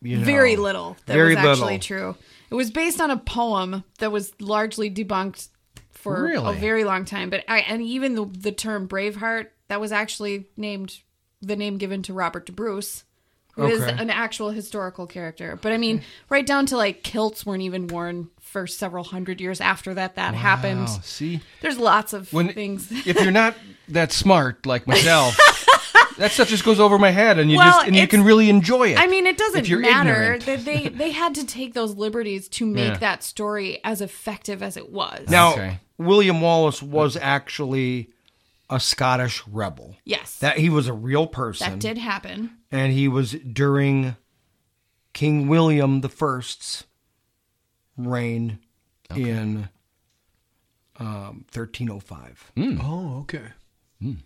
Speaker 2: you know,
Speaker 3: very little that
Speaker 2: very
Speaker 3: was actually
Speaker 2: little.
Speaker 3: true. It was based on a poem that was largely debunked for
Speaker 1: Really?
Speaker 3: a very long time. But I, and even the, the term Braveheart that was actually named the name given to Robert De Bruce, who is
Speaker 2: Okay.
Speaker 3: an actual historical character. But I mean,
Speaker 1: Hmm.
Speaker 3: right down to like kilts weren't even worn for several hundred years after that that happened.
Speaker 1: Wow, see,
Speaker 3: There's lots of
Speaker 1: when
Speaker 3: things.
Speaker 1: if you're not that smart like myself, that stuff just goes over my head, and you
Speaker 3: Well,
Speaker 1: just and you
Speaker 3: it's-
Speaker 1: can really enjoy it.
Speaker 3: I mean, it doesn't
Speaker 1: if you're
Speaker 3: matter
Speaker 1: ignorant.
Speaker 3: that they they had to take those liberties to make
Speaker 1: Yeah.
Speaker 3: that story as effective as it was.
Speaker 2: Now
Speaker 1: Okay.
Speaker 2: William Wallace was actually a Scottish rebel.
Speaker 3: yes, that,
Speaker 2: That he was a real person.
Speaker 3: did happen.
Speaker 2: and he was during King William the First's reign in um, 1305.
Speaker 1: Hmm?
Speaker 4: Oh, okay.
Speaker 2: And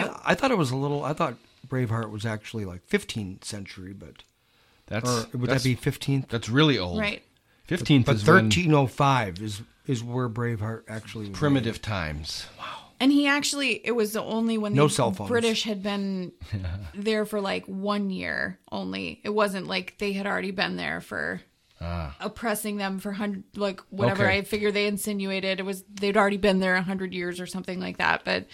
Speaker 2: I, I thought it was a little. I thought Braveheart was actually like 15th century, but
Speaker 1: That's
Speaker 2: or would
Speaker 1: that's,
Speaker 2: that be 15th?
Speaker 1: that's really old,
Speaker 3: Right.
Speaker 1: Fifteenth
Speaker 2: But
Speaker 1: is when
Speaker 2: 1305 is is where Braveheart actually was
Speaker 1: primitive times.
Speaker 3: And he actually, it was the only when
Speaker 2: No
Speaker 3: the
Speaker 2: cell phones.
Speaker 3: British had been there for like one year only. It wasn't like they had already been there for
Speaker 2: Ah.
Speaker 3: oppressing them for hundred, like whatever.
Speaker 1: Okay.
Speaker 3: I figure they insinuated it was they'd already been there a hundred years or something like that. But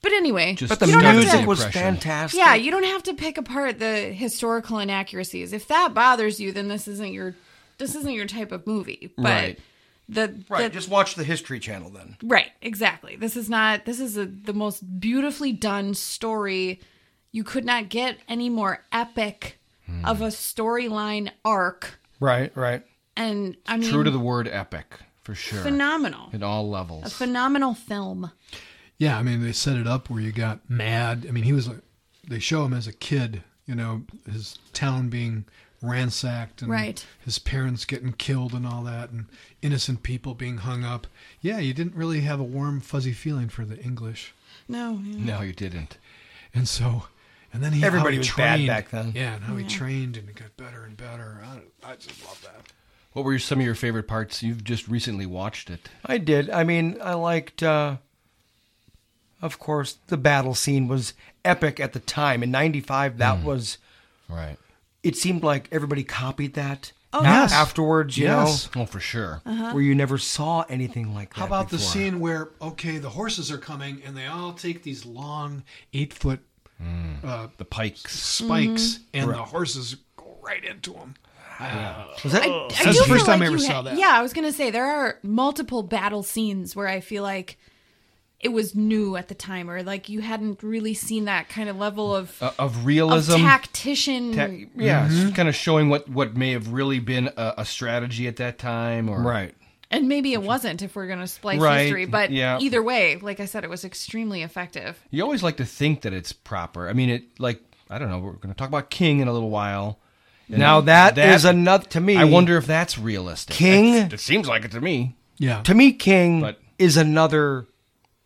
Speaker 3: but anyway,
Speaker 1: Just
Speaker 2: But the
Speaker 1: You don't have
Speaker 2: music
Speaker 1: to-
Speaker 2: was
Speaker 1: Impression.
Speaker 2: fantastic.
Speaker 3: yeah, you don't have to pick apart the historical inaccuracies. If that bothers you, then this isn't your this isn't your type of movie. But
Speaker 1: Right.
Speaker 3: the
Speaker 2: right.
Speaker 3: the-
Speaker 2: Just watch the History Channel then.
Speaker 3: Right, exactly. This is not this is a, the most beautifully done story. You could not get any more epic of a storyline arc
Speaker 2: Right, right.
Speaker 3: and I mean
Speaker 1: True to the word, epic for sure.
Speaker 3: phenomenal.
Speaker 1: At all levels.
Speaker 3: A phenomenal film.
Speaker 4: Yeah, I mean they set it up where you got mad. I mean he was like, they show him as a kid, you know, his town being ransacked and
Speaker 3: Right.
Speaker 4: his parents getting killed and all that and innocent people being hung up. Yeah, you didn't really have a warm fuzzy feeling for the English.
Speaker 3: No. yeah.
Speaker 1: no, you didn't.
Speaker 4: And so, and then he
Speaker 2: Everybody
Speaker 4: how he
Speaker 2: was bad
Speaker 4: trained.
Speaker 2: back then.
Speaker 4: Yeah, and how he trained and it got better and better. I, I just love that.
Speaker 1: What were some of your favorite parts? You've just recently watched it.
Speaker 2: I did. I mean, I liked. Uh, of course, the battle scene was epic at the time. In '95, that was.
Speaker 1: Right.
Speaker 2: It seemed like everybody copied that.
Speaker 3: Oh, Uh-huh.
Speaker 2: Not
Speaker 4: yes.
Speaker 2: Afterwards, you
Speaker 4: Yes.
Speaker 1: Oh, for sure.
Speaker 3: Uh,
Speaker 2: know, where you never saw anything like that.
Speaker 4: How about the
Speaker 2: before.
Speaker 4: scene where okay, the horses are coming and they all take these long eight foot uh,
Speaker 1: The pikes.
Speaker 4: spikes and the horses go right into them.
Speaker 2: Was that?
Speaker 3: I
Speaker 4: That's
Speaker 3: do
Speaker 4: the first
Speaker 3: feel
Speaker 4: time I
Speaker 3: like you
Speaker 4: ever saw that.
Speaker 3: Yeah, I was gonna say there are multiple battle scenes where I feel like it was new at the time, or like you hadn't really seen that kind of level of,
Speaker 1: Uh, of
Speaker 3: of
Speaker 1: realism.
Speaker 3: tactician.
Speaker 1: Ta- yeah, it's kind of showing what, what may have really been a, a strategy at that time, or
Speaker 2: right.
Speaker 3: And maybe it wasn't if we're going to splice
Speaker 2: Right,
Speaker 3: history, but
Speaker 1: yeah.
Speaker 3: either way, like I said, it was extremely effective.
Speaker 1: You always like to think that it's proper. I mean, it like I don't know. We're going to talk about King in a little while. And
Speaker 2: Now that
Speaker 1: that-
Speaker 2: is another to me.
Speaker 1: I wonder if that's realistic.
Speaker 2: King?
Speaker 1: It's- it seems like it to me.
Speaker 4: Yeah.
Speaker 2: To me, King
Speaker 1: But-
Speaker 2: is another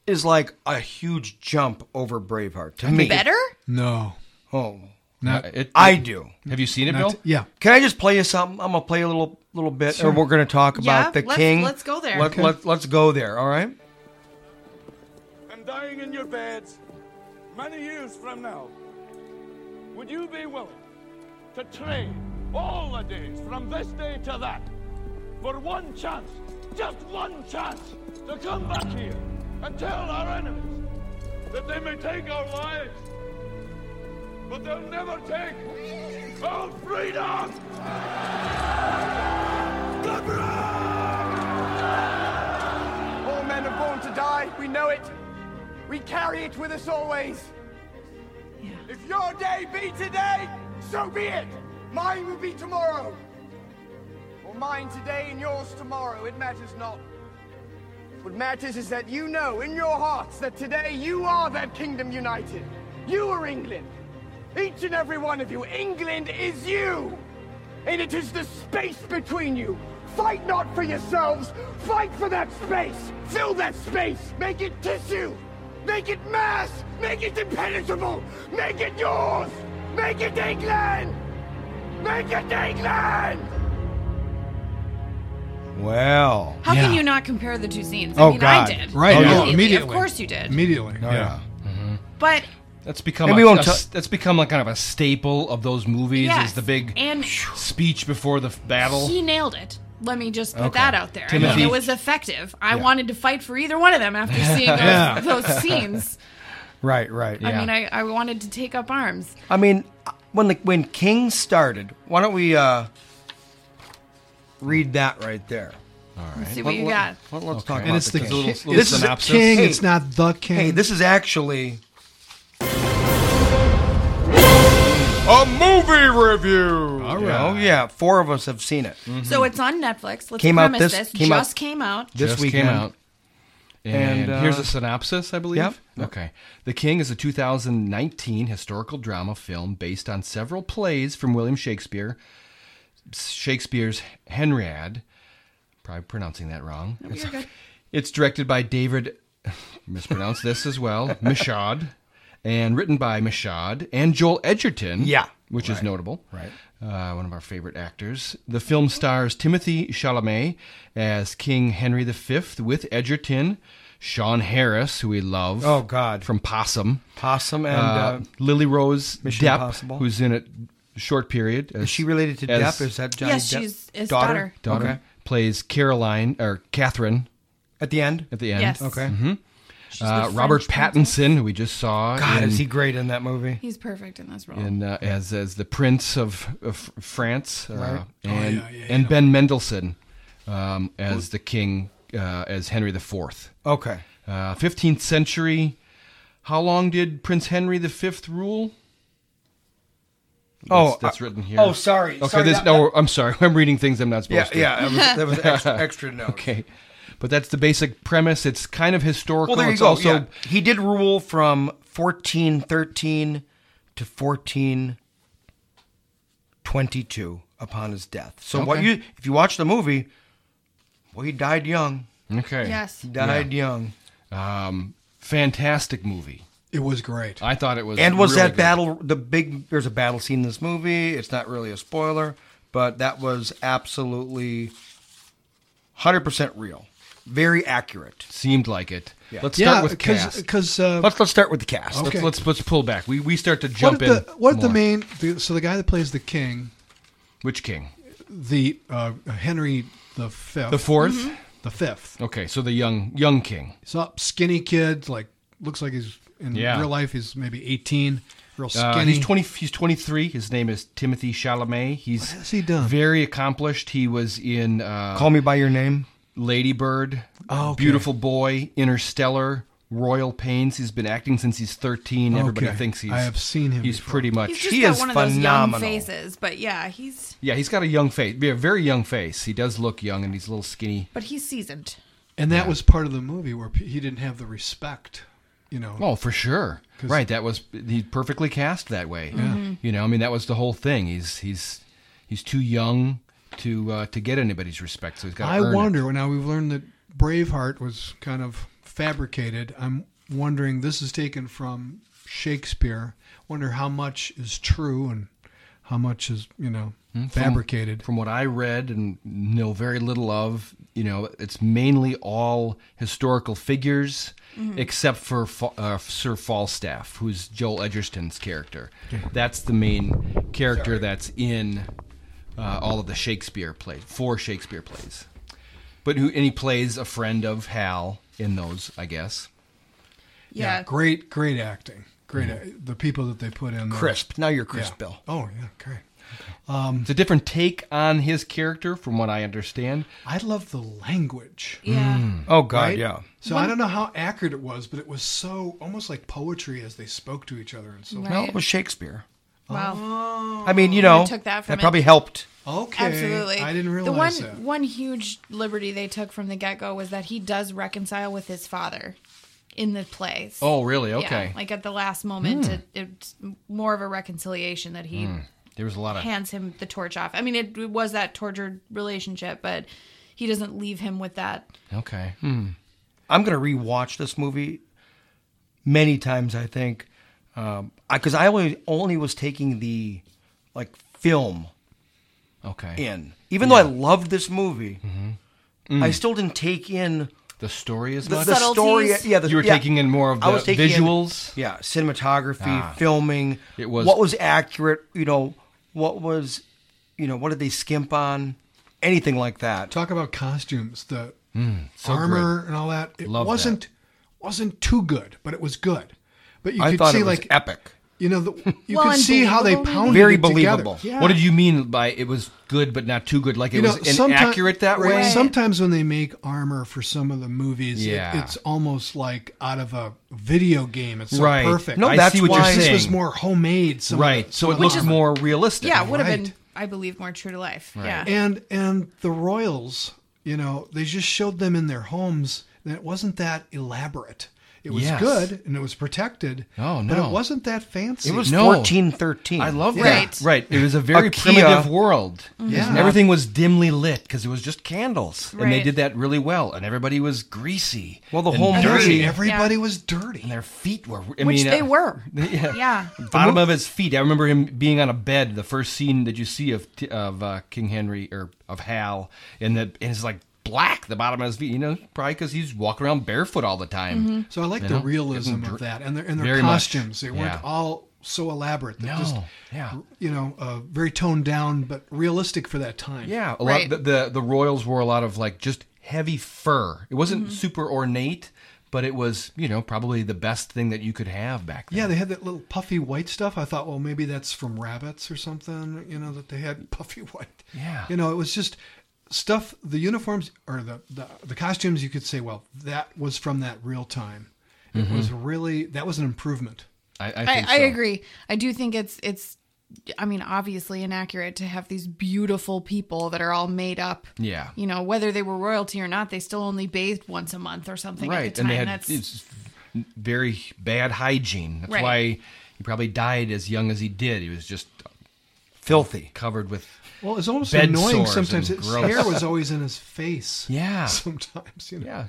Speaker 2: is like a huge jump over Braveheart. To me,
Speaker 3: Better?
Speaker 4: no.
Speaker 2: Oh,
Speaker 4: Not,
Speaker 1: Uh, It-
Speaker 2: I do.
Speaker 1: Have you seen it,
Speaker 4: not-
Speaker 1: Bill?
Speaker 4: yeah.
Speaker 2: Can I just play you something? I'm gonna play a little little bit, or we're gonna talk
Speaker 3: Yeah,
Speaker 2: about the
Speaker 3: let's-
Speaker 2: King.
Speaker 3: let's go there.
Speaker 2: Let,
Speaker 4: Okay.
Speaker 2: let, let's go there. All right.
Speaker 5: and dying in your beds many years from now, would you be willing to trade all the days from this day to that for one chance, just one chance, to come back here and tell our enemies that they may take our lives, but they'll never take our freedom?
Speaker 6: All men are born to die, we know it. We carry it with us always.
Speaker 3: Yeah.
Speaker 6: If your day be today, so be it. Mine will be tomorrow. Or mine today and yours tomorrow, it matters not. What matters is that you know in your hearts that today you are that kingdom united. You are England. Each and every one of you, England is you. And it is the space between you. Fight not for yourselves, fight for that space. Fill that space, make it tissue, make it mass, make it impenetrable, make it yours, make it England, make it England.
Speaker 2: Well,
Speaker 3: How can
Speaker 4: Yeah.
Speaker 3: you not compare the two scenes?
Speaker 2: Oh,
Speaker 3: I mean,
Speaker 2: God.
Speaker 3: I did.
Speaker 4: Right.
Speaker 2: Oh, yeah.
Speaker 4: No, immediately.
Speaker 3: Of course you did.
Speaker 4: Immediately.
Speaker 2: yeah.
Speaker 4: yeah.
Speaker 3: But
Speaker 1: That's become
Speaker 2: And
Speaker 1: a,
Speaker 2: we won't
Speaker 1: a
Speaker 2: ta-
Speaker 1: s- that's become like kind of a staple of those movies.
Speaker 3: yes.
Speaker 1: Is the big
Speaker 3: and
Speaker 1: speech before the f- battle?
Speaker 3: he nailed it. Let me just put that out there. I
Speaker 1: Timothy-
Speaker 3: mean, it was effective. I wanted to fight for either one of them after seeing those,
Speaker 4: Yeah.
Speaker 3: those scenes.
Speaker 2: Right. Right.
Speaker 3: I mean, I, I wanted to take up arms.
Speaker 2: I mean, when the when King started, why don't we uh read that right there?
Speaker 3: Let's see what, you got.
Speaker 2: Let, us talk about
Speaker 4: And it's the,
Speaker 2: King.
Speaker 4: ki-
Speaker 1: little- little
Speaker 4: it's the
Speaker 1: synopsis.
Speaker 4: king.
Speaker 2: Hey.
Speaker 4: It's not the king.
Speaker 2: Hey, this is actually
Speaker 1: A movie review.
Speaker 4: All
Speaker 2: you know,
Speaker 4: right.
Speaker 2: oh, yeah, four of us have seen it
Speaker 3: So it's on Netflix. Let's
Speaker 2: Came out
Speaker 3: premise
Speaker 2: this-
Speaker 3: this.
Speaker 2: came out-
Speaker 3: Just came out.
Speaker 2: this
Speaker 1: just
Speaker 2: weekend.
Speaker 1: came out. And,
Speaker 2: And, uh,
Speaker 1: here's a synopsis, I believe.
Speaker 2: yep.
Speaker 1: Okay. The King is a 2019 historical drama film based on several plays from William Shakespeare. Shakespeare's Henriad. Probably pronouncing that wrong. It's, it's directed by David, mispronounced this as well, Michaud, and written by Michaud and Joel Edgerton.
Speaker 2: Yeah.
Speaker 1: Which is notable.
Speaker 2: Right.
Speaker 1: Uh, one of our favorite actors. The film stars Timothy Chalamet as King Henry V with Edgerton, Sean Harris, who we love.
Speaker 2: Oh, God.
Speaker 1: From Possum.
Speaker 2: Possum and
Speaker 1: uh,
Speaker 2: uh,
Speaker 1: Lily Rose
Speaker 2: Mission
Speaker 1: Depp,
Speaker 2: Impossible.
Speaker 1: who's in it short period. As,
Speaker 2: is she related to
Speaker 1: as
Speaker 2: Depp? Is that Johnny
Speaker 3: Yes,
Speaker 2: Depp-
Speaker 3: she's his daughter.
Speaker 1: daughter?
Speaker 2: Okay.
Speaker 1: Plays Caroline or Catherine
Speaker 2: At the end.
Speaker 1: at the end.
Speaker 3: Yes.
Speaker 2: Okay.
Speaker 3: She's the
Speaker 1: Uh,
Speaker 3: French
Speaker 1: Robert
Speaker 3: princess.
Speaker 1: Pattinson, who we just saw.
Speaker 2: God,
Speaker 1: in,
Speaker 2: is he great in that movie?
Speaker 3: He's perfect in this role.
Speaker 1: in, uh, as as the Prince of, of France, uh,
Speaker 2: Oh,
Speaker 1: and
Speaker 4: yeah, yeah,
Speaker 1: and
Speaker 4: yeah.
Speaker 1: Ben Mendelsohn um, as the King, uh, as Henry the Fourth, Uh,
Speaker 2: Okay.
Speaker 1: fifteenth century. How long did Prince Henry the Fifth rule?
Speaker 2: Oh,
Speaker 1: That's- that's
Speaker 2: uh,
Speaker 1: written here.
Speaker 2: oh, sorry,
Speaker 1: Okay,
Speaker 2: sorry,
Speaker 1: this,
Speaker 2: that-
Speaker 1: no, I'm sorry. I'm reading things I'm not
Speaker 2: Yeah,
Speaker 1: supposed to.
Speaker 2: yeah. That was, that was extra, extra note.
Speaker 1: Okay, but that's the basic premise. It's kind of historical.
Speaker 2: Well, there you
Speaker 1: it's
Speaker 2: go.
Speaker 1: Also,
Speaker 2: yeah. He did rule from 1413 to 1422 upon his death. So what
Speaker 1: Okay.
Speaker 2: you if you watch the movie, well, he died young.
Speaker 1: okay.
Speaker 3: Yes.
Speaker 2: He died young.
Speaker 1: Um, fantastic movie.
Speaker 4: it was great.
Speaker 1: I thought it was.
Speaker 2: And was
Speaker 1: really
Speaker 2: that
Speaker 1: good.
Speaker 2: battle the big? There's a battle scene in this movie. It's not really a spoiler, but that was absolutely 100 percent real, very accurate.
Speaker 1: Seemed like it.
Speaker 2: Yeah.
Speaker 1: Let's
Speaker 4: yeah,
Speaker 1: start with cast.
Speaker 4: because uh,
Speaker 2: Let's let's start with the cast.
Speaker 4: Okay.
Speaker 1: Let's, let's let's pull back. We we start to
Speaker 4: what
Speaker 1: jump
Speaker 4: if
Speaker 1: in.
Speaker 4: the what if the
Speaker 1: more.
Speaker 4: main the, so the guy that plays the king
Speaker 1: which king?
Speaker 4: the uh, Henry the fifth
Speaker 1: The 4th
Speaker 4: the fifth
Speaker 1: Okay, so the young young king.
Speaker 4: so skinny kid like looks like he's in
Speaker 1: Yeah.
Speaker 4: real life he's maybe eighteen real
Speaker 1: Uh,
Speaker 4: skinny
Speaker 1: he's twenty. He's twenty three. His name is Timothy Chalamet. He's
Speaker 4: has he done?
Speaker 1: very accomplished. He was in uh,
Speaker 2: Call me by your name.
Speaker 1: Lady Bird,
Speaker 4: Oh, okay.
Speaker 1: Beautiful Boy, Interstellar, royal pains. He's been acting since he's 13. Everybody
Speaker 4: Okay.
Speaker 1: thinks he's
Speaker 4: I have seen him
Speaker 1: He's
Speaker 4: before.
Speaker 1: pretty much
Speaker 3: He's just
Speaker 2: She
Speaker 3: got
Speaker 2: is
Speaker 3: one of
Speaker 2: phenomenal.
Speaker 3: those young faces, but yeah, he's
Speaker 1: Yeah, he's got a young face. Yeah, very young face. He does look young and he's a little skinny.
Speaker 3: but he's seasoned.
Speaker 4: And that was part of the movie where p- he didn't have the respect, you know.
Speaker 1: Oh, for sure.
Speaker 4: 'Cause- Mm-hmm.
Speaker 1: Right, that was he perfectly cast that way. You know, I mean that was the whole thing. He's he's he's too young to uh, to get anybody's respect. So he's got to
Speaker 4: I wonder. Now we've learned that Braveheart was kind of fabricated. I'm wondering. This is taken from Shakespeare. Wonder how much is true and how much is you know fabricated.
Speaker 1: Hmm, From what I read and know very little of, you know, it's mainly all historical figures, except for Fa- uh, Sir Falstaff, who's Joel Edgerton's character. That's the main character that's in uh, all of the Shakespeare plays, four Shakespeare plays. But who, and he plays a friend of Hal in those, I guess.
Speaker 3: Yeah,
Speaker 4: Great, great acting. Great. act- The people that they put in. there.
Speaker 2: Crisp. Now you're
Speaker 4: Yeah.
Speaker 2: crisp, Bill.
Speaker 4: Oh yeah, great.
Speaker 1: It's a different take on his character, from what I understand.
Speaker 4: I love the language.
Speaker 3: yeah.
Speaker 2: Oh God,
Speaker 4: right?
Speaker 2: yeah.
Speaker 4: So I don't know how accurate it was, but it was so almost like poetry as they spoke to each other and so.
Speaker 3: Right.
Speaker 2: Well, it was Shakespeare.
Speaker 3: Wow,
Speaker 2: I mean, you know,
Speaker 3: took that from it.
Speaker 2: probably helped.
Speaker 4: Okay.
Speaker 3: absolutely.
Speaker 4: I didn't
Speaker 3: the one
Speaker 4: realize that.
Speaker 3: one huge liberty they took from the get go was that he does reconcile with his father in the plays.
Speaker 1: Oh, really?
Speaker 3: Yeah,
Speaker 1: Okay.
Speaker 3: like at the last moment, it, it's more of a reconciliation that he
Speaker 1: there was a lot of
Speaker 3: hands him the torch off. I mean, it, it was that tortured relationship, but he doesn't leave him with that.
Speaker 1: okay.
Speaker 2: I'm gonna rewatch this movie many times. I think because um, I, 'cause I only only was taking the like film
Speaker 1: Okay.
Speaker 2: in. Even though I loved this movie,
Speaker 1: Mm-hmm. Mm.
Speaker 2: I still didn't take in
Speaker 1: the story is
Speaker 2: the,
Speaker 1: much.
Speaker 2: the story.
Speaker 3: Subtleties?
Speaker 2: Yeah, the,
Speaker 1: You were
Speaker 2: yeah.
Speaker 1: taking in more of
Speaker 2: I
Speaker 1: the
Speaker 2: was taking in-
Speaker 1: visuals?
Speaker 2: yeah, cinematography,
Speaker 1: Ah.
Speaker 2: filming.
Speaker 1: It was-
Speaker 2: what was accurate. You know, what was, you know, what did they skimp on? Anything like that?
Speaker 4: talk about costumes the
Speaker 1: so
Speaker 4: armor and all that it
Speaker 1: Love that.
Speaker 4: wasn't wasn't too good but it was good but you
Speaker 2: I
Speaker 4: could
Speaker 2: thought
Speaker 4: see
Speaker 2: it was
Speaker 4: like
Speaker 2: epic.
Speaker 4: you know the, you
Speaker 3: Well,
Speaker 4: could
Speaker 3: and
Speaker 4: see how they
Speaker 3: believable, maybe.
Speaker 4: pounded
Speaker 2: Very
Speaker 4: it together.
Speaker 2: believable.
Speaker 4: yeah.
Speaker 1: What did you mean by it was good but not too good? Like it
Speaker 4: You know,
Speaker 1: was
Speaker 4: sometime-
Speaker 1: inaccurate that way?
Speaker 4: right,
Speaker 3: Right.
Speaker 4: Sometimes when they make armor for some of the movies, it-
Speaker 1: Yeah.
Speaker 4: it's almost like out of a video game. It's so
Speaker 1: Right.
Speaker 4: perfect.
Speaker 1: No,
Speaker 2: I
Speaker 1: that's
Speaker 2: see
Speaker 1: what
Speaker 2: what
Speaker 1: you're
Speaker 2: you're
Speaker 4: this
Speaker 1: saying.
Speaker 4: was more homemade. Some of
Speaker 1: right.
Speaker 4: the-
Speaker 1: So it
Speaker 4: some of
Speaker 1: looks
Speaker 4: the-
Speaker 1: more realistic.
Speaker 3: Yeah, it would have
Speaker 4: Right.
Speaker 3: been, I believe, more true to life. Yeah.
Speaker 4: and and the royals you know they just showed them in their homes and it wasn't that elaborate it was
Speaker 1: Yes.
Speaker 4: good and it was protected
Speaker 1: Oh,
Speaker 4: but
Speaker 1: no.
Speaker 4: it wasn't that fancy
Speaker 2: It was
Speaker 1: No.
Speaker 2: fourteen thirteen.
Speaker 1: I love that.
Speaker 3: Right.
Speaker 1: Right. It was a very
Speaker 2: A Kia-
Speaker 1: primitive world.
Speaker 4: Mm-hmm. Yeah.
Speaker 1: Everything was dimly lit because it was just candles. And they
Speaker 3: Right.
Speaker 1: did that really well. And everybody was greasy.
Speaker 2: Well, the
Speaker 1: and
Speaker 2: whole
Speaker 1: dirty.
Speaker 4: dirty
Speaker 2: movie-
Speaker 4: everybody
Speaker 3: Yeah.
Speaker 4: was dirty
Speaker 1: And their feet were. I
Speaker 3: Which
Speaker 1: mean,
Speaker 3: they
Speaker 1: uh,
Speaker 3: were.
Speaker 1: Yeah.
Speaker 3: Yeah.
Speaker 1: Bottom of his feet. I remember him being on a bed. The first scene that you see of T- of uh, King Henry or of Hal, and that and it's like black. The bottom of his feet. You know, probably because he's walking around barefoot all the time.
Speaker 4: so i like
Speaker 1: You
Speaker 4: the
Speaker 1: know,
Speaker 4: realism
Speaker 1: dr-
Speaker 4: of that and their, and their
Speaker 1: very much.
Speaker 4: costumes they weren't
Speaker 1: Yeah.
Speaker 4: all so elaborate They're
Speaker 1: No.
Speaker 4: just
Speaker 1: Yeah.
Speaker 4: you know uh, very toned down but realistic for that time
Speaker 1: Yeah, a
Speaker 3: Right.
Speaker 1: lot. The, the the royals wore a lot of like just heavy fur. It wasn't
Speaker 3: Mm-hmm.
Speaker 1: super ornate, but it was you know probably the best thing that you could have back then.
Speaker 4: yeah, they had that little puffy white stuff. I thought, well, maybe that's from rabbits or something, you know, that they had puffy white.
Speaker 1: Yeah.
Speaker 4: You know, it was just stuff, the uniforms or the, the, the costumes, you could say, well, that was from that real time. It
Speaker 1: Mm-hmm.
Speaker 4: was really, that was an improvement.
Speaker 1: I, I,
Speaker 3: I,
Speaker 1: think
Speaker 3: I
Speaker 1: so.
Speaker 3: agree. I do think it's it's. I mean, obviously inaccurate to have these beautiful people that are all made up.
Speaker 1: Yeah.
Speaker 3: You know, whether they were royalty or not, they still only bathed once a month or something
Speaker 1: Right,
Speaker 3: at the
Speaker 1: and
Speaker 3: time.
Speaker 1: they had
Speaker 3: That's
Speaker 1: it's very bad hygiene. That's
Speaker 3: Right.
Speaker 1: why he probably died as young as he did. He was just
Speaker 2: filthy.
Speaker 1: covered with.
Speaker 4: Well, it's almost
Speaker 1: Bed
Speaker 4: annoying
Speaker 1: sores
Speaker 4: sometimes.
Speaker 1: and
Speaker 4: His
Speaker 1: gross.
Speaker 4: hair was always in his face.
Speaker 1: Yeah.
Speaker 4: Sometimes, you know.
Speaker 1: Yeah,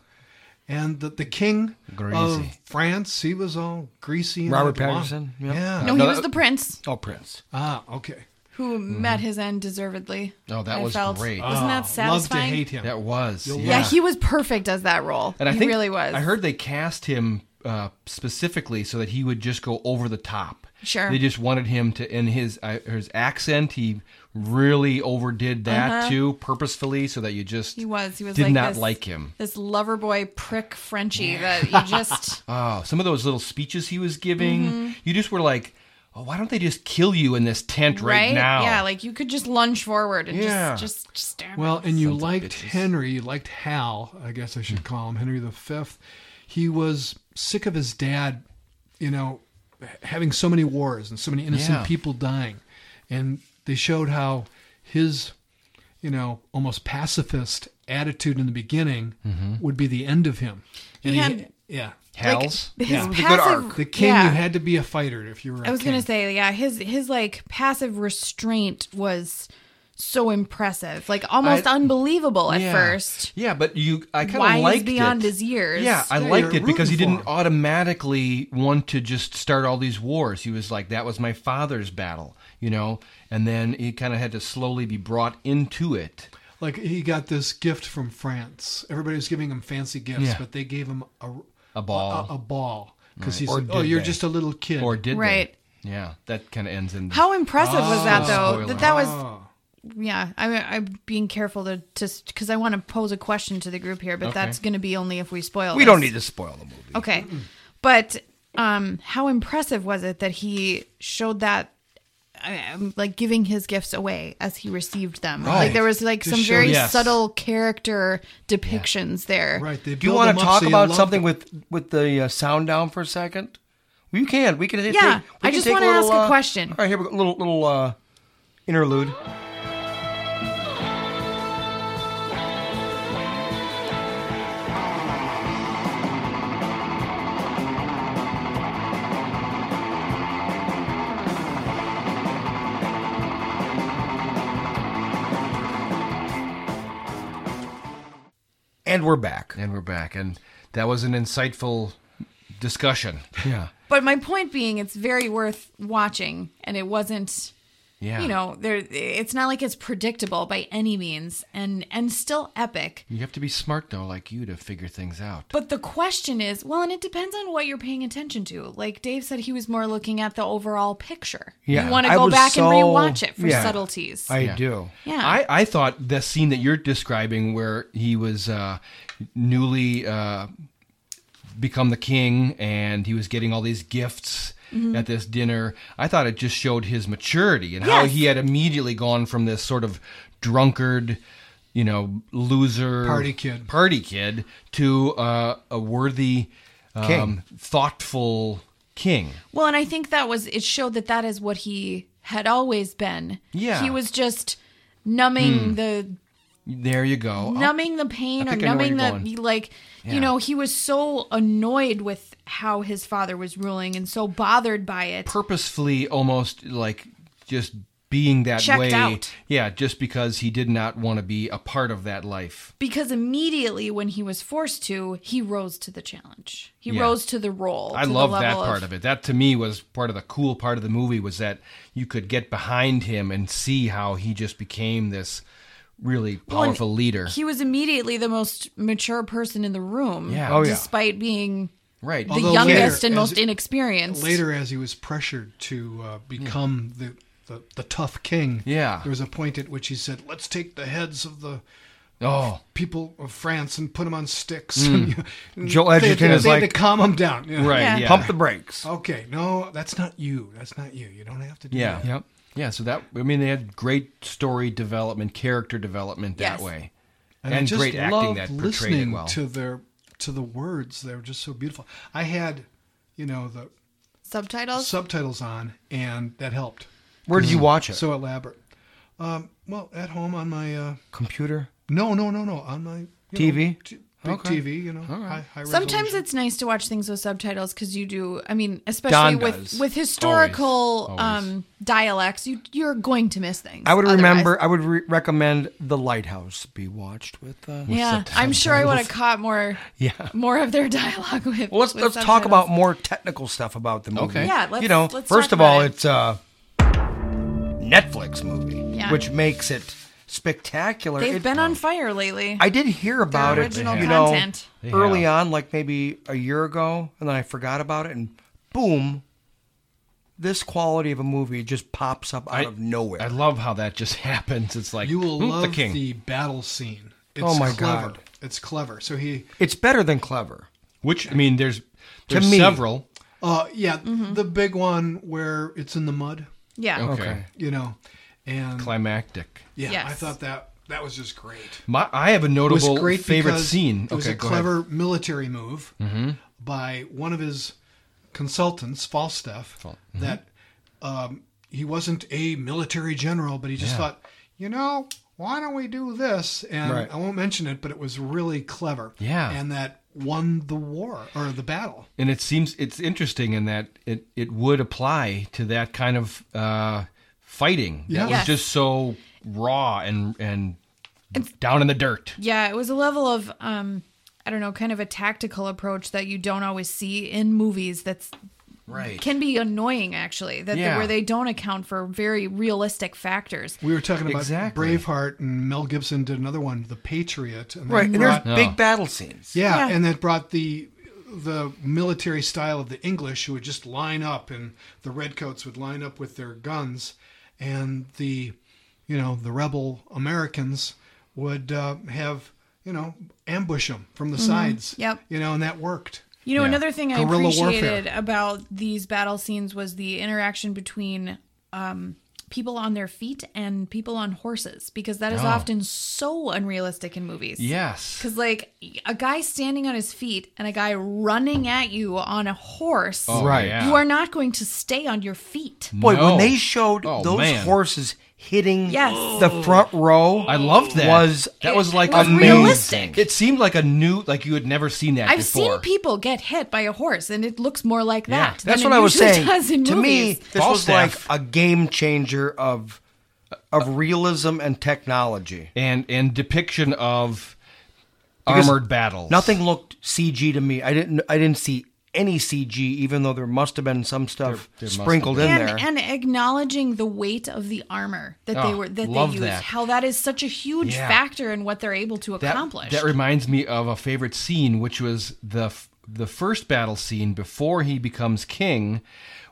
Speaker 4: And the, the king of
Speaker 1: Greasy.
Speaker 4: France, he was all greasy. And
Speaker 2: Robert
Speaker 4: blonde.
Speaker 2: Pattinson, yeah.
Speaker 4: Yeah.
Speaker 3: no,
Speaker 1: No,
Speaker 3: he was
Speaker 1: that-
Speaker 3: the prince
Speaker 2: Oh, Prince.
Speaker 4: Ah, okay.
Speaker 3: who met his end deservedly.
Speaker 1: Mm-hmm. Oh, that
Speaker 3: I
Speaker 1: was
Speaker 3: felt.
Speaker 1: great.
Speaker 3: Wasn't that
Speaker 4: Oh, love to
Speaker 3: satisfying?
Speaker 4: hate him.
Speaker 1: that was.
Speaker 3: Yeah. he was perfect as that role.
Speaker 1: and I
Speaker 3: he
Speaker 1: think
Speaker 3: really was.
Speaker 1: I heard they cast him uh, specifically so that he would just go over the top.
Speaker 3: Sure.
Speaker 1: They just wanted him to in his uh, his accent. He really overdid that too, purposefully, so that you just
Speaker 3: Uh-huh. he was. He was
Speaker 1: did
Speaker 3: like
Speaker 1: not
Speaker 3: this,
Speaker 1: like him.
Speaker 3: This lover boy prick Frenchie that you just.
Speaker 1: Oh, some of those little speeches he was giving,
Speaker 3: Mm-hmm.
Speaker 1: you just were like, oh, why don't they just kill you in this tent right,
Speaker 3: right?
Speaker 1: now?
Speaker 3: Yeah, like you could just lunge forward and
Speaker 1: Yeah.
Speaker 3: just just just stab.
Speaker 4: Well, and you
Speaker 1: Sons of
Speaker 4: liked
Speaker 1: bitches.
Speaker 4: Henry, you liked Hal, I guess I should call him Henry the Fifth. He was sick of his dad, you know, having so many wars and so many innocent
Speaker 1: Yeah.
Speaker 4: people dying. And they showed how his, you know, almost pacifist attitude in the beginning
Speaker 1: Mm-hmm.
Speaker 4: would be the end of him. And
Speaker 3: He had-
Speaker 4: yeah.
Speaker 1: Hells.
Speaker 3: His
Speaker 4: Yeah. It
Speaker 2: was a good
Speaker 3: passive,
Speaker 2: arc.
Speaker 4: The king,
Speaker 3: yeah.
Speaker 4: you had to be a fighter if you were. I
Speaker 3: I was gonna say, yeah, his his like passive restraint was so impressive, like almost
Speaker 1: I-
Speaker 3: unbelievable at
Speaker 1: yeah.
Speaker 3: first.
Speaker 1: Yeah, but you, I kind
Speaker 3: Why
Speaker 1: of
Speaker 3: is
Speaker 1: liked
Speaker 3: beyond
Speaker 1: it.
Speaker 3: his years.
Speaker 1: Yeah, I
Speaker 4: Yeah,
Speaker 1: liked
Speaker 4: you're
Speaker 1: it because he
Speaker 4: rooting for
Speaker 1: didn't
Speaker 4: him.
Speaker 1: automatically want to just start all these wars. He was like, "That was my father's battle," you know, and then he kind of had to slowly be brought into it.
Speaker 4: Like he got this gift from France. Everybody was giving him fancy gifts,
Speaker 1: Yeah.
Speaker 4: but they gave him a
Speaker 1: A ball.
Speaker 4: A, a ball because he's
Speaker 2: Or
Speaker 4: like, oh,
Speaker 2: did
Speaker 4: you're
Speaker 2: they?
Speaker 4: just a little kid.
Speaker 1: Or did they?
Speaker 3: Right.
Speaker 1: Yeah, that kind of ends in
Speaker 3: How impressive was that though?
Speaker 1: spoiler.
Speaker 3: That that was
Speaker 4: Oh.
Speaker 3: yeah. I mean, I'm being careful to just because I want to pose a question to the group here, but
Speaker 1: Okay.
Speaker 3: that's gonna be only if we spoil.
Speaker 2: We
Speaker 3: this.
Speaker 2: don't need to spoil the movie.
Speaker 3: Okay, but um, how impressive was it that he showed that? I- I'm like giving his gifts away as he received them. Like there was like
Speaker 4: To
Speaker 3: some
Speaker 4: show-
Speaker 3: very
Speaker 1: Yes.
Speaker 3: subtle character depictions there.
Speaker 4: Right. They
Speaker 2: Do you
Speaker 4: build
Speaker 2: want
Speaker 4: them
Speaker 2: to
Speaker 4: up
Speaker 2: talk
Speaker 4: so you
Speaker 2: about
Speaker 4: love
Speaker 2: something
Speaker 4: them.
Speaker 2: with with the uh, sound down for a second? You can. We can. take-
Speaker 3: Yeah, I
Speaker 2: we can
Speaker 3: just
Speaker 2: take
Speaker 3: wanna
Speaker 2: little,
Speaker 3: ask a
Speaker 2: uh,
Speaker 3: question.
Speaker 2: All right, here we go. Little little uh, interlude. And we're back.
Speaker 1: And we're back, and that was an insightful discussion. Yeah,
Speaker 3: But my point being, it's very worth watching, and it wasn't.
Speaker 1: yeah.
Speaker 3: You know, there. It's not like it's predictable by any means, and and still epic.
Speaker 1: you have to be smart though, like you, to figure things out.
Speaker 3: But the question is, well, and it depends on what you're paying attention to. Like Dave said, he was more looking at the overall picture.
Speaker 2: Yeah.
Speaker 3: you want to
Speaker 2: I
Speaker 3: go
Speaker 2: was
Speaker 3: back
Speaker 2: so-
Speaker 3: and rewatch it for
Speaker 2: yeah.
Speaker 3: subtleties.
Speaker 2: I do.
Speaker 3: yeah,
Speaker 1: I, I thought the scene that you're describing where he was uh, newly uh, become the king and he was getting all these gifts
Speaker 3: Mm-hmm.
Speaker 1: at this dinner, I thought it just showed his maturity and how
Speaker 3: Yes.
Speaker 1: he had immediately gone from this sort of drunkard, you know, loser
Speaker 4: Party kid.
Speaker 1: party kid to uh, a worthy, um,
Speaker 2: King.
Speaker 1: thoughtful king.
Speaker 3: Well, and I think that was it showed that that is what he had always been.
Speaker 1: Yeah.
Speaker 3: he was just
Speaker 2: Hmm.
Speaker 3: numbing the
Speaker 1: There you go.
Speaker 3: numbing the pain
Speaker 1: I
Speaker 3: or
Speaker 1: think I know where
Speaker 3: numbing
Speaker 1: you're going.
Speaker 3: the like
Speaker 1: Yeah.
Speaker 3: you know he was so annoyed with how his father was ruling and so bothered by it
Speaker 1: purposefully almost like just being that
Speaker 3: Checked
Speaker 1: way.
Speaker 3: out.
Speaker 1: Yeah, just because he did not want to be a part of that life.
Speaker 3: because immediately when he was forced to he rose to the challenge he
Speaker 1: Yeah.
Speaker 3: rose to the role
Speaker 1: I
Speaker 3: to the
Speaker 1: love that
Speaker 3: level
Speaker 1: part of it. That to me was part of the cool part of the movie was that you could get behind him and see how he just became this really
Speaker 3: Well, and
Speaker 1: powerful leader.
Speaker 3: he was immediately the most mature person in the room
Speaker 1: Yeah. Oh,
Speaker 2: yeah.
Speaker 3: despite being
Speaker 1: right.
Speaker 3: the
Speaker 4: Although
Speaker 3: youngest
Speaker 4: later,
Speaker 3: and most
Speaker 4: as-
Speaker 3: inexperienced
Speaker 4: Later, as he was pressured to uh, become the, the the tough king,
Speaker 1: Yeah.
Speaker 4: there was a point at which he said, "Let's take the heads of the
Speaker 1: oh,
Speaker 4: people of France and put them on sticks." And
Speaker 2: Joel
Speaker 4: they-
Speaker 2: Hmm. Edgerton
Speaker 4: they,
Speaker 2: is
Speaker 4: they had
Speaker 2: like-
Speaker 4: to calm him down. Yeah.
Speaker 1: right. Yeah.
Speaker 3: Yeah.
Speaker 2: Pump the brakes.
Speaker 4: Okay, no, that's not you. That's not you. You don't have to do
Speaker 1: yeah.
Speaker 4: that.
Speaker 1: Yep. Yeah, so that I mean they had great story development, character development that
Speaker 3: Yes.
Speaker 1: way.
Speaker 4: and, I
Speaker 1: and
Speaker 4: just
Speaker 1: great acting
Speaker 4: loved
Speaker 1: that portrayed it
Speaker 4: listening
Speaker 1: well.
Speaker 4: to their to the words they were just so beautiful i had you know the
Speaker 3: subtitles
Speaker 4: subtitles on and that helped
Speaker 2: Where did you watch it?
Speaker 4: so elaborate um, well at home on my uh,
Speaker 2: Computer.
Speaker 4: no no no no on my you know,
Speaker 2: TV?
Speaker 4: t- big tv you know high, high
Speaker 3: Sometimes
Speaker 4: resolution.
Speaker 3: it's nice to watch things with subtitles because you do. I mean, especially
Speaker 2: Don
Speaker 3: with
Speaker 2: does.
Speaker 3: with historical
Speaker 1: Always. Always.
Speaker 3: um dialects, you you're going to miss things.
Speaker 2: I would
Speaker 3: otherwise.
Speaker 2: remember. I would re- recommend The Lighthouse be watched with. Uh,
Speaker 3: Yeah, I'm sure I would have caught more.
Speaker 2: Yeah.
Speaker 3: more of their dialogue with.
Speaker 2: Well, let's
Speaker 3: with
Speaker 2: let's talk about
Speaker 3: subtitles.
Speaker 2: more technical stuff about the movie.
Speaker 1: Okay.
Speaker 3: Yeah, let's-
Speaker 2: you know,
Speaker 3: let's
Speaker 2: first
Speaker 3: talk
Speaker 2: of all,
Speaker 3: about it.
Speaker 2: it's a Netflix movie,
Speaker 3: Yeah.
Speaker 2: which makes it spectacular.
Speaker 3: They've
Speaker 2: It-
Speaker 3: been on fire lately.
Speaker 2: I did hear about it, you
Speaker 3: original
Speaker 2: know,
Speaker 3: content.
Speaker 1: They
Speaker 2: early
Speaker 1: have.
Speaker 2: on, like maybe a year ago, and then I forgot about it, and boom, this quality of a movie just pops up out
Speaker 1: I-
Speaker 2: of nowhere.
Speaker 1: I love how that just happens. It's like
Speaker 4: you will
Speaker 1: "Oop,
Speaker 4: love
Speaker 1: Hmm, the king.
Speaker 4: battle scene it's
Speaker 2: Oh my
Speaker 4: clever.
Speaker 2: God.
Speaker 4: it's clever so he
Speaker 2: it's better than clever.
Speaker 1: Which I mean, there's there's
Speaker 2: me.
Speaker 1: several.
Speaker 4: uh yeah
Speaker 3: Mm-hmm.
Speaker 4: the big one where it's in the mud
Speaker 3: Yeah.
Speaker 1: Okay.
Speaker 4: you know and
Speaker 1: Climactic.
Speaker 4: yeah i
Speaker 3: Yes.
Speaker 4: thought that that was just great
Speaker 1: My, I have a
Speaker 4: It was
Speaker 1: notable
Speaker 4: great
Speaker 1: favorite
Speaker 4: because
Speaker 1: scene.
Speaker 4: It was
Speaker 1: okay, Mm-hmm.
Speaker 4: a
Speaker 1: go
Speaker 4: clever military move, by one of his consultants, Falstaff,
Speaker 1: mm-hmm.
Speaker 4: that um, he wasn't a military general, but he just
Speaker 1: Yeah.
Speaker 4: thought, you know, why don't we do this? And
Speaker 2: Right.
Speaker 4: I won't mention it, but it was really clever.
Speaker 1: Yeah.
Speaker 4: And that won the war or the battle.
Speaker 1: and it seems it's interesting in that it it would apply to that kind of uh, fighting that was
Speaker 3: Yes.
Speaker 1: just so raw and and down in the dirt.
Speaker 3: Yeah, it was a level of um I don't know, kind of a tactical approach that you don't always see in movies that's
Speaker 1: Right.
Speaker 3: can be annoying actually that
Speaker 1: Yeah.
Speaker 3: where they don't account for very realistic factors.
Speaker 4: We were talking about
Speaker 1: Exactly.
Speaker 4: Braveheart, and Mel Gibson did another one, The Patriot. And they
Speaker 2: Right, and there's
Speaker 4: brought-
Speaker 1: No.
Speaker 2: big battle scenes.
Speaker 4: Yeah,
Speaker 3: Yeah.
Speaker 4: and that brought the the military style of the English, who would just line up, and the redcoats would line up with their guns, and the you know the rebel Americans would uh, have you know ambush them from the sides.
Speaker 3: Mm-hmm. Yep.
Speaker 4: You know, and that worked.
Speaker 3: You know,
Speaker 1: Yeah.
Speaker 3: another thing I
Speaker 4: Guerrilla
Speaker 3: appreciated about these battle scenes was the interaction between um, people on their feet and people on horses, because
Speaker 1: Oh.
Speaker 3: that is often so unrealistic in movies.
Speaker 1: Yes.
Speaker 3: Because, like, a guy standing on his feet and a guy running at you on a horse,
Speaker 2: Right.
Speaker 1: Oh, yeah.
Speaker 3: you are not going to stay on your feet.
Speaker 2: Boy,
Speaker 1: No.
Speaker 2: when they showed
Speaker 1: Oh,
Speaker 2: those
Speaker 1: man.
Speaker 2: horses hitting
Speaker 3: Yes.
Speaker 2: the front row,
Speaker 1: I loved that.
Speaker 2: Was
Speaker 1: that was like
Speaker 3: was
Speaker 1: amazing.
Speaker 3: realistic.
Speaker 1: It seemed like a new like you had never seen that
Speaker 3: I've
Speaker 1: before.
Speaker 3: seen people get hit by a horse, and it looks more like
Speaker 1: Yeah.
Speaker 3: that.
Speaker 2: that's
Speaker 3: than
Speaker 2: what
Speaker 3: it
Speaker 2: I was
Speaker 3: usually
Speaker 2: saying.
Speaker 3: does in
Speaker 2: to me,
Speaker 3: movies.
Speaker 2: this was like
Speaker 1: Falstaff.
Speaker 2: a game changer of of realism and technology.
Speaker 1: and and depiction of
Speaker 2: Because
Speaker 1: armored battles.
Speaker 2: Nothing looked CG to me. I didn't. I didn't see any CG, even though there must have been some stuff
Speaker 1: There- there must have
Speaker 2: sprinkled in
Speaker 3: and,
Speaker 2: there.
Speaker 3: and acknowledging the weight of the armor that they
Speaker 1: Oh,
Speaker 3: were that they
Speaker 1: love
Speaker 3: used
Speaker 1: that.
Speaker 3: how that is such a huge
Speaker 1: Yeah.
Speaker 3: factor in what they're able to
Speaker 1: that,
Speaker 3: accomplish
Speaker 1: That reminds me of a favorite scene, which was the f- the first battle scene before he becomes king,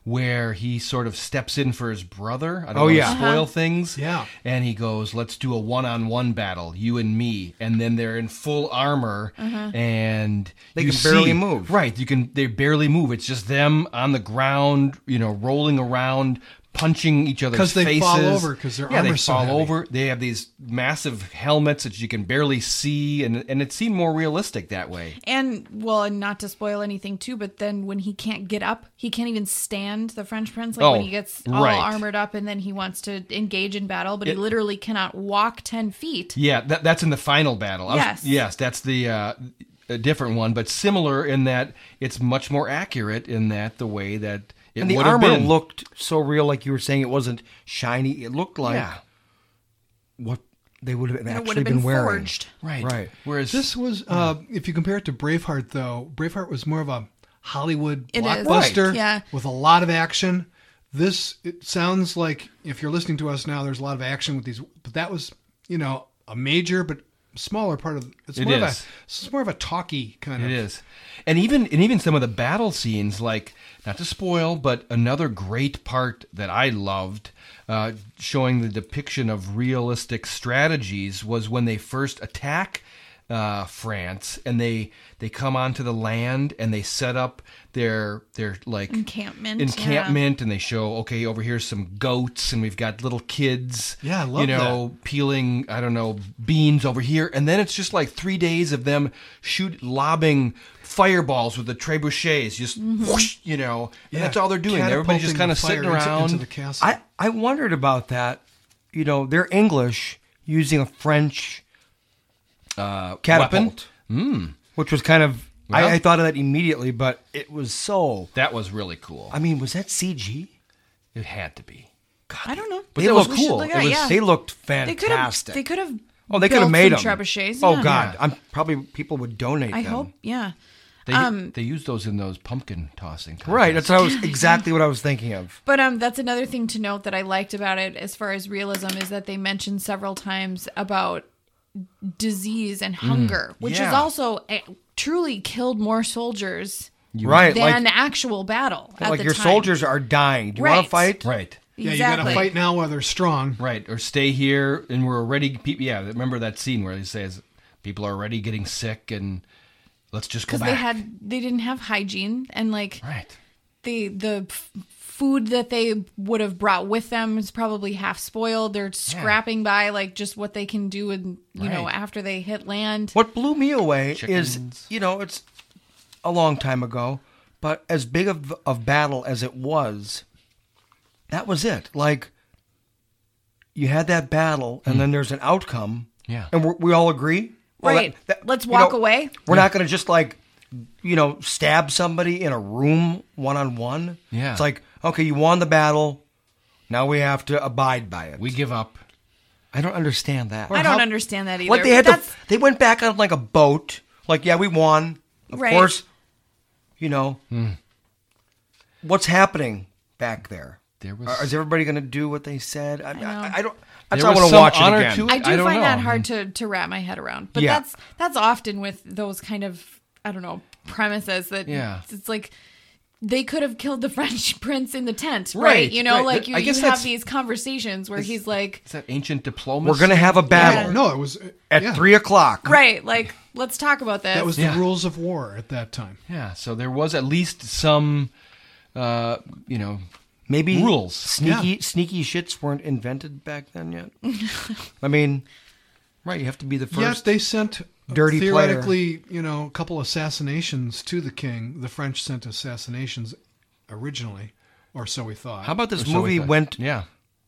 Speaker 1: where he sort of steps in for his brother. I don't
Speaker 2: Oh,
Speaker 1: want
Speaker 2: yeah.
Speaker 1: to spoil
Speaker 3: Uh-huh.
Speaker 1: things.
Speaker 4: Yeah.
Speaker 1: and he goes, "Let's do a one on one battle, you and me." And then they're in full armor,
Speaker 3: Uh-huh.
Speaker 1: and
Speaker 2: They
Speaker 1: you
Speaker 2: can barely
Speaker 1: see-
Speaker 2: move.
Speaker 1: Right, you can. They barely move. It's just them on the ground, you know, rolling around. Punching each other's
Speaker 4: 'Cause they
Speaker 1: faces
Speaker 4: fall over 'cause their
Speaker 1: yeah, they
Speaker 4: armor's so
Speaker 1: fall
Speaker 4: heavy.
Speaker 1: over over- They have these massive helmets that you can barely see, and and it seemed more realistic that way.
Speaker 3: and well and not to spoil anything too but then when he can't get up he can't even stand the french prince like
Speaker 1: Oh,
Speaker 3: when he gets all
Speaker 1: right.
Speaker 3: armored up and then he wants to engage in battle but
Speaker 1: It-
Speaker 3: he literally cannot walk 10 feet
Speaker 1: Yeah, that, that's in the final battle. I was-
Speaker 3: Yes.
Speaker 1: yes, that's the uh, a different one, but similar in that it's much more accurate in that the way that it
Speaker 2: And the
Speaker 1: would have
Speaker 2: armor
Speaker 1: been.
Speaker 2: looked so real, like you were saying, it wasn't shiny. It looked like
Speaker 1: Yeah.
Speaker 2: what they would have
Speaker 3: and it would
Speaker 2: actually
Speaker 3: have
Speaker 2: been,
Speaker 3: been
Speaker 2: wearing.
Speaker 3: forged
Speaker 1: right,
Speaker 2: Right.
Speaker 1: Whereas
Speaker 4: This was, uh, if you compare it to Braveheart, though, Braveheart was more of a Hollywood
Speaker 3: It is.
Speaker 4: blockbuster
Speaker 3: Right. Yeah.
Speaker 4: with a lot of action. This it sounds like if you're listening to us now, there's a lot of action with these, but that was you know a major but smaller part of it's
Speaker 1: It
Speaker 4: more of
Speaker 1: is.
Speaker 4: a it's more of a talky kind
Speaker 1: It
Speaker 4: of
Speaker 1: is, and even and even some of the battle scenes, like not to spoil, but another great part that I loved, uh, showing the depiction of realistic strategies, was when they first attack uh, France and they they come onto the land and they set up their their like
Speaker 3: Encampment,
Speaker 1: encampment, and they show okay over here's some goats and we've got little kids,
Speaker 4: Yeah, I
Speaker 1: you
Speaker 4: love
Speaker 1: know
Speaker 4: that.
Speaker 1: peeling I don't know beans over here, and then it's just like three days of them shoot lobbing fireballs with the trebuchets, just whoosh, you know, and that's all they're doing. Everybody's just kind
Speaker 4: catapulting
Speaker 1: of
Speaker 4: the
Speaker 1: sitting
Speaker 4: fire into-
Speaker 1: around.
Speaker 4: into the castle.
Speaker 2: I I wondered about that. You know, they're English using a French uh, catapult, which was kind of.
Speaker 1: Hmm. Well-
Speaker 2: I, I thought of that immediately, but it was so.
Speaker 1: that was really cool.
Speaker 2: I mean, was that CG?
Speaker 1: it had to be.
Speaker 3: i don't know
Speaker 1: But they
Speaker 2: looked
Speaker 1: look cool.
Speaker 3: look
Speaker 1: It
Speaker 3: at it,
Speaker 1: was-
Speaker 3: yeah.
Speaker 2: They looked
Speaker 3: they could have
Speaker 2: fantastic.
Speaker 3: they could have
Speaker 2: Oh, they could have
Speaker 3: built
Speaker 2: made them.
Speaker 3: some trebuchets
Speaker 2: Oh
Speaker 3: yeah.
Speaker 2: God, I'm probably people would donate.
Speaker 3: i
Speaker 2: them.
Speaker 3: hope yeah
Speaker 1: They, they used those in those pumpkin tossing. Contests.
Speaker 2: Right, that's what I was exactly what I was thinking of.
Speaker 3: But um, that's another thing to note that I liked about it, as far as realism, is that they mentioned several times about disease and
Speaker 2: Mm.
Speaker 3: hunger, which is
Speaker 1: yeah.
Speaker 3: also eh, truly killed more soldiers
Speaker 2: right,
Speaker 3: than
Speaker 2: like
Speaker 3: actual battle. at
Speaker 2: like
Speaker 3: the
Speaker 2: your
Speaker 3: time.
Speaker 2: soldiers are dying. Do you want
Speaker 3: Right.
Speaker 2: to fight?
Speaker 1: right,
Speaker 4: yeah,
Speaker 3: exactly.
Speaker 4: you got to fight now while they're strong.
Speaker 1: right, or stay here, and we're already. Pe- yeah, remember that scene where he says people are already getting sick, and let's just go
Speaker 3: because
Speaker 1: back.
Speaker 3: they had they didn't have hygiene and like
Speaker 1: right.
Speaker 3: the the f- food that they would have brought with them is probably half spoiled. They're scrapping by like just what they can do and you know
Speaker 1: Right.
Speaker 3: after they hit land.
Speaker 2: What blew me away is
Speaker 1: Chickens.
Speaker 2: you know it's a long time ago, but as big of of battle as it was, that was it. Like you had that battle,
Speaker 3: Hmm.
Speaker 2: and then there's an outcome.
Speaker 1: Yeah.
Speaker 2: and we're, we all agree. Well,
Speaker 3: Right. Let's walk away.
Speaker 2: We're not going to just like you know stab somebody in a room one on one.
Speaker 1: Yeah.
Speaker 2: it's like okay, you won the battle. Now we have to abide by it.
Speaker 1: We give up.
Speaker 2: I don't understand that.
Speaker 3: I don't
Speaker 2: How-
Speaker 3: understand that either.
Speaker 2: What they
Speaker 3: but
Speaker 2: had to,
Speaker 3: that's
Speaker 2: they went back on like a boat. Like, yeah, we won. Of
Speaker 3: Right.
Speaker 2: course, you know
Speaker 1: Hmm.
Speaker 2: what's happening back there.
Speaker 1: There was-
Speaker 2: Are- is everybody going to do what they said? I, I, I don't. That's
Speaker 1: There was
Speaker 2: why I want to
Speaker 1: some
Speaker 2: watch
Speaker 1: honor
Speaker 2: it again.
Speaker 1: to it.
Speaker 3: I do
Speaker 1: I don't
Speaker 3: find that
Speaker 1: know.
Speaker 3: hard to to wrap my head around. But
Speaker 2: Yeah.
Speaker 3: that's that's often with those kind of I don't know premises that
Speaker 1: Yeah.
Speaker 3: it's like they could have killed the French prince in the tent, right?
Speaker 1: Right,
Speaker 3: You know,
Speaker 1: right.
Speaker 3: like you,
Speaker 1: I guess
Speaker 3: you
Speaker 1: that's-
Speaker 3: have these conversations where he's like,
Speaker 1: Is that ancient diplomacy?
Speaker 2: We're going to have a battle
Speaker 4: No, it was
Speaker 2: at
Speaker 4: yeah.
Speaker 2: three o'clock.
Speaker 3: right, like let's talk about this.
Speaker 4: That was
Speaker 1: Yeah.
Speaker 4: the rules of war at that time.
Speaker 1: Yeah, so there was at least some, uh, you know,
Speaker 2: Maybe
Speaker 1: Rules.
Speaker 2: Sneaky, sneaky shits weren't invented back then yet. I mean, right? You have to be the
Speaker 4: Yes,
Speaker 2: first.
Speaker 4: they sent
Speaker 2: dirty
Speaker 4: theoretically, you know, a couple assassinations to the king. The French sent assassinations originally, or so we thought.
Speaker 2: How about this
Speaker 1: or so we
Speaker 2: movie
Speaker 1: thought.
Speaker 2: went
Speaker 1: Yeah,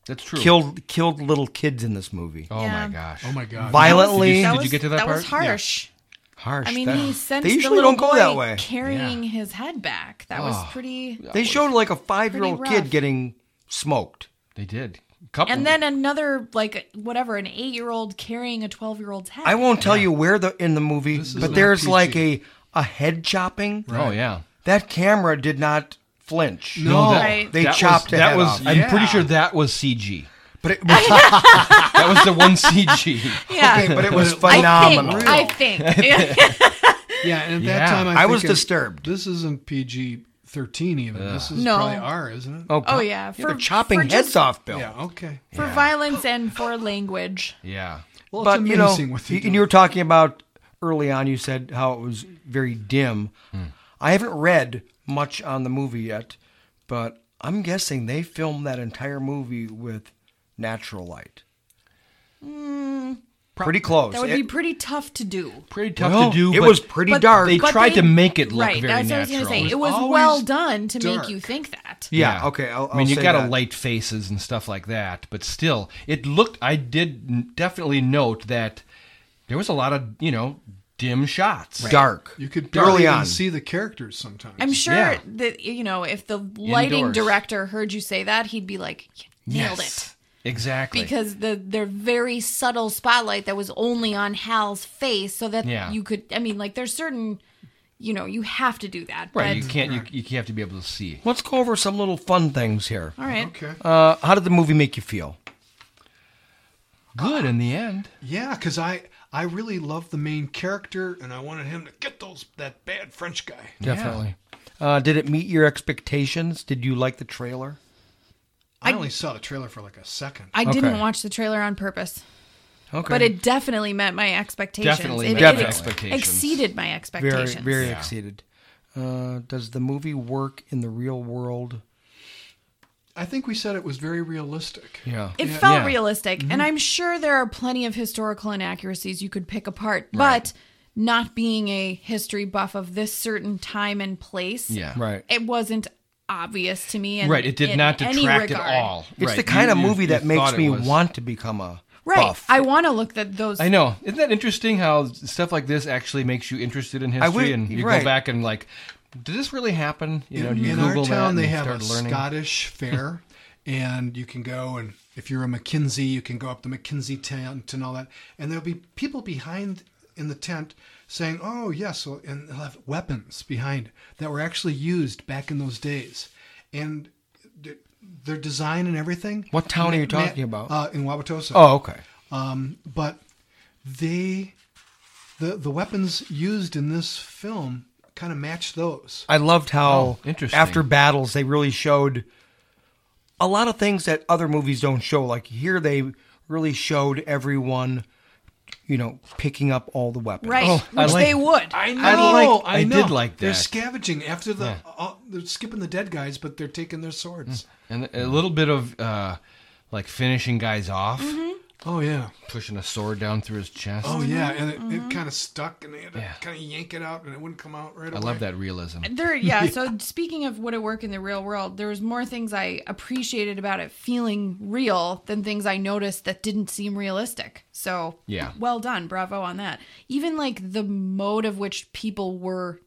Speaker 1: that's true.
Speaker 2: killed killed little kids in this movie?
Speaker 1: Oh
Speaker 3: Yeah.
Speaker 1: my gosh.
Speaker 4: Oh my God!
Speaker 2: Violently.
Speaker 1: Did
Speaker 3: That
Speaker 1: you
Speaker 3: was-
Speaker 1: get to that
Speaker 3: was
Speaker 1: part? Yeah.
Speaker 3: harsh.
Speaker 2: Harsh.
Speaker 3: I mean,
Speaker 2: that-
Speaker 3: he sent
Speaker 2: they
Speaker 3: the
Speaker 2: usually
Speaker 3: little
Speaker 2: don't go
Speaker 3: boy
Speaker 2: that way.
Speaker 3: carrying his head back. That was
Speaker 1: Oh.
Speaker 3: pretty.
Speaker 2: They showed like a five year old
Speaker 3: pretty rough.
Speaker 2: kid getting smoked.
Speaker 1: They did. Couple.
Speaker 3: And then another, like whatever, an eight-year-old carrying a twelve-year-old's head.
Speaker 2: I won't tell you where the in the movie,
Speaker 4: is
Speaker 2: but
Speaker 4: not
Speaker 2: there's
Speaker 4: PG.
Speaker 2: like a a head chopping.
Speaker 1: Oh yeah.
Speaker 2: That camera did not flinch.
Speaker 4: No,
Speaker 3: Right.
Speaker 2: They
Speaker 1: That was-
Speaker 2: chopped a
Speaker 1: that
Speaker 2: head
Speaker 1: was.
Speaker 2: off.
Speaker 1: I'm
Speaker 4: Yeah.
Speaker 1: pretty sure that was CG.
Speaker 2: But it was,
Speaker 1: That was the one CG.
Speaker 3: Yeah.
Speaker 2: but it was
Speaker 3: I think.
Speaker 2: phenomenal.
Speaker 3: I think.
Speaker 4: yeah, and at
Speaker 1: Yeah.
Speaker 4: that time I,
Speaker 2: I was
Speaker 4: think it-
Speaker 2: disturbed.
Speaker 4: This isn't PG thirteen even. This is
Speaker 3: No.
Speaker 4: probably R, isn't it?
Speaker 2: Oh,
Speaker 3: Oh
Speaker 2: God.
Speaker 3: yeah,
Speaker 2: they're chopping
Speaker 3: for
Speaker 2: heads
Speaker 3: just-
Speaker 2: off, Bill.
Speaker 4: yeah. Okay.
Speaker 3: for violence and for language.
Speaker 1: yeah.
Speaker 4: Well,
Speaker 2: but
Speaker 4: it's
Speaker 2: you know,
Speaker 4: amazing what they
Speaker 2: you-
Speaker 4: do.
Speaker 2: and you were talking about early on. You said how it was very dim.
Speaker 4: Hmm.
Speaker 2: I haven't read much on the movie yet, but I'm guessing they filmed that entire movie with natural light. pretty close.
Speaker 3: That would be
Speaker 2: It-
Speaker 3: pretty tough to do.
Speaker 1: Pretty tough
Speaker 2: Well,
Speaker 1: to do.
Speaker 2: it
Speaker 1: but
Speaker 2: was pretty
Speaker 3: but-
Speaker 2: dark.
Speaker 1: They
Speaker 3: But
Speaker 1: tried
Speaker 3: they-
Speaker 1: to make it look
Speaker 3: right,
Speaker 1: very
Speaker 3: that's
Speaker 1: natural.
Speaker 3: What I was gonna say. It
Speaker 4: was
Speaker 3: was
Speaker 4: always
Speaker 3: well done to
Speaker 4: dark.
Speaker 3: make you think that.
Speaker 2: yeah, Okay. I'll,
Speaker 1: I mean,
Speaker 2: I'll
Speaker 1: you
Speaker 2: say
Speaker 1: got to
Speaker 2: that.
Speaker 1: light faces and stuff like that, but still, it looked. I did n- definitely note that there was a lot of you know dim shots.
Speaker 2: dark.
Speaker 4: You could
Speaker 2: early
Speaker 4: barely even
Speaker 2: on.
Speaker 4: see the characters sometimes.
Speaker 3: I'm sure
Speaker 1: Yeah.
Speaker 3: that you know if the lighting
Speaker 1: Indoors.
Speaker 3: director heard you say that, he'd be like, "You "Nailed it."
Speaker 1: Yes, Exactly.
Speaker 3: Because the the very subtle spotlight that was only on Hal's face, so that
Speaker 1: Yeah.
Speaker 3: you could, I mean, like there's certain, you know, you have to do that.
Speaker 1: right, you
Speaker 3: but-
Speaker 1: can't. You, you have to be able to see.
Speaker 2: Let's go over some little fun things here.
Speaker 3: All right.
Speaker 4: Okay.
Speaker 2: Uh, how did the movie make you feel?
Speaker 1: Good in the end.
Speaker 4: Yeah, because I I really loved the main character, and I wanted him to get those that bad French guy.
Speaker 1: Definitely.
Speaker 2: Uh, did it meet your expectations? Did you like the trailer?
Speaker 4: I, only saw the trailer for like a second.
Speaker 3: I didn't
Speaker 2: Okay.
Speaker 3: watch the trailer on purpose.
Speaker 2: Okay.
Speaker 3: But it definitely met my expectations.
Speaker 1: Definitely
Speaker 3: It-
Speaker 1: met
Speaker 3: it
Speaker 1: Definitely.
Speaker 3: ex-
Speaker 1: expectations.
Speaker 3: Exceeded my
Speaker 2: very
Speaker 3: expectations.
Speaker 2: very exceeded. Uh, does the movie work in the real world?
Speaker 4: I think we said it was very realistic.
Speaker 1: Yeah.
Speaker 3: It felt
Speaker 1: Yeah. Mm-hmm.
Speaker 3: realistic, and I'm sure there are plenty of historical inaccuracies you could pick apart, but not being a history buff of this certain time and place,
Speaker 1: Yeah.
Speaker 2: Right.
Speaker 3: it wasn't obvious to me. in-
Speaker 1: Right. It did
Speaker 3: in
Speaker 1: not
Speaker 3: any
Speaker 1: detract at
Speaker 3: regard.
Speaker 1: all.
Speaker 2: It's
Speaker 1: Right,
Speaker 2: the kind
Speaker 1: you-
Speaker 2: of
Speaker 1: you-
Speaker 2: movie
Speaker 1: you
Speaker 2: that makes
Speaker 1: thought it
Speaker 2: me
Speaker 1: was.
Speaker 2: want to become a
Speaker 3: Right,
Speaker 2: buff.
Speaker 3: I want to look at those.
Speaker 1: I know. Isn't that interesting? How stuff like this actually makes you interested in history,
Speaker 2: would-
Speaker 1: and you
Speaker 2: right.
Speaker 1: go back and like, did this really happen? You know,
Speaker 4: In,
Speaker 1: do you
Speaker 4: in
Speaker 1: Google
Speaker 4: our town,
Speaker 1: that
Speaker 4: they
Speaker 1: and
Speaker 4: have a
Speaker 1: start learning.
Speaker 4: Scottish fair, and you can go and if you're a McKinsey, you can go up the McKinsey tent and all that, and there'll be people behind in the tent saying, "Oh yes," well, and they'll have weapons behind that were actually used back in those days, and th- their design and everything.
Speaker 2: What town are you
Speaker 4: Ma-
Speaker 2: talking about?
Speaker 4: Uh, in Wabatosa
Speaker 2: oh, okay.
Speaker 4: but they the the weapons used in this film kind of match those
Speaker 2: I loved how
Speaker 1: Oh, interesting.
Speaker 2: after battles they really showed a lot of things that other movies don't show. Like here, they really showed everyone, you know, picking up all the weapons.
Speaker 3: right,
Speaker 1: Oh, I
Speaker 3: which
Speaker 1: like-
Speaker 3: they would.
Speaker 1: I like- I did like
Speaker 4: They're
Speaker 1: that.
Speaker 4: scavenging after the. Uh, they're skipping the dead guys, but
Speaker 1: Mm.
Speaker 4: they're taking their swords.
Speaker 1: and a little bit of uh, like finishing guys off.
Speaker 4: Oh yeah.
Speaker 1: pushing a sword down through his chest.
Speaker 4: Oh yeah. And it, it kind of stuck, and they had to
Speaker 1: Yeah.
Speaker 4: kind of yank it out, and it wouldn't come out right
Speaker 1: I
Speaker 4: away.
Speaker 1: love that realism.
Speaker 3: There, yeah. So speaking of would it work in the real world, there was more things I appreciated about it feeling real than things I noticed that didn't seem realistic. So
Speaker 1: Yeah.
Speaker 3: well done, bravo on that. Even like the mode of which people were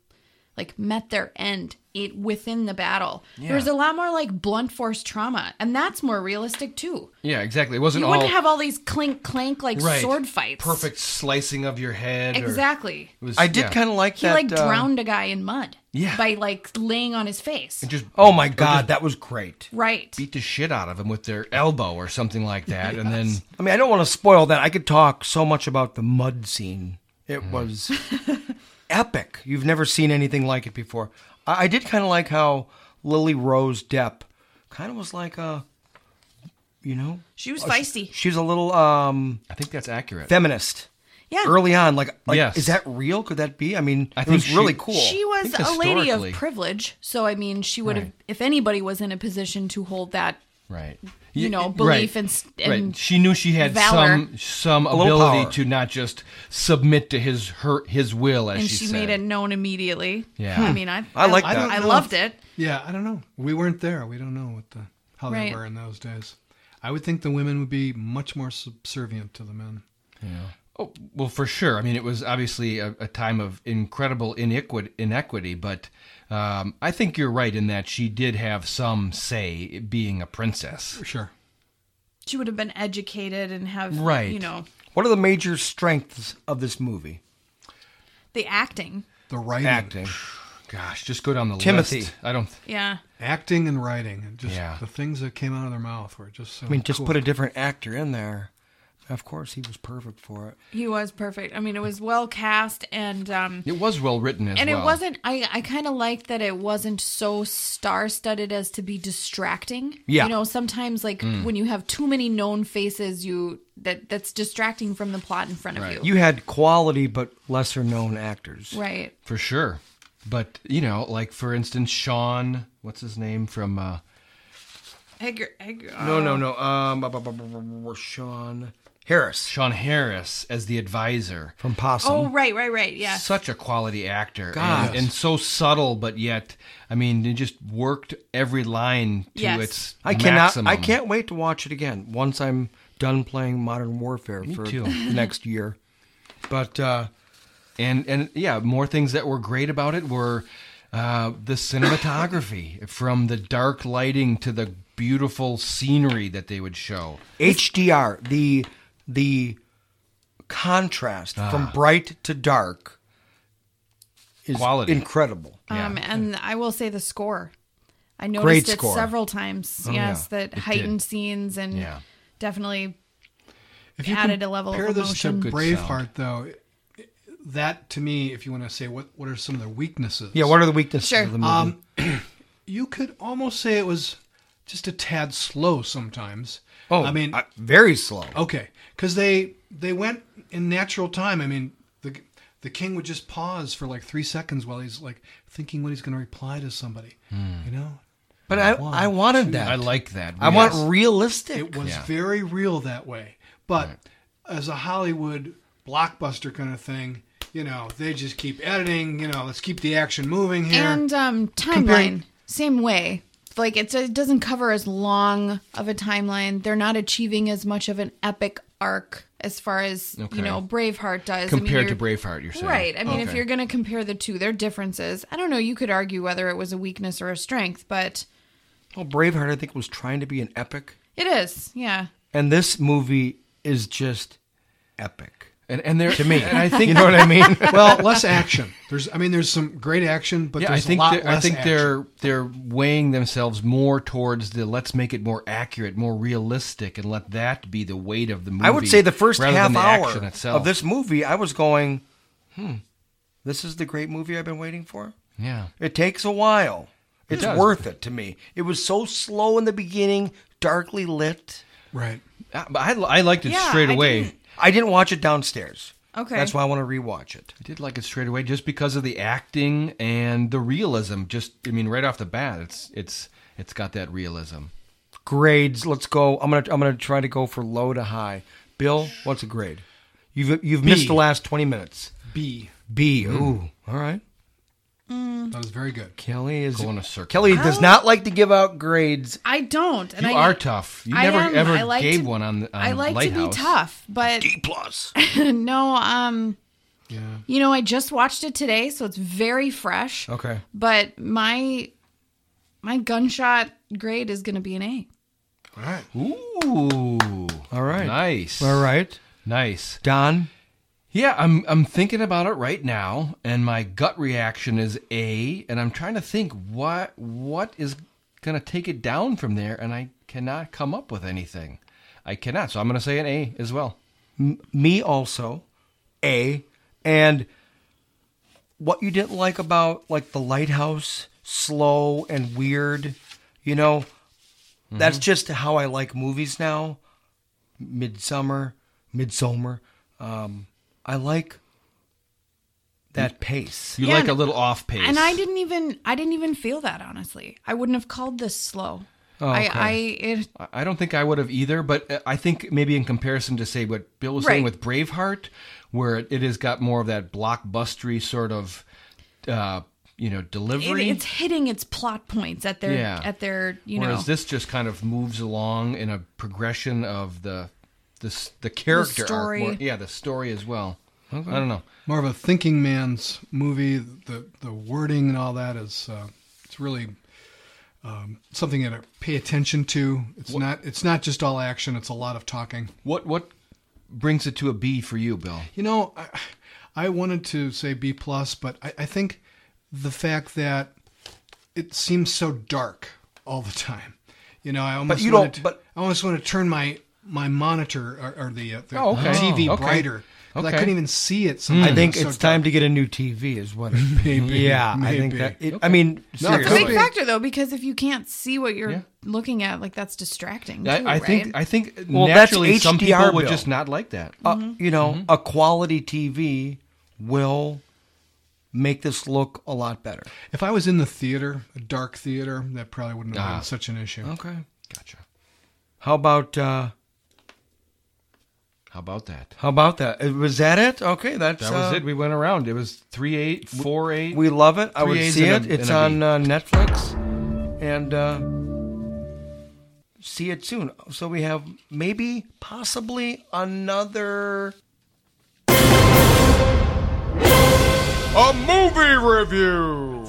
Speaker 3: like met their end it within the battle. There was a lot more like blunt force trauma, and that's more realistic too.
Speaker 1: Yeah, exactly. It wasn't
Speaker 3: You
Speaker 1: all
Speaker 3: wouldn't have all these clink clank like
Speaker 1: right,
Speaker 3: sword fights.
Speaker 1: Perfect slicing of your head. or-
Speaker 3: Exactly.
Speaker 1: it was-
Speaker 2: I did
Speaker 1: yeah.
Speaker 2: kind of like
Speaker 3: He
Speaker 2: that.
Speaker 3: like
Speaker 2: uh,
Speaker 3: drowned a guy in mud.
Speaker 1: Yeah.
Speaker 3: By like laying on his face.
Speaker 1: It Just
Speaker 2: Oh my god, that was great.
Speaker 3: Right.
Speaker 1: beat the shit out of him with their elbow or something like that, and then
Speaker 2: I mean, I don't want to spoil that. I could talk so much about the mud scene. It
Speaker 1: Mm.
Speaker 2: was epic. You've never seen anything like it before. I, I did kind of like how Lily Rose Depp kind of was like a, you know,
Speaker 3: She
Speaker 1: Oh,
Speaker 3: was feisty.
Speaker 2: she was a little um
Speaker 1: I think that's accurate.
Speaker 2: feminist
Speaker 3: Yeah.
Speaker 2: early on. Like, like
Speaker 1: Yes.
Speaker 2: is that real? Could that be? I mean,
Speaker 1: I
Speaker 2: it
Speaker 1: think
Speaker 2: was really
Speaker 1: she-
Speaker 2: cool.
Speaker 3: She was
Speaker 1: think
Speaker 3: a lady of
Speaker 1: historically-
Speaker 3: privilege, so I mean, she would have,
Speaker 1: Right.
Speaker 3: if anybody was in a position to hold that,
Speaker 1: right.
Speaker 3: you
Speaker 1: Y-
Speaker 3: know,
Speaker 1: right.
Speaker 3: belief and s- and
Speaker 1: She knew she had
Speaker 3: valor.
Speaker 1: some some
Speaker 2: little
Speaker 1: ability
Speaker 2: power.
Speaker 1: to not just submit to his her his will, as
Speaker 3: and
Speaker 1: she,
Speaker 3: she
Speaker 1: said.
Speaker 3: made it known immediately.
Speaker 1: Yeah. Hmm.
Speaker 3: I mean, I
Speaker 2: I like that.
Speaker 3: I,
Speaker 4: I don't know
Speaker 3: loved
Speaker 4: if-
Speaker 3: it.
Speaker 4: Yeah, I don't know. We weren't there. We don't know what the how
Speaker 3: Right.
Speaker 4: they were in those days. I would think the women would be much more subservient to the men.
Speaker 1: Oh, well, for sure. I mean, it was obviously a, a time of incredible inequity, inequity but um, I think you're right in that she did have some say being a princess.
Speaker 4: For sure.
Speaker 3: She would have been educated and have,
Speaker 1: Right.
Speaker 3: you know,
Speaker 2: what are the major strengths of this movie?
Speaker 3: the acting.
Speaker 4: The writing,
Speaker 1: Mm.
Speaker 2: Acting.
Speaker 1: Gosh, just go down the
Speaker 2: Timothy.
Speaker 1: list. I don't.
Speaker 3: Yeah,
Speaker 4: acting and writing, and just
Speaker 1: Yeah.
Speaker 4: the things that came out of their mouth were just. So
Speaker 2: I mean, just
Speaker 4: cool.
Speaker 2: put a different actor in there. Of course, he was perfect for it.
Speaker 3: he was perfect. I mean, it was well cast and um,
Speaker 1: It was well written as
Speaker 3: and
Speaker 1: well.
Speaker 3: it wasn't. I I kind of liked that it wasn't so star studded as to be distracting.
Speaker 2: Yeah. Mm.
Speaker 3: you know, sometimes like when you have too many known faces, you that that's distracting from the plot in front of you.
Speaker 2: You had quality but lesser known actors.
Speaker 3: Right.
Speaker 1: for sure. But you know, like for instance, Sean, what's his name from? Uh,
Speaker 3: Edgar, Edgar.
Speaker 2: No, no, no. Um, bu- bu- bu- bu- bu- bu- Sean Harris
Speaker 1: Sean Harris as the advisor.
Speaker 2: from Possum.
Speaker 3: Oh, right, right, right. Yeah.
Speaker 1: Such a quality actor,
Speaker 2: Gosh.
Speaker 1: and, and so subtle, but yet, I mean, it just worked every line to
Speaker 3: Yes.
Speaker 1: its
Speaker 2: I cannot. I
Speaker 1: maximum.
Speaker 2: can't wait to watch it again once I'm done playing Modern Warfare for
Speaker 1: too.
Speaker 2: the next year. But uh,
Speaker 1: and and yeah, more things that were great about it were uh, the cinematography, from the dark lighting to the beautiful scenery that they would show.
Speaker 2: HDR, the the contrast
Speaker 1: Ah.
Speaker 2: from bright to dark is
Speaker 1: Quality.
Speaker 2: incredible.
Speaker 3: Um, and I will say the score. I noticed
Speaker 2: Great
Speaker 3: it
Speaker 2: score. Oh,
Speaker 3: several times. yes, that heightened scenes and
Speaker 1: Yeah.
Speaker 3: definitely
Speaker 4: if
Speaker 3: added a level of
Speaker 4: compare this to
Speaker 3: emotion. Good
Speaker 4: Braveheart, though, it- it- that to me, if you want to say what what are some of their weaknesses,
Speaker 2: Yeah. What are the weaknesses
Speaker 3: Sure. Um,
Speaker 2: of the movie?
Speaker 4: you could almost say it was just a tad slow sometimes.
Speaker 2: oh,
Speaker 4: I mean,
Speaker 2: very slow.
Speaker 4: Okay, because they they went in natural time. I mean, the the king would just pause for like three seconds while he's like thinking what he's going to reply to somebody.
Speaker 2: Hmm.
Speaker 4: You know,
Speaker 2: But I,
Speaker 4: One,
Speaker 2: I wanted that.
Speaker 1: I like that.
Speaker 2: I
Speaker 1: Yes.
Speaker 2: want realistic.
Speaker 4: it was
Speaker 1: Yeah.
Speaker 4: very real that way. But as a Hollywood blockbuster kind of thing, you know, they just keep editing. You know, let's keep the action moving here.
Speaker 3: and um, timeline
Speaker 4: Comparing-
Speaker 3: same way. Like it's, it doesn't cover as long of a timeline. They're not achieving as much of an epic arc as far as
Speaker 1: Okay.
Speaker 3: you know Braveheart does. I mean,
Speaker 1: compared to
Speaker 3: you're-
Speaker 1: Braveheart. You're saying
Speaker 3: Right. I mean, if
Speaker 1: Okay.
Speaker 3: you're going to compare the two, their differences. I don't know. You could argue whether it was a weakness or a strength, but
Speaker 2: Well, Oh, Braveheart, I think, was trying to be an epic,
Speaker 3: it is. Yeah.
Speaker 2: and this movie is just epic.
Speaker 1: and and there to me, and I think
Speaker 2: You know what I mean?
Speaker 4: well, less action. There's, I mean, there's some great action, but
Speaker 1: yeah, I
Speaker 4: there's
Speaker 1: think
Speaker 4: a lot
Speaker 1: they're,
Speaker 4: less
Speaker 1: I think
Speaker 4: action.
Speaker 1: they're they're weighing themselves more towards the let's make it more accurate, more realistic, and let that be the weight of the movie.
Speaker 2: I would say the first
Speaker 1: rather than
Speaker 2: half
Speaker 1: the
Speaker 2: hour
Speaker 1: action itself.
Speaker 2: of this movie, I was going, hmm, this is the great movie I've been waiting for.
Speaker 1: Yeah,
Speaker 2: It takes a while. It's
Speaker 1: does.
Speaker 2: worth it to me. It was so slow in the beginning, darkly lit.
Speaker 4: right.
Speaker 1: I, Ah, but I, I liked it
Speaker 3: Yeah,
Speaker 1: straight
Speaker 3: I
Speaker 1: away.
Speaker 3: didn't-
Speaker 2: I didn't watch it downstairs.
Speaker 3: Okay.
Speaker 2: That's why I want to rewatch it.
Speaker 1: I did like it straight away just because of the acting and the realism. Just I mean, right off the bat, it's it's it's got that realism.
Speaker 2: Grades. Let's go. I'm gonna I'm gonna try to go for low to high. Bill, what's a grade? You've you've missed the last twenty minutes.
Speaker 4: B.
Speaker 2: B. Ooh, all right.
Speaker 4: That was very good.
Speaker 2: Kelly is
Speaker 1: Go in a circle.
Speaker 2: Kelly does not like to give out grades.
Speaker 3: I don't. And
Speaker 1: You
Speaker 3: I,
Speaker 1: are tough. You
Speaker 3: I
Speaker 1: never
Speaker 3: am. I
Speaker 1: ever
Speaker 3: like
Speaker 1: gave
Speaker 3: to-
Speaker 1: one on the on
Speaker 3: I like
Speaker 1: Lighthouse.
Speaker 3: to be tough, but
Speaker 2: plus.
Speaker 3: no. Um,
Speaker 4: Yeah.
Speaker 3: you know, I just watched it today, so it's very fresh.
Speaker 2: Okay.
Speaker 3: But my my gunshot grade is going to be an A.
Speaker 4: All right.
Speaker 1: Ooh.
Speaker 2: All right.
Speaker 1: Nice.
Speaker 2: All right.
Speaker 1: Nice.
Speaker 2: Don.
Speaker 1: Yeah, I'm I'm thinking about it right now, and my gut reaction is A, and I'm trying to think what what is gonna take it down from there, and I cannot come up with anything. I cannot, so I'm gonna say an A as well.
Speaker 2: me also a and what you didn't like about like the lighthouse slow and weird you know
Speaker 1: Mm-hmm.
Speaker 2: that's just how i like movies now midsummer midsummer um i like that pace
Speaker 1: You
Speaker 3: Yeah,
Speaker 1: like a
Speaker 3: and-
Speaker 1: little off pace,
Speaker 3: And I didn't even I didn't even feel that honestly. I wouldn't have called this slow.
Speaker 1: Oh,
Speaker 3: I, I it
Speaker 1: I- I don't think I would have either, but uh, I think maybe in comparison to say what Bill was saying
Speaker 3: Right.
Speaker 1: with Braveheart, where it, it has got more of that blockbustery sort of, uh, you know,
Speaker 3: it,
Speaker 1: delivery.
Speaker 3: it's hitting its plot points at their
Speaker 1: Yeah.
Speaker 3: at their you
Speaker 1: whereas
Speaker 3: know
Speaker 1: this just kind of moves along in a progression of the the s- the character
Speaker 3: story.
Speaker 1: arc. more- yeah, the story as well. I don't know.
Speaker 4: More of a thinking man's movie. The the wording and all that is uh, it's really um, something that I pay attention to. It's not it's not just all action. It's a lot of talking.
Speaker 1: What what brings it to a B for you, Bill?
Speaker 4: You know, I, I wanted to say B plus, but I, I think the fact that it seems so dark all the time. You know, I almost
Speaker 2: you
Speaker 4: wanted
Speaker 2: don't-
Speaker 4: to-
Speaker 2: but-
Speaker 4: I almost want to turn my my monitor or, or the, uh, the
Speaker 1: Oh, okay.
Speaker 4: TV
Speaker 1: Oh, okay.
Speaker 4: brighter. 'cause I
Speaker 1: Okay. Hmm.
Speaker 4: couldn't even see it. Sometimes.
Speaker 2: i think
Speaker 4: Hmm. so
Speaker 2: it's time to get a new tv is what it,
Speaker 4: Maybe,
Speaker 2: yeah i think
Speaker 4: maybe.
Speaker 2: that it, i mean
Speaker 4: No, it
Speaker 3: it's
Speaker 2: seriously.
Speaker 3: a
Speaker 4: could
Speaker 3: big
Speaker 4: be.
Speaker 3: factor though because if you can't see what you're
Speaker 1: Yeah.
Speaker 3: looking at, like that's distracting.
Speaker 1: I,
Speaker 3: too,
Speaker 1: I think
Speaker 3: right?
Speaker 1: I think
Speaker 2: Well, that's
Speaker 1: naturally some people
Speaker 2: HDR,
Speaker 1: would
Speaker 2: Bill.
Speaker 1: just not like that.
Speaker 2: uh, you know, a quality TV will make this look a lot better.
Speaker 4: If I was in the theater, a dark theater, that probably wouldn't have
Speaker 1: Ah.
Speaker 4: been such an issue.
Speaker 2: Okay.
Speaker 1: Gotcha.
Speaker 2: How about uh
Speaker 1: How about that?
Speaker 2: how about that? Uh, Was that it? Okay, that's
Speaker 1: That was
Speaker 2: uh,
Speaker 1: it. We went around. It was three eight four eight.
Speaker 2: We love it. I
Speaker 1: Three
Speaker 2: would
Speaker 1: A's
Speaker 2: see
Speaker 1: and
Speaker 2: it.
Speaker 1: a-
Speaker 2: it's on
Speaker 1: and
Speaker 2: uh, Netflix, and uh see it soon. So we have maybe possibly another.
Speaker 7: A movie review!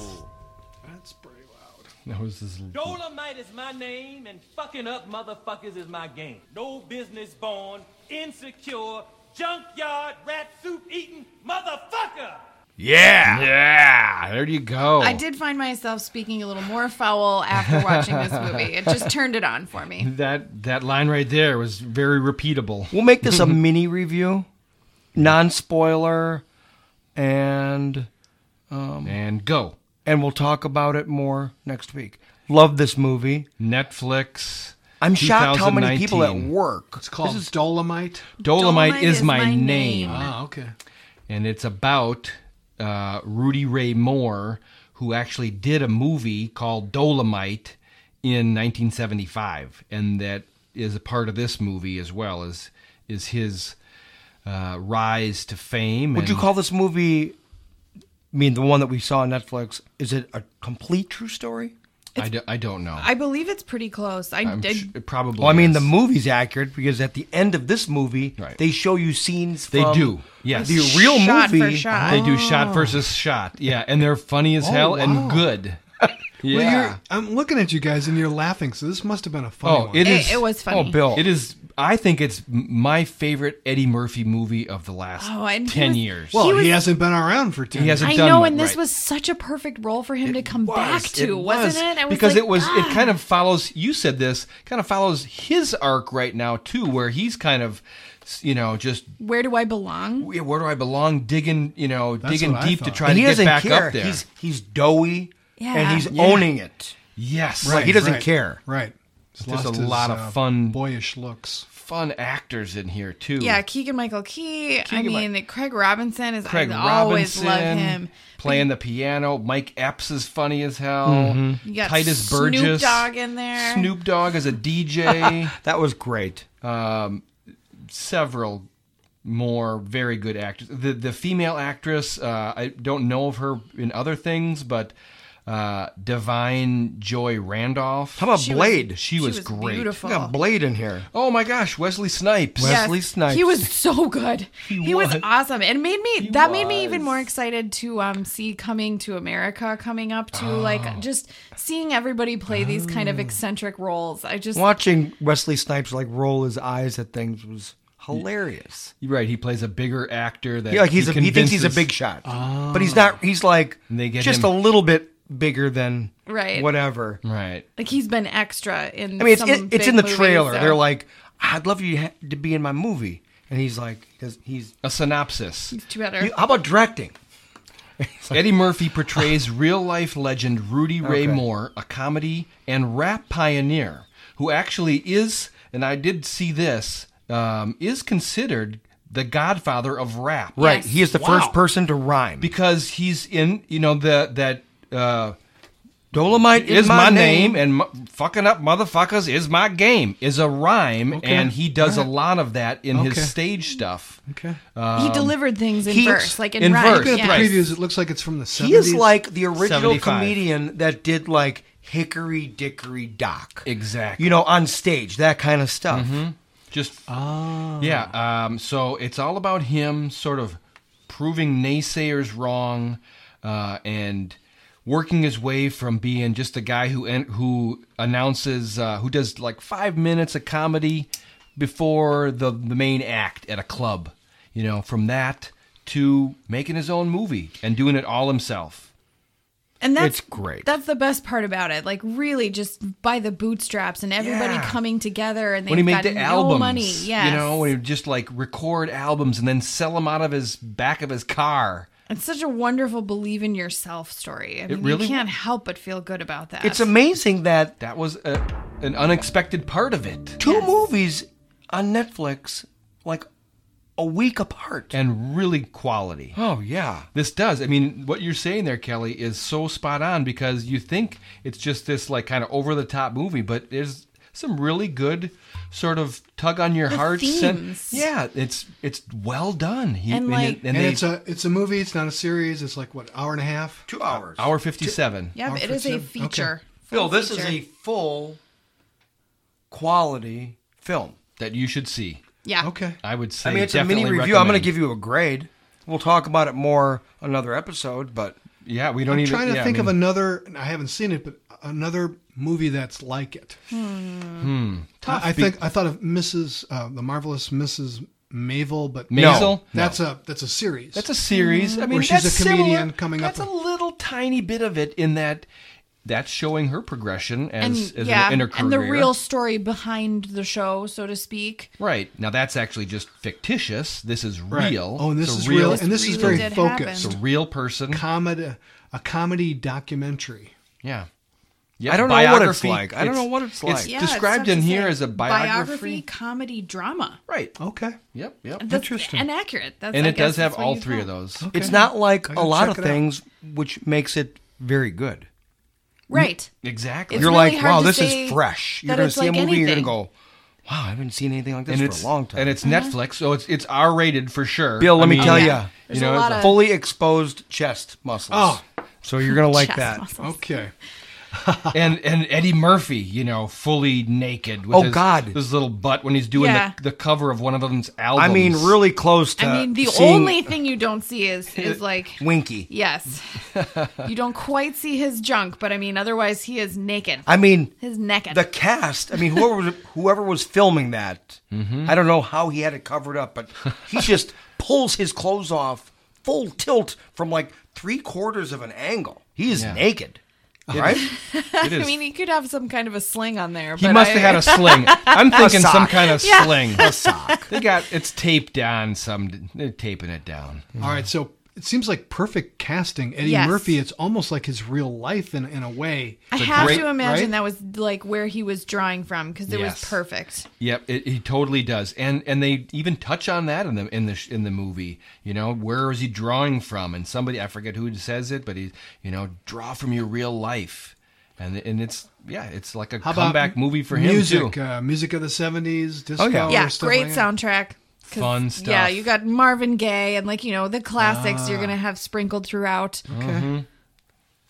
Speaker 4: That's pretty loud.
Speaker 1: That was this
Speaker 8: Dolomite is my name, and fucking up motherfuckers is my game. No business born, insecure, junkyard, rat soup eating motherfucker!
Speaker 7: Yeah!
Speaker 1: Yeah, ah, there you go.
Speaker 3: I did find myself speaking a little more foul after watching this movie. It just turned it on for me.
Speaker 1: That that line right there was very repeatable.
Speaker 2: We'll make this a mini review, non-spoiler, and.
Speaker 1: And go.
Speaker 2: and we'll talk about it more next week. Love this movie.
Speaker 1: Netflix.
Speaker 2: I'm shocked how many people at
Speaker 1: 2019.
Speaker 2: work.
Speaker 4: It's called Dolomite.
Speaker 1: Dolomite,
Speaker 3: Dolomite
Speaker 1: is,
Speaker 3: is
Speaker 1: my,
Speaker 3: my
Speaker 1: name.
Speaker 3: name.
Speaker 4: Ah, okay.
Speaker 1: and it's about uh, Rudy Ray Moore, who actually did a movie called Dolomite in 1975, and that is a part of this movie as well as is his uh, rise to fame.
Speaker 2: Would you call this movie? I mean, the one that we saw on Netflix. Is it a complete true story?
Speaker 1: I, do, I don't know.
Speaker 3: I believe it's pretty close. I,
Speaker 1: I'm
Speaker 3: I-
Speaker 1: sh- it probably.
Speaker 2: Well, I mean,
Speaker 1: is.
Speaker 2: the movie's accurate because at the end of this movie,
Speaker 1: Right.
Speaker 2: they show you scenes.
Speaker 1: They
Speaker 2: from
Speaker 1: do, yes.
Speaker 2: the real
Speaker 3: Shot for
Speaker 2: movie.
Speaker 3: shot.
Speaker 1: They do
Speaker 2: Oh.
Speaker 1: shot versus shot. Yeah, and they're funny as hell and good. yeah.
Speaker 4: Well, you're, I'm looking at you guys and you're laughing, so this must have been a funny
Speaker 1: Oh,
Speaker 4: one.
Speaker 1: it is.
Speaker 3: it, it was
Speaker 2: Oh,
Speaker 3: funny.
Speaker 2: Bill,
Speaker 1: It is. I think it's m- my favorite Eddie Murphy movie of the last
Speaker 3: Oh, and he
Speaker 1: ten
Speaker 3: was-
Speaker 1: years.
Speaker 4: well,
Speaker 3: he
Speaker 4: he,
Speaker 3: was-
Speaker 4: hasn't been around for 10
Speaker 1: he hasn't
Speaker 3: I
Speaker 1: done
Speaker 3: know,
Speaker 1: one,
Speaker 3: and this
Speaker 1: right.
Speaker 3: was such a perfect role for him to come back to,
Speaker 1: was,
Speaker 3: wasn't it? I was
Speaker 1: because
Speaker 3: like,
Speaker 1: it was.
Speaker 3: "Ah."
Speaker 1: It kind of follows. You said this kind of follows his arc right now too, where he's kind of, you know, just
Speaker 3: Where do I belong?
Speaker 1: "Yeah, where do I belong? Digging, you know, digging
Speaker 4: what I
Speaker 1: deep to
Speaker 4: thought.
Speaker 1: try
Speaker 2: and
Speaker 1: to
Speaker 2: he
Speaker 1: get
Speaker 2: doesn't
Speaker 1: back
Speaker 2: care.
Speaker 1: up there.
Speaker 2: He's he's doughy, and
Speaker 3: Yeah.
Speaker 2: he's
Speaker 3: Yeah.
Speaker 2: owning it.
Speaker 1: yes,
Speaker 2: Like, he doesn't
Speaker 4: right,
Speaker 2: care.
Speaker 4: Right. It's
Speaker 1: just a lot of fun-
Speaker 4: boyish looks.
Speaker 1: Fun actors in here too.
Speaker 3: Yeah, Keegan Michael Key. I
Speaker 1: Keegan-Mi-
Speaker 3: mean, Craig Robinson is.
Speaker 1: Craig
Speaker 3: I always
Speaker 1: Robinson
Speaker 3: love him.
Speaker 1: playing the piano. Mike Epps is funny as hell.
Speaker 3: Mm-hmm. You got
Speaker 1: Titus
Speaker 3: Snoop
Speaker 1: Burgess,
Speaker 3: Dogg in there.
Speaker 1: Snoop Dogg as a DJ.
Speaker 2: That was great.
Speaker 1: several more very good actors. The the female actress, uh, I don't know of her in other things, but uh, Divine Joy Randolph.
Speaker 2: How about
Speaker 3: She was-
Speaker 2: Blade?
Speaker 1: she, was, great.
Speaker 3: Beautiful.
Speaker 2: We got Blade in here.
Speaker 1: Oh my gosh, Wesley Snipes.
Speaker 2: Wes- Wesley Snipes.
Speaker 3: He was so good. He, was.
Speaker 1: was.
Speaker 3: awesome. It made me that made me even
Speaker 1: was.
Speaker 3: more excited to um see Coming to America coming up to
Speaker 2: Oh.
Speaker 3: like just seeing everybody play these kind of eccentric roles. I just
Speaker 2: Watching Wesley Snipes like roll his eyes at things was hilarious.
Speaker 1: You're right, he plays a bigger actor that
Speaker 2: Yeah, like he's
Speaker 1: he
Speaker 2: a, he thinks he's a
Speaker 1: convinces- Ah.
Speaker 2: big shot, but he's not. He's like
Speaker 1: they get
Speaker 2: just
Speaker 1: him-
Speaker 2: a little bit bigger than
Speaker 3: Right.
Speaker 2: whatever.
Speaker 1: Right.
Speaker 3: like he's been extra in.
Speaker 2: I mean, it's
Speaker 3: some
Speaker 2: it, it's
Speaker 3: big
Speaker 2: in the
Speaker 3: movies,
Speaker 2: trailer.
Speaker 3: so-
Speaker 2: They're like, "I'd love you ha- to be in my movie," and he's like, "Cause he's
Speaker 1: A synopsis.
Speaker 3: too better.
Speaker 2: you, how about directing?"
Speaker 1: Eddie Murphy portrays real life legend Rudy Ray Moore, a comedy and rap pioneer who actually is, and I did see this, um, is considered the godfather of rap.
Speaker 2: Right, he is the first person to rhyme.
Speaker 1: Because he's in, you know, the that uh,
Speaker 2: Dolomite
Speaker 1: is my, name, and mu- fucking up motherfuckers is my game is a rhyme, and he does a lot of that in
Speaker 4: Okay.
Speaker 1: his stage stuff.
Speaker 4: Okay.
Speaker 3: he delivered things in
Speaker 2: um, he-
Speaker 3: verse, like in,
Speaker 1: in
Speaker 3: rhyme.
Speaker 1: verse,
Speaker 4: Look at
Speaker 3: yeah.
Speaker 1: right.
Speaker 4: the previews. Uh, It looks like it's from the 70s.
Speaker 2: He is like the original
Speaker 1: 75.
Speaker 2: comedian that did like Hickory Dickory Dock.
Speaker 1: Exactly. Mm-hmm.
Speaker 2: You know, on stage, that kind of stuff.
Speaker 1: just yeah um, so it's all about him sort of proving naysayers wrong uh, and working his way from being just a guy who en- who announces uh, who does like five minutes of comedy before the, the main act at a club you know from that to making his own movie and doing it all himself
Speaker 3: And that's
Speaker 2: It's great.
Speaker 3: That's the best part about it. Like really, just by the bootstraps and everybody
Speaker 2: Yeah.
Speaker 3: coming together. And
Speaker 1: when he
Speaker 3: they've
Speaker 1: made
Speaker 3: got
Speaker 1: the
Speaker 3: no
Speaker 1: albums
Speaker 3: money. Yes.
Speaker 1: you know when he would just like record albums and then sell them out of his back of his car
Speaker 3: It's such a wonderful believe in yourself story. I mean,
Speaker 1: really
Speaker 3: you can't help but feel good about that.
Speaker 2: It's amazing that
Speaker 1: that was a, an unexpected part of it
Speaker 2: two movies on Netflix, like a week apart.
Speaker 1: and really quality
Speaker 2: oh, yeah.
Speaker 1: this does i mean what you're saying there kelly is so spot on because you think it's just this like kind of over the top movie but there's some really good sort of tug on your heart sen-
Speaker 3: themes.
Speaker 1: yeah it's it's well done He-
Speaker 3: And, like-
Speaker 1: and,
Speaker 4: and
Speaker 1: they,
Speaker 4: it's a it's a movie. It's not a series. It's like what hour and a half.
Speaker 2: Two hours.
Speaker 1: hour 57
Speaker 3: yeah, it is a
Speaker 4: Alfredson?
Speaker 3: feature.
Speaker 2: Phil,
Speaker 3: Full
Speaker 2: this is
Speaker 3: feature.
Speaker 2: a full quality film.
Speaker 1: that you should see
Speaker 3: yeah.
Speaker 4: Okay.
Speaker 1: i would say
Speaker 2: I mean, it's a
Speaker 1: definitely
Speaker 2: mini review. I'm going
Speaker 1: recommend.
Speaker 2: to give you a grade. We'll talk about it more another episode, but
Speaker 1: yeah we don't
Speaker 4: I'm
Speaker 1: even
Speaker 4: trying to
Speaker 1: yeah, I
Speaker 4: think of
Speaker 1: mean,
Speaker 4: another. and I haven't seen it, but another movie that's like it. Hmm. I, I think I thought of Mrs. Uh, the marvelous Mrs. Mavel, but
Speaker 1: Maisel?
Speaker 4: No,
Speaker 1: No.
Speaker 4: that's a that's a series.
Speaker 1: That's a series. I mean,
Speaker 4: Where she's
Speaker 1: that's
Speaker 4: a comedian
Speaker 1: similar.
Speaker 4: coming up
Speaker 1: that's
Speaker 4: with-
Speaker 1: a little tiny bit of it in that that's showing her progression
Speaker 3: And
Speaker 1: as, as
Speaker 3: yeah,
Speaker 1: an inner career.
Speaker 3: and the real story behind the show, so to speak.
Speaker 1: right now, that's actually just fictitious. This is
Speaker 4: Right.
Speaker 1: real.
Speaker 4: Oh, and this
Speaker 1: It's a
Speaker 4: is real,
Speaker 1: It's
Speaker 4: and this is
Speaker 3: really
Speaker 4: very
Speaker 3: did
Speaker 4: focused.
Speaker 1: a
Speaker 3: happen.
Speaker 1: real person.
Speaker 4: Comedy, a comedy documentary.
Speaker 1: Yeah. Yeah,
Speaker 2: I don't know what it's
Speaker 1: biography.
Speaker 2: like. I don't know what it's like.
Speaker 1: It's
Speaker 3: Yeah, it's
Speaker 1: described
Speaker 3: tough
Speaker 1: in
Speaker 3: to
Speaker 1: here
Speaker 3: say.
Speaker 1: as a
Speaker 3: biography, comedy, drama.
Speaker 1: Right.
Speaker 4: Okay,
Speaker 1: Yep. Yep.
Speaker 3: That's
Speaker 4: Interesting.
Speaker 3: And accurate. That's,
Speaker 1: and
Speaker 3: I
Speaker 1: it does
Speaker 3: guess that's
Speaker 1: have
Speaker 3: what
Speaker 1: all
Speaker 3: you'd
Speaker 1: three of
Speaker 3: call it.
Speaker 1: those.
Speaker 2: it's not like
Speaker 4: I
Speaker 2: a
Speaker 4: gotta
Speaker 2: lot
Speaker 4: check
Speaker 2: of
Speaker 4: it out.
Speaker 2: things, which makes it very good.
Speaker 3: Right.
Speaker 1: Exactly.
Speaker 3: It's
Speaker 2: you're
Speaker 3: really
Speaker 2: like,
Speaker 3: hard
Speaker 2: wow,
Speaker 3: to
Speaker 2: this
Speaker 3: say
Speaker 2: is fresh. You're
Speaker 3: that
Speaker 2: going to
Speaker 3: it's
Speaker 2: see a
Speaker 3: like
Speaker 2: movie, you're going
Speaker 3: anything.
Speaker 2: to go, wow, I haven't seen anything like this
Speaker 1: and
Speaker 2: for
Speaker 1: it's
Speaker 2: a long time.
Speaker 1: and
Speaker 3: Uh-huh.
Speaker 1: it's Netflix, so it's it's R rated for sure.
Speaker 2: Bill, let
Speaker 1: I
Speaker 2: me
Speaker 1: mean,
Speaker 2: tell
Speaker 3: yeah.
Speaker 2: ya,
Speaker 3: There's
Speaker 1: you know,
Speaker 3: a
Speaker 1: it's
Speaker 3: lot
Speaker 1: a
Speaker 3: of
Speaker 2: fully exposed chest muscles.
Speaker 4: Oh.
Speaker 2: so you're going to like
Speaker 3: chest
Speaker 2: that.
Speaker 3: muscles.
Speaker 4: okay.
Speaker 1: and and Eddie Murphy, you know, fully naked. With
Speaker 2: Oh,
Speaker 1: his,
Speaker 2: God.
Speaker 1: his little butt when he's doing
Speaker 3: Yeah.
Speaker 1: the, the cover of one of them's albums.
Speaker 2: I mean, really close
Speaker 1: uh,
Speaker 2: to.
Speaker 3: I mean, the
Speaker 2: seeing
Speaker 3: only thing you don't see is is like
Speaker 2: Winky.
Speaker 3: yes, you don't quite see his junk, but I mean, otherwise he is naked.
Speaker 2: I mean,
Speaker 3: his naked.
Speaker 2: the cast. I mean, whoever was, whoever was filming that,
Speaker 1: Mm-hmm.
Speaker 2: I don't know how he had it covered up, but he just pulls his clothes off full tilt from like three quarters of an angle. He is
Speaker 1: Yeah.
Speaker 2: naked, right?
Speaker 1: It is.
Speaker 3: I mean, he could have some kind of a sling on there.
Speaker 1: he
Speaker 3: but
Speaker 1: must
Speaker 3: I-
Speaker 1: have had a sling. I'm thinking some
Speaker 2: sock.
Speaker 1: kind of
Speaker 3: Yeah.
Speaker 1: sling.
Speaker 2: A sock.
Speaker 1: They got it's taped on. Some they're taping it down.
Speaker 4: All right, so it seems like perfect casting. Eddie
Speaker 3: Yes.
Speaker 4: Murphy. It's almost like his real life in in a way.
Speaker 3: I have
Speaker 1: great-
Speaker 3: to imagine
Speaker 4: right?
Speaker 3: that was like where he was drawing from because it
Speaker 1: Yes.
Speaker 3: was perfect.
Speaker 1: Yep, it, he totally does, and and they even touch on that in the in the sh- in the movie. You know, where is he drawing from? And somebody I forget who says it, but he you know draw from your real life, and and it's yeah, it's like a
Speaker 4: How about
Speaker 1: comeback movie for him
Speaker 4: music,
Speaker 1: too. Oh,
Speaker 4: Uh, music of the seventies, disco.
Speaker 1: yeah.
Speaker 4: or
Speaker 3: yeah,
Speaker 4: stuff
Speaker 3: great
Speaker 4: like that?
Speaker 3: soundtrack.
Speaker 1: Fun stuff. Ah.
Speaker 3: Yeah, you got Marvin Gaye and like you know the classics you're gonna have sprinkled throughout.
Speaker 1: Oh.
Speaker 4: Okay.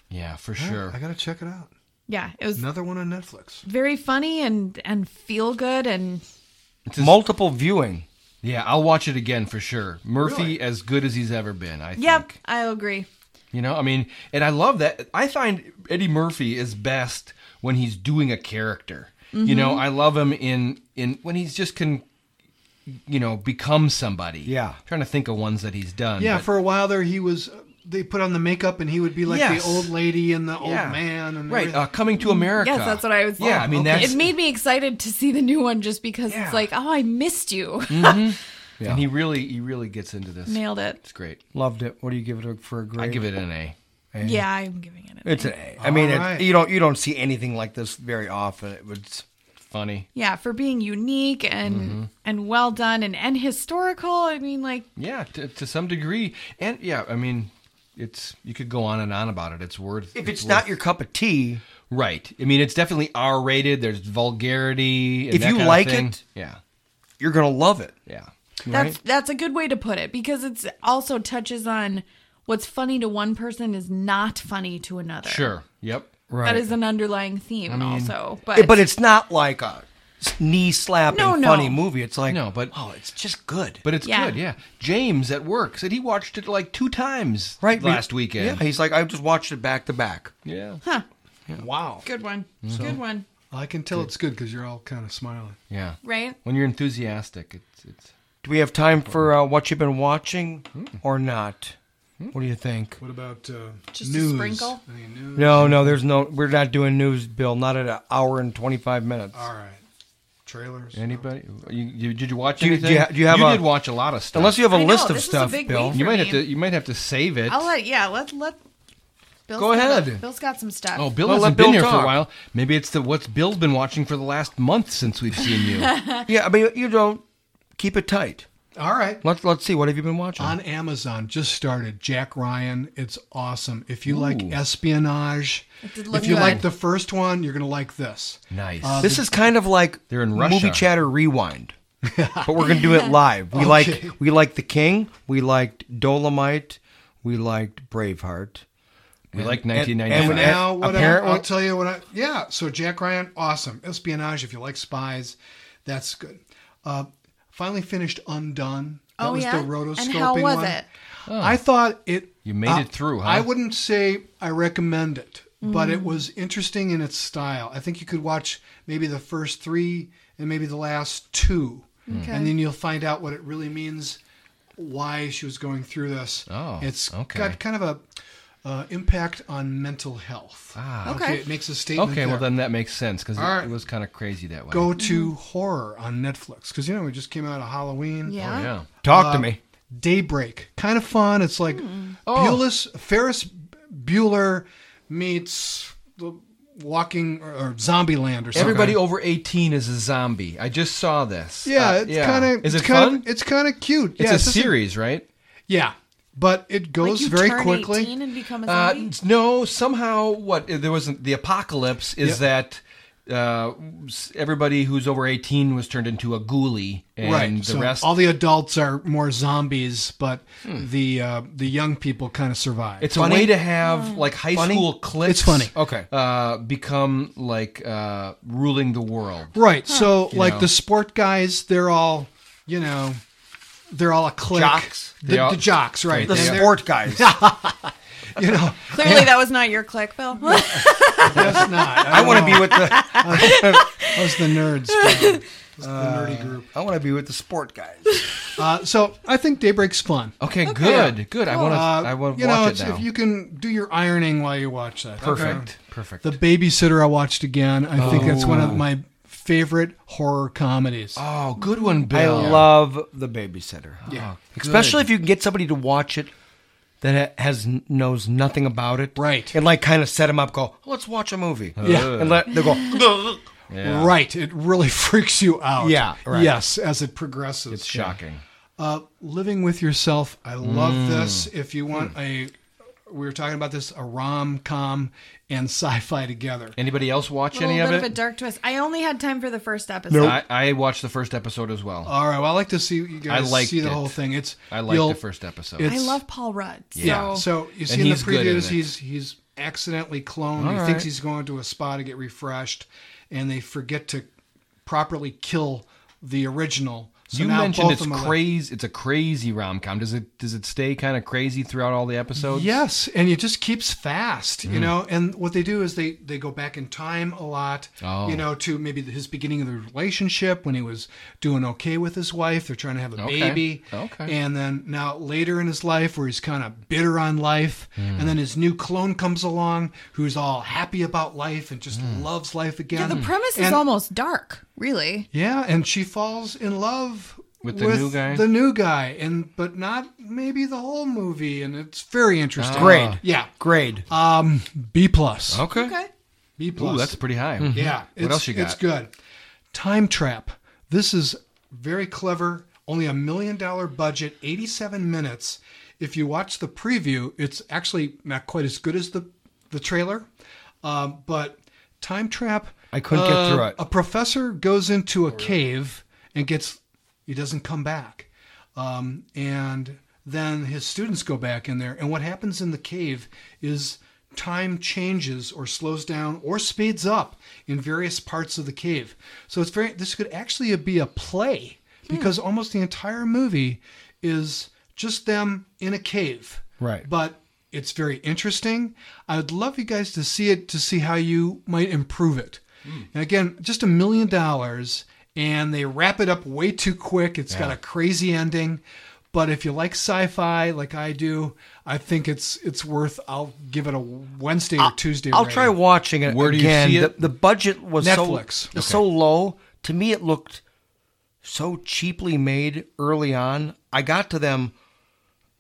Speaker 1: Yeah, for
Speaker 4: All right,
Speaker 1: sure.
Speaker 4: I gotta check it out.
Speaker 3: Yeah, it was
Speaker 4: Another one on Netflix.
Speaker 3: very funny and and feel good and
Speaker 2: Multiple viewing.
Speaker 1: Yeah, I'll watch it again for sure. Murphy,
Speaker 4: Really?
Speaker 1: as good as he's ever been. I think.
Speaker 3: yep, I agree.
Speaker 1: You know, I mean, and I love that. I find Eddie Murphy is best when he's doing a character. You
Speaker 3: Mm-hmm.
Speaker 1: know, I love him in in when he's just can, you know, become somebody.
Speaker 2: Yeah.
Speaker 1: trying to think of ones that he's done.
Speaker 4: Yeah,
Speaker 1: but-
Speaker 4: for a while there, he was. They put on the makeup, and he would be like
Speaker 1: Yes.
Speaker 4: the old lady and the old
Speaker 1: yeah.
Speaker 4: man, and
Speaker 1: right,
Speaker 4: everything.
Speaker 1: uh, coming to America.
Speaker 3: Yes, that's what I was.
Speaker 1: Yeah, I mean
Speaker 4: Okay.
Speaker 1: that's
Speaker 3: it made me excited to see the new one just because
Speaker 1: Yeah. Mm.
Speaker 3: it's like, oh, I missed you.
Speaker 1: and he really he really gets into this.
Speaker 3: Nailed it.
Speaker 1: It's great.
Speaker 2: Loved it. What do you give it for a grade?
Speaker 1: I give it an A.
Speaker 3: Yeah, I'm giving it. An
Speaker 2: It's an A. I mean,
Speaker 4: All
Speaker 2: it,
Speaker 4: right.
Speaker 2: you don't you don't see anything like this very often. It was
Speaker 1: Funny.
Speaker 3: yeah, for being unique and and well done and and historical. I mean, like
Speaker 1: Yeah, to, to some degree, and yeah, I mean, it's you could go on and on about it. It's worth
Speaker 2: if it's not
Speaker 1: worth-
Speaker 2: your cup of tea.
Speaker 1: Right. I mean, it's definitely R rated. There's vulgarity. and
Speaker 2: If
Speaker 1: that
Speaker 2: you
Speaker 1: kind of
Speaker 2: like
Speaker 1: thing.
Speaker 2: it-
Speaker 1: yeah,
Speaker 2: You're gonna love it.
Speaker 1: yeah,
Speaker 3: that's that's a good way to put it because it's also touches on what's funny to one person is not funny to another.
Speaker 1: sure, yep.
Speaker 2: Right.
Speaker 3: That is an underlying theme also. But
Speaker 2: Yeah, but it's not like a knee slapping
Speaker 3: No, no.
Speaker 2: funny movie. It's like
Speaker 1: No, but-
Speaker 2: oh, it's just good.
Speaker 1: But it's
Speaker 3: Yeah.
Speaker 1: good. Yeah, James at work said he watched it like two times
Speaker 2: right
Speaker 1: last
Speaker 2: we-
Speaker 1: weekend.
Speaker 2: Yeah, he's like I just watched it back to back.
Speaker 1: yeah,
Speaker 4: Wow.
Speaker 3: good one. Good one.
Speaker 1: Uh,
Speaker 4: I can tell it's good because you're all kind of smiling.
Speaker 1: yeah.
Speaker 3: Right?
Speaker 1: When you're enthusiastic, it's it's
Speaker 2: Do we have time for uh, what you've been watching
Speaker 1: Hmm.
Speaker 2: or not? What do you think?
Speaker 4: What about uh,
Speaker 3: Just a
Speaker 4: news?
Speaker 3: sprinkle?
Speaker 4: Any news?
Speaker 2: No, no, there's no. We're not doing news, Bill. Not at an hour and twenty five minutes.
Speaker 4: All right. Trailers.
Speaker 1: anybody. You, you, did you watch
Speaker 2: Do you- do
Speaker 1: anything?
Speaker 2: you ha- do you have a-
Speaker 1: did watch a lot of stuff.
Speaker 2: Unless you have a
Speaker 3: I know,
Speaker 2: list of
Speaker 3: this is a
Speaker 2: stuff,
Speaker 3: big
Speaker 2: Bill.
Speaker 3: week.
Speaker 1: you might
Speaker 3: For
Speaker 1: have
Speaker 3: me.
Speaker 1: to you might have to save it.
Speaker 3: I'll let yeah, let let Bill's
Speaker 2: Go
Speaker 3: got a-
Speaker 2: ahead.
Speaker 3: Bill's got some stuff.
Speaker 1: Oh, Bill
Speaker 2: Well, let
Speaker 1: hasn't been
Speaker 2: Bill
Speaker 1: here for
Speaker 2: talk.
Speaker 1: a while. Maybe it's the what's Bill's been watching for the last month since we've seen you.
Speaker 2: Yeah, I mean, you don't keep it tight.
Speaker 4: All right.
Speaker 2: Let's let's see. What have you been watching?
Speaker 4: On Amazon, just started Jack Ryan. It's awesome. If you like espionage,
Speaker 3: did look
Speaker 4: if you
Speaker 3: good.
Speaker 4: like the first one, you're gonna like this. Uh,
Speaker 1: nice.
Speaker 2: this is kind of like
Speaker 1: They're in
Speaker 2: movie
Speaker 1: Russia.
Speaker 2: chatter rewind, but we're gonna do it live. We like
Speaker 4: Okay.
Speaker 2: we liked The King. We liked Dolomite. We liked Braveheart.
Speaker 1: we like
Speaker 2: and-
Speaker 1: 1995.
Speaker 4: And now, what I,
Speaker 2: apparently-
Speaker 4: I'll tell you what I. Yeah, so Jack Ryan, awesome. Espionage, if you like spies, that's good. Uh, finally finished Undone. That
Speaker 3: Oh,
Speaker 4: was
Speaker 3: yeah?
Speaker 4: the rotoscoping
Speaker 3: And how was
Speaker 4: one.
Speaker 3: it?
Speaker 4: I thought it.
Speaker 1: Oh. You made
Speaker 4: uh,
Speaker 1: it through, huh?
Speaker 4: I wouldn't say I recommend it, but
Speaker 3: Mm.
Speaker 4: it was interesting in its style. I think you could watch maybe the first three and maybe the last two,
Speaker 3: Mm.
Speaker 1: Hmm.
Speaker 4: and then you'll find out what it really means, why she was going through this.
Speaker 1: Oh,
Speaker 4: it's
Speaker 1: okay.
Speaker 4: got kind of a uh, impact on mental health. Ah,
Speaker 3: Okay.
Speaker 4: It makes a statement.
Speaker 1: Okay, well
Speaker 4: there.
Speaker 1: then that makes sense because it,
Speaker 4: All right.
Speaker 1: it was kind of crazy that way.
Speaker 4: go to horror on Netflix because you know we just came out of Halloween.
Speaker 3: Yeah.
Speaker 1: Yeah.
Speaker 2: Talk to me.
Speaker 4: Daybreak. Kind of fun. It's like
Speaker 3: Hmm.
Speaker 1: Oh.
Speaker 4: Bueller's, Ferris Bueller meets the Walking or, or Zombieland or something.
Speaker 1: Everybody over 18 is a zombie. I just saw this.
Speaker 4: Yeah,
Speaker 1: Uh,
Speaker 4: it's kind of.
Speaker 1: Is it
Speaker 4: it's kinda,
Speaker 1: fun?
Speaker 4: It's kind of cute.
Speaker 1: It's
Speaker 4: yeah,
Speaker 1: a
Speaker 4: just
Speaker 1: series, right?
Speaker 4: yeah, but it
Speaker 3: Like
Speaker 4: goes
Speaker 3: you
Speaker 4: very
Speaker 3: turn
Speaker 4: quickly.
Speaker 3: 18 and become a
Speaker 1: Uh,
Speaker 3: zombie?
Speaker 1: no, somehow what there was the apocalypse is that uh, s- everybody who's over 18 was turned into a ghoulie, and
Speaker 4: right.
Speaker 1: the
Speaker 4: so
Speaker 1: rest. Hmm.
Speaker 4: all the adults are more zombies, but the uh, the young people kind of survive.
Speaker 1: it's
Speaker 2: Funny?
Speaker 1: a way to have like high
Speaker 2: Funny?
Speaker 1: school cliques.
Speaker 4: It's funny.
Speaker 2: Okay.
Speaker 1: Uh, become like uh, ruling the world.
Speaker 4: Right. So like
Speaker 1: know.
Speaker 4: the sport guys, they're all, you know, they're all a clique.
Speaker 2: Jocks.
Speaker 1: They
Speaker 4: The,
Speaker 1: all-
Speaker 4: the jocks, right.
Speaker 2: The
Speaker 1: Yeah.
Speaker 4: They're-
Speaker 2: sport guys.
Speaker 4: You know,
Speaker 3: Clearly that was not your click, Bill.
Speaker 4: that's not.
Speaker 2: I want to be with the
Speaker 4: That was the nerds. people. That was the nerdy group.
Speaker 2: I want to be with the sport guys.
Speaker 4: Uh, so I think Daybreak's fun.
Speaker 1: Okay, good, good. I want to.
Speaker 4: Uh,
Speaker 1: I want to
Speaker 4: you know,
Speaker 1: watch
Speaker 4: it's-
Speaker 1: it now.
Speaker 4: if you can do your ironing while you watch that.
Speaker 1: perfect,
Speaker 4: Okay.
Speaker 1: perfect.
Speaker 4: The Babysitter I watched again. I think that's one of my favorite horror comedies.
Speaker 1: oh, good one,
Speaker 2: I
Speaker 1: Bill.
Speaker 2: love the babysitter.
Speaker 4: yeah.
Speaker 2: Especially if you can get somebody to watch it that has knows nothing about it.
Speaker 4: Right.
Speaker 2: And like kind of set them up, go, let's watch a movie.
Speaker 4: Yeah.
Speaker 2: And let they go,
Speaker 4: Right. It really freaks you out.
Speaker 2: Yeah, right.
Speaker 4: Yes, as it progresses.
Speaker 1: It's shocking. Mm. Hmm.
Speaker 4: Uh, Living with Yourself. I love this. If you want a we were talking about this a rom com and sci fi together.
Speaker 1: Anybody else watch
Speaker 3: a
Speaker 1: any
Speaker 3: little
Speaker 1: of
Speaker 3: bit
Speaker 1: it?
Speaker 3: of a dark twist. I only had time for the first episode.
Speaker 1: I, I watched the first episode as well.
Speaker 4: All right, well, I like to see you guys
Speaker 1: liked
Speaker 4: see the
Speaker 1: it.
Speaker 4: whole thing. It's
Speaker 1: I liked
Speaker 4: you'll-
Speaker 1: the first episode.
Speaker 4: it's-
Speaker 3: I love Paul Rudd. So,
Speaker 1: Yeah,
Speaker 4: So you see
Speaker 1: And
Speaker 4: in the
Speaker 1: he's good in
Speaker 4: previews,
Speaker 1: it.
Speaker 4: he's he's accidentally cloned. he
Speaker 1: All right.
Speaker 4: thinks he's going to a spa to get refreshed, and they forget to properly kill the original. So
Speaker 1: you
Speaker 4: now
Speaker 1: mentioned
Speaker 4: both
Speaker 1: it's
Speaker 4: of them are like-
Speaker 1: crazy. It's a crazy rom com. Does it does it stay kind of crazy throughout all the episodes? Mm.
Speaker 4: Yes, and it just keeps fast, you know. And what they do is they they go back in time a lot,
Speaker 1: Oh.
Speaker 4: you know, to maybe his beginning of the relationship when he was doing okay with his wife. They're trying to have a
Speaker 1: Okay.
Speaker 4: baby,
Speaker 1: Okay.
Speaker 4: And then now later in his life where he's kind of bitter on life,
Speaker 1: Hmm.
Speaker 4: and then his new clone comes along who's all happy about life and just
Speaker 1: Hmm.
Speaker 4: loves life again.
Speaker 3: Yeah, the
Speaker 2: mm-hmm.
Speaker 3: premise is
Speaker 4: And-
Speaker 3: almost dark, really.
Speaker 4: yeah, and she falls in love
Speaker 1: With the new guy?
Speaker 4: The new guy, and but not maybe the whole movie, and it's very interesting.
Speaker 2: Grade.
Speaker 4: Yeah,
Speaker 2: Grade.
Speaker 4: um, B plus.
Speaker 1: Ah. Okay.
Speaker 3: Okay.
Speaker 4: B
Speaker 1: Ooh,
Speaker 4: plus.
Speaker 1: that's pretty high.
Speaker 4: yeah. It's,
Speaker 1: else you got?
Speaker 4: It's good. Time trap. This is very clever. Only a million dollar budget. Eighty seven minutes. If you watch the preview, it's actually not quite as good as the the trailer, um, but time trap. uh,
Speaker 2: I couldn't get through it.
Speaker 4: A professor goes into a cave and gets he doesn't come back. Um, and then his students go back in there and what happens in the cave is time changes or slows down or speeds up in various parts of the cave. So it's very this could actually be a play because almost the entire movie is just them in a cave.
Speaker 2: Right.
Speaker 4: But it's very interesting. I would love you guys to see it to see how you might improve it.
Speaker 1: Hmm.
Speaker 4: And again, just a million dollars, and they wrap it up way too quick. It's got a crazy ending. But if you like sci-fi, like I do, I think it's it's worth. I'll give it a Wednesday or Tuesday.
Speaker 2: I'll
Speaker 4: rating.
Speaker 2: try watching it
Speaker 1: Where do you
Speaker 2: again.
Speaker 1: see it?
Speaker 2: The, the budget was so
Speaker 4: Netflix.
Speaker 2: was so low. To me, it looked so cheaply made early on. I got to them.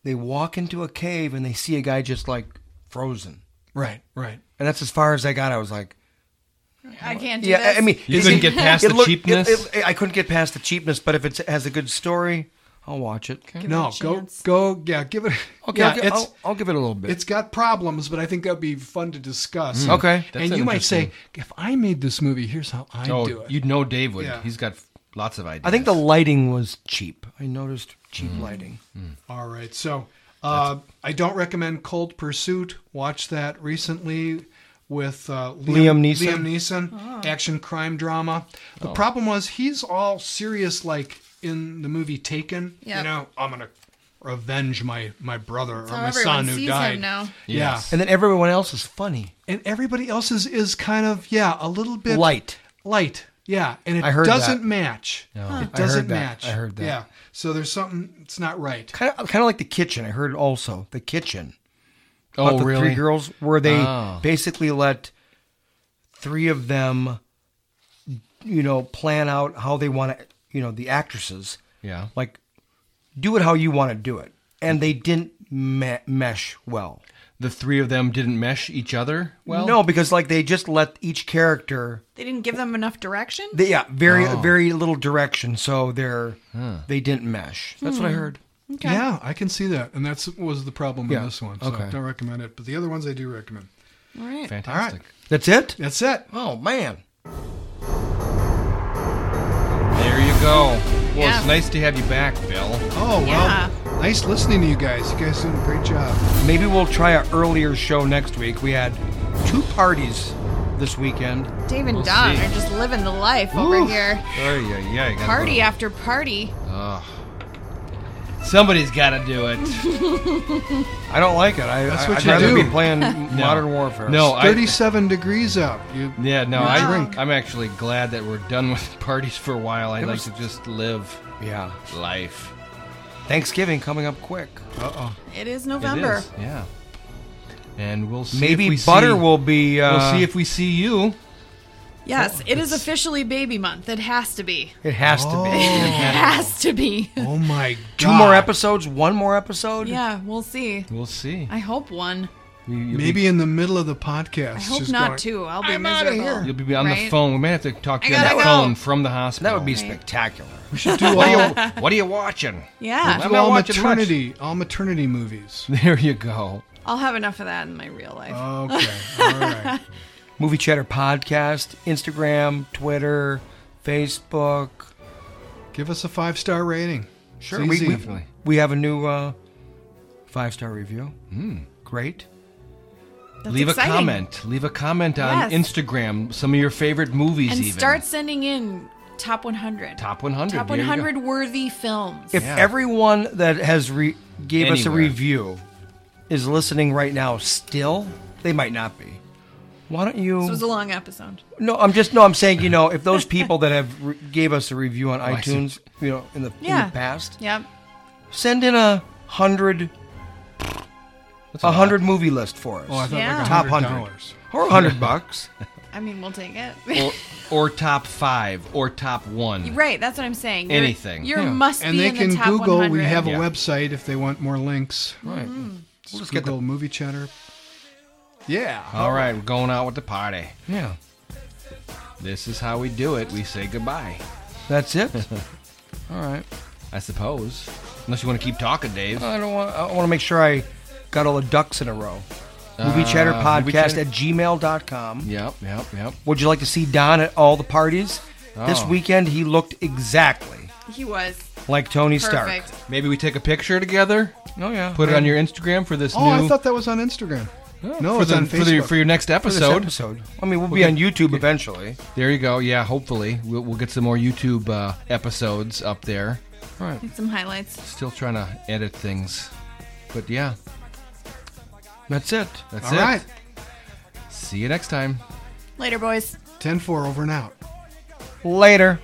Speaker 2: They walk into a cave and they see a guy just like frozen,
Speaker 4: Right, right.
Speaker 2: and that's as far as I got. I was like,
Speaker 3: I can't do
Speaker 2: yeah. I-
Speaker 3: this.
Speaker 2: I mean,
Speaker 1: You
Speaker 2: it-
Speaker 1: couldn't
Speaker 2: it-
Speaker 1: get past
Speaker 2: it
Speaker 1: the
Speaker 2: looked- it-
Speaker 1: cheapness?
Speaker 2: it- I couldn't get past the cheapness, but if it has a good story, I'll watch it. Okay,
Speaker 4: No,
Speaker 3: it a
Speaker 4: go
Speaker 3: chance.
Speaker 4: go. Yeah, give it.
Speaker 2: okay,
Speaker 4: yeah,
Speaker 2: I'll, gi-
Speaker 4: it's
Speaker 2: I'll- I'll give it a little bit.
Speaker 4: it's got problems, but I think that'd be fun to discuss.
Speaker 2: okay.
Speaker 1: Hmm. That's
Speaker 4: and
Speaker 1: an
Speaker 4: you might say,
Speaker 1: interesting-
Speaker 4: if I made this movie, here's how I
Speaker 1: Oh,
Speaker 4: do it.
Speaker 1: you'd know Dave would.
Speaker 4: Yeah.
Speaker 1: He's got lots of ideas.
Speaker 2: I think the lighting was cheap. I noticed cheap
Speaker 1: Mm.
Speaker 2: lighting.
Speaker 4: All right. So uh, I don't recommend Cold Pursuit. Watch that recently with uh, Liam,
Speaker 2: Liam Neeson? Oh.
Speaker 4: Liam Neeson,
Speaker 3: Oh.
Speaker 4: action crime drama. The problem was he's all serious, like in the movie Taken.
Speaker 3: Yep.
Speaker 4: You know, I'm gonna revenge my my brother or
Speaker 3: how
Speaker 4: my
Speaker 3: everyone
Speaker 4: son who
Speaker 3: sees him
Speaker 4: died.
Speaker 3: now.
Speaker 4: Yeah.
Speaker 1: Yes.
Speaker 2: And then everyone else is funny.
Speaker 4: And everybody else is, is kind of yeah a little bit
Speaker 2: Light.
Speaker 4: light. Yeah, and it
Speaker 2: I heard
Speaker 4: doesn't
Speaker 2: that.
Speaker 4: match. It
Speaker 2: I heard
Speaker 4: doesn't
Speaker 2: that.
Speaker 4: match.
Speaker 2: I heard that.
Speaker 4: Yeah. So there's something it's not right.
Speaker 2: kind of kind of like the kitchen. I heard also the kitchen.
Speaker 1: Oh,
Speaker 2: About the
Speaker 1: really?
Speaker 2: Three girls where they
Speaker 1: Oh.
Speaker 2: basically let three of them, you know, plan out how they want to, you know, the actresses,
Speaker 1: Yeah.
Speaker 2: like do it how you want to do it, and they didn't me- mesh well.
Speaker 1: The three of them didn't mesh each other well.
Speaker 2: no, because like they just let each character,
Speaker 3: They didn't give them enough direction.
Speaker 2: they, yeah, very
Speaker 1: Oh.
Speaker 2: very little direction, so they're they didn't mesh. That's what I heard.
Speaker 3: Okay.
Speaker 4: Yeah, I can see that, and that's was the problem
Speaker 2: Yeah,
Speaker 4: in this one. So
Speaker 2: okay.
Speaker 4: don't recommend it, but the other ones I do recommend.
Speaker 3: All right.
Speaker 1: Fantastic.
Speaker 2: That's it.
Speaker 4: That's it.
Speaker 2: Oh man.
Speaker 1: There you go. Well,
Speaker 3: Yeah.
Speaker 1: it's nice to have you back, Bill.
Speaker 4: Oh
Speaker 3: Yeah.
Speaker 4: well, nice listening to you guys. You guys doing a great job.
Speaker 2: Maybe we'll try an earlier show next week. We had two parties this weekend.
Speaker 3: Dave and Don
Speaker 1: see.
Speaker 3: are just living the life over here.
Speaker 1: Oh yeah, yeah. you gotta
Speaker 3: Party after party.
Speaker 1: go. Somebody's got to do it.
Speaker 2: I don't like it. I,
Speaker 4: That's
Speaker 2: I,
Speaker 4: what
Speaker 2: would
Speaker 4: you
Speaker 2: rather
Speaker 4: do.
Speaker 2: be playing Modern Warfare.
Speaker 1: No, I.
Speaker 4: Thirty-seven degrees out. You
Speaker 1: Yeah, no, I
Speaker 4: drink.
Speaker 1: I'm actually glad that we're done with parties for a while. I like
Speaker 2: was-
Speaker 1: to just live
Speaker 2: Yeah.
Speaker 1: life.
Speaker 2: Thanksgiving coming up quick.
Speaker 3: It is
Speaker 1: It is,
Speaker 3: November.
Speaker 1: yeah. And we'll see. if
Speaker 2: Maybe
Speaker 1: we see,
Speaker 2: butter will be. Uh,
Speaker 1: We'll see if we see you.
Speaker 3: Yes, it is officially baby month. It has to be.
Speaker 2: it has to
Speaker 1: Oh,
Speaker 2: be.
Speaker 3: It has to be.
Speaker 4: Oh my god.
Speaker 2: Two more episodes. One more episode.
Speaker 3: Yeah, we'll see.
Speaker 1: We'll see.
Speaker 3: I hope one.
Speaker 1: You- you'll be-
Speaker 4: Maybe in the middle of the podcast.
Speaker 3: I hope
Speaker 4: just
Speaker 3: not
Speaker 4: going,
Speaker 3: two. I'll be
Speaker 2: I'm outta
Speaker 3: miserable.
Speaker 2: here.
Speaker 1: you'll be on the
Speaker 3: Right?
Speaker 1: phone. We may have to talk to
Speaker 3: I
Speaker 1: you on the
Speaker 3: gotta go.
Speaker 1: phone from the hospital.
Speaker 2: That would be spectacular.
Speaker 4: We should do
Speaker 1: What
Speaker 4: all,
Speaker 1: are you, what are you watching?
Speaker 3: Yeah.
Speaker 1: I'm
Speaker 4: do
Speaker 1: not
Speaker 4: all
Speaker 1: watching much.
Speaker 4: maternity, all maternity movies.
Speaker 1: There you go.
Speaker 3: I'll have enough of that in my real life.
Speaker 1: Uh,
Speaker 4: Okay. All right.
Speaker 2: Movie Chatter Podcast, Instagram, Twitter, Facebook.
Speaker 4: Give us a five star rating. Sure.
Speaker 2: we, we-
Speaker 1: Definitely.
Speaker 2: we have a new uh, five star review.
Speaker 1: Hmm.
Speaker 2: Great.
Speaker 3: That's
Speaker 1: Leave
Speaker 3: exciting.
Speaker 1: a comment. Leave a comment on
Speaker 3: Yes.
Speaker 1: Instagram. Some of your favorite movies,
Speaker 3: and
Speaker 1: even
Speaker 3: start sending in top 100.
Speaker 1: top 100.
Speaker 3: Top
Speaker 1: There you go.
Speaker 3: 100 worthy films.
Speaker 2: If
Speaker 1: Yeah.
Speaker 2: everyone that has re- gave us a
Speaker 1: Anywhere.
Speaker 2: review is listening right now, still, they might not be. Why don't you?
Speaker 3: this was a long episode.
Speaker 2: no, I'm just no. I'm saying you know if those people that have re- gave us a review on
Speaker 1: Oh, I see.
Speaker 2: iTunes, you know, in the, in
Speaker 3: Yeah.
Speaker 2: the past,
Speaker 3: Yep.
Speaker 2: send in a hundred,
Speaker 1: That's
Speaker 2: a
Speaker 1: lot.
Speaker 2: hundred movie list for us,
Speaker 4: Oh, I thought
Speaker 3: Yeah.
Speaker 4: like
Speaker 2: Top
Speaker 4: top
Speaker 2: 100.
Speaker 4: hundred dollars.
Speaker 2: or a hundred bucks.
Speaker 3: I mean, we'll take it.
Speaker 1: Or, or top five, or top one.
Speaker 3: right. That's what I'm saying. You're-
Speaker 1: Anything.
Speaker 3: You're must
Speaker 4: And
Speaker 3: be
Speaker 4: they
Speaker 3: in
Speaker 4: can
Speaker 3: the top
Speaker 4: Google.
Speaker 3: 100.
Speaker 4: We have
Speaker 1: Yeah.
Speaker 4: a website if they want more links.
Speaker 2: Right.
Speaker 3: Mm-hmm.
Speaker 2: We'll just get
Speaker 4: Google
Speaker 2: the
Speaker 4: movie chatter. Oh, Yeah.
Speaker 1: All right, we're going out with the party.
Speaker 2: yeah.
Speaker 1: This is how we do it. We say goodbye,
Speaker 2: That's it. All right.
Speaker 1: I suppose. Unless you want to keep talking, Dave.
Speaker 4: Uh.
Speaker 2: I don't want. I want to make sure I got all the ducks in a row. Movie Chatter
Speaker 1: Uh, movie
Speaker 2: Podcast
Speaker 1: chatter-
Speaker 2: at gmail.com.
Speaker 1: Yep, yep, yep.
Speaker 2: Would you like to see Don at all the parties? This
Speaker 1: Oh.
Speaker 2: weekend, he looked exactly
Speaker 3: He was
Speaker 2: like Tony
Speaker 3: perfect.
Speaker 1: Maybe we take a picture together,
Speaker 2: Stark. Oh yeah.
Speaker 1: put it on your Instagram for this
Speaker 4: Oh,
Speaker 1: new.
Speaker 4: I thought that was on Instagram. no,
Speaker 1: for
Speaker 4: it's
Speaker 1: the-
Speaker 4: on
Speaker 1: for, the,
Speaker 4: Facebook.
Speaker 1: for your next
Speaker 2: For this
Speaker 1: episode.
Speaker 2: episode. I mean, we'll, be on YouTube eventually.
Speaker 1: There you go. Yeah, hopefully we'll, we'll get some more YouTube uh, episodes up there.
Speaker 3: Some highlights.
Speaker 1: Still trying to edit things, but yeah,
Speaker 2: That's it.
Speaker 1: that's
Speaker 4: All
Speaker 1: it.
Speaker 4: right.
Speaker 1: See you next time.
Speaker 3: Later, boys.
Speaker 4: 10 4 over and out.
Speaker 2: Later.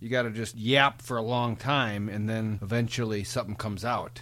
Speaker 1: You got to just yap for a long time, and then eventually something comes out.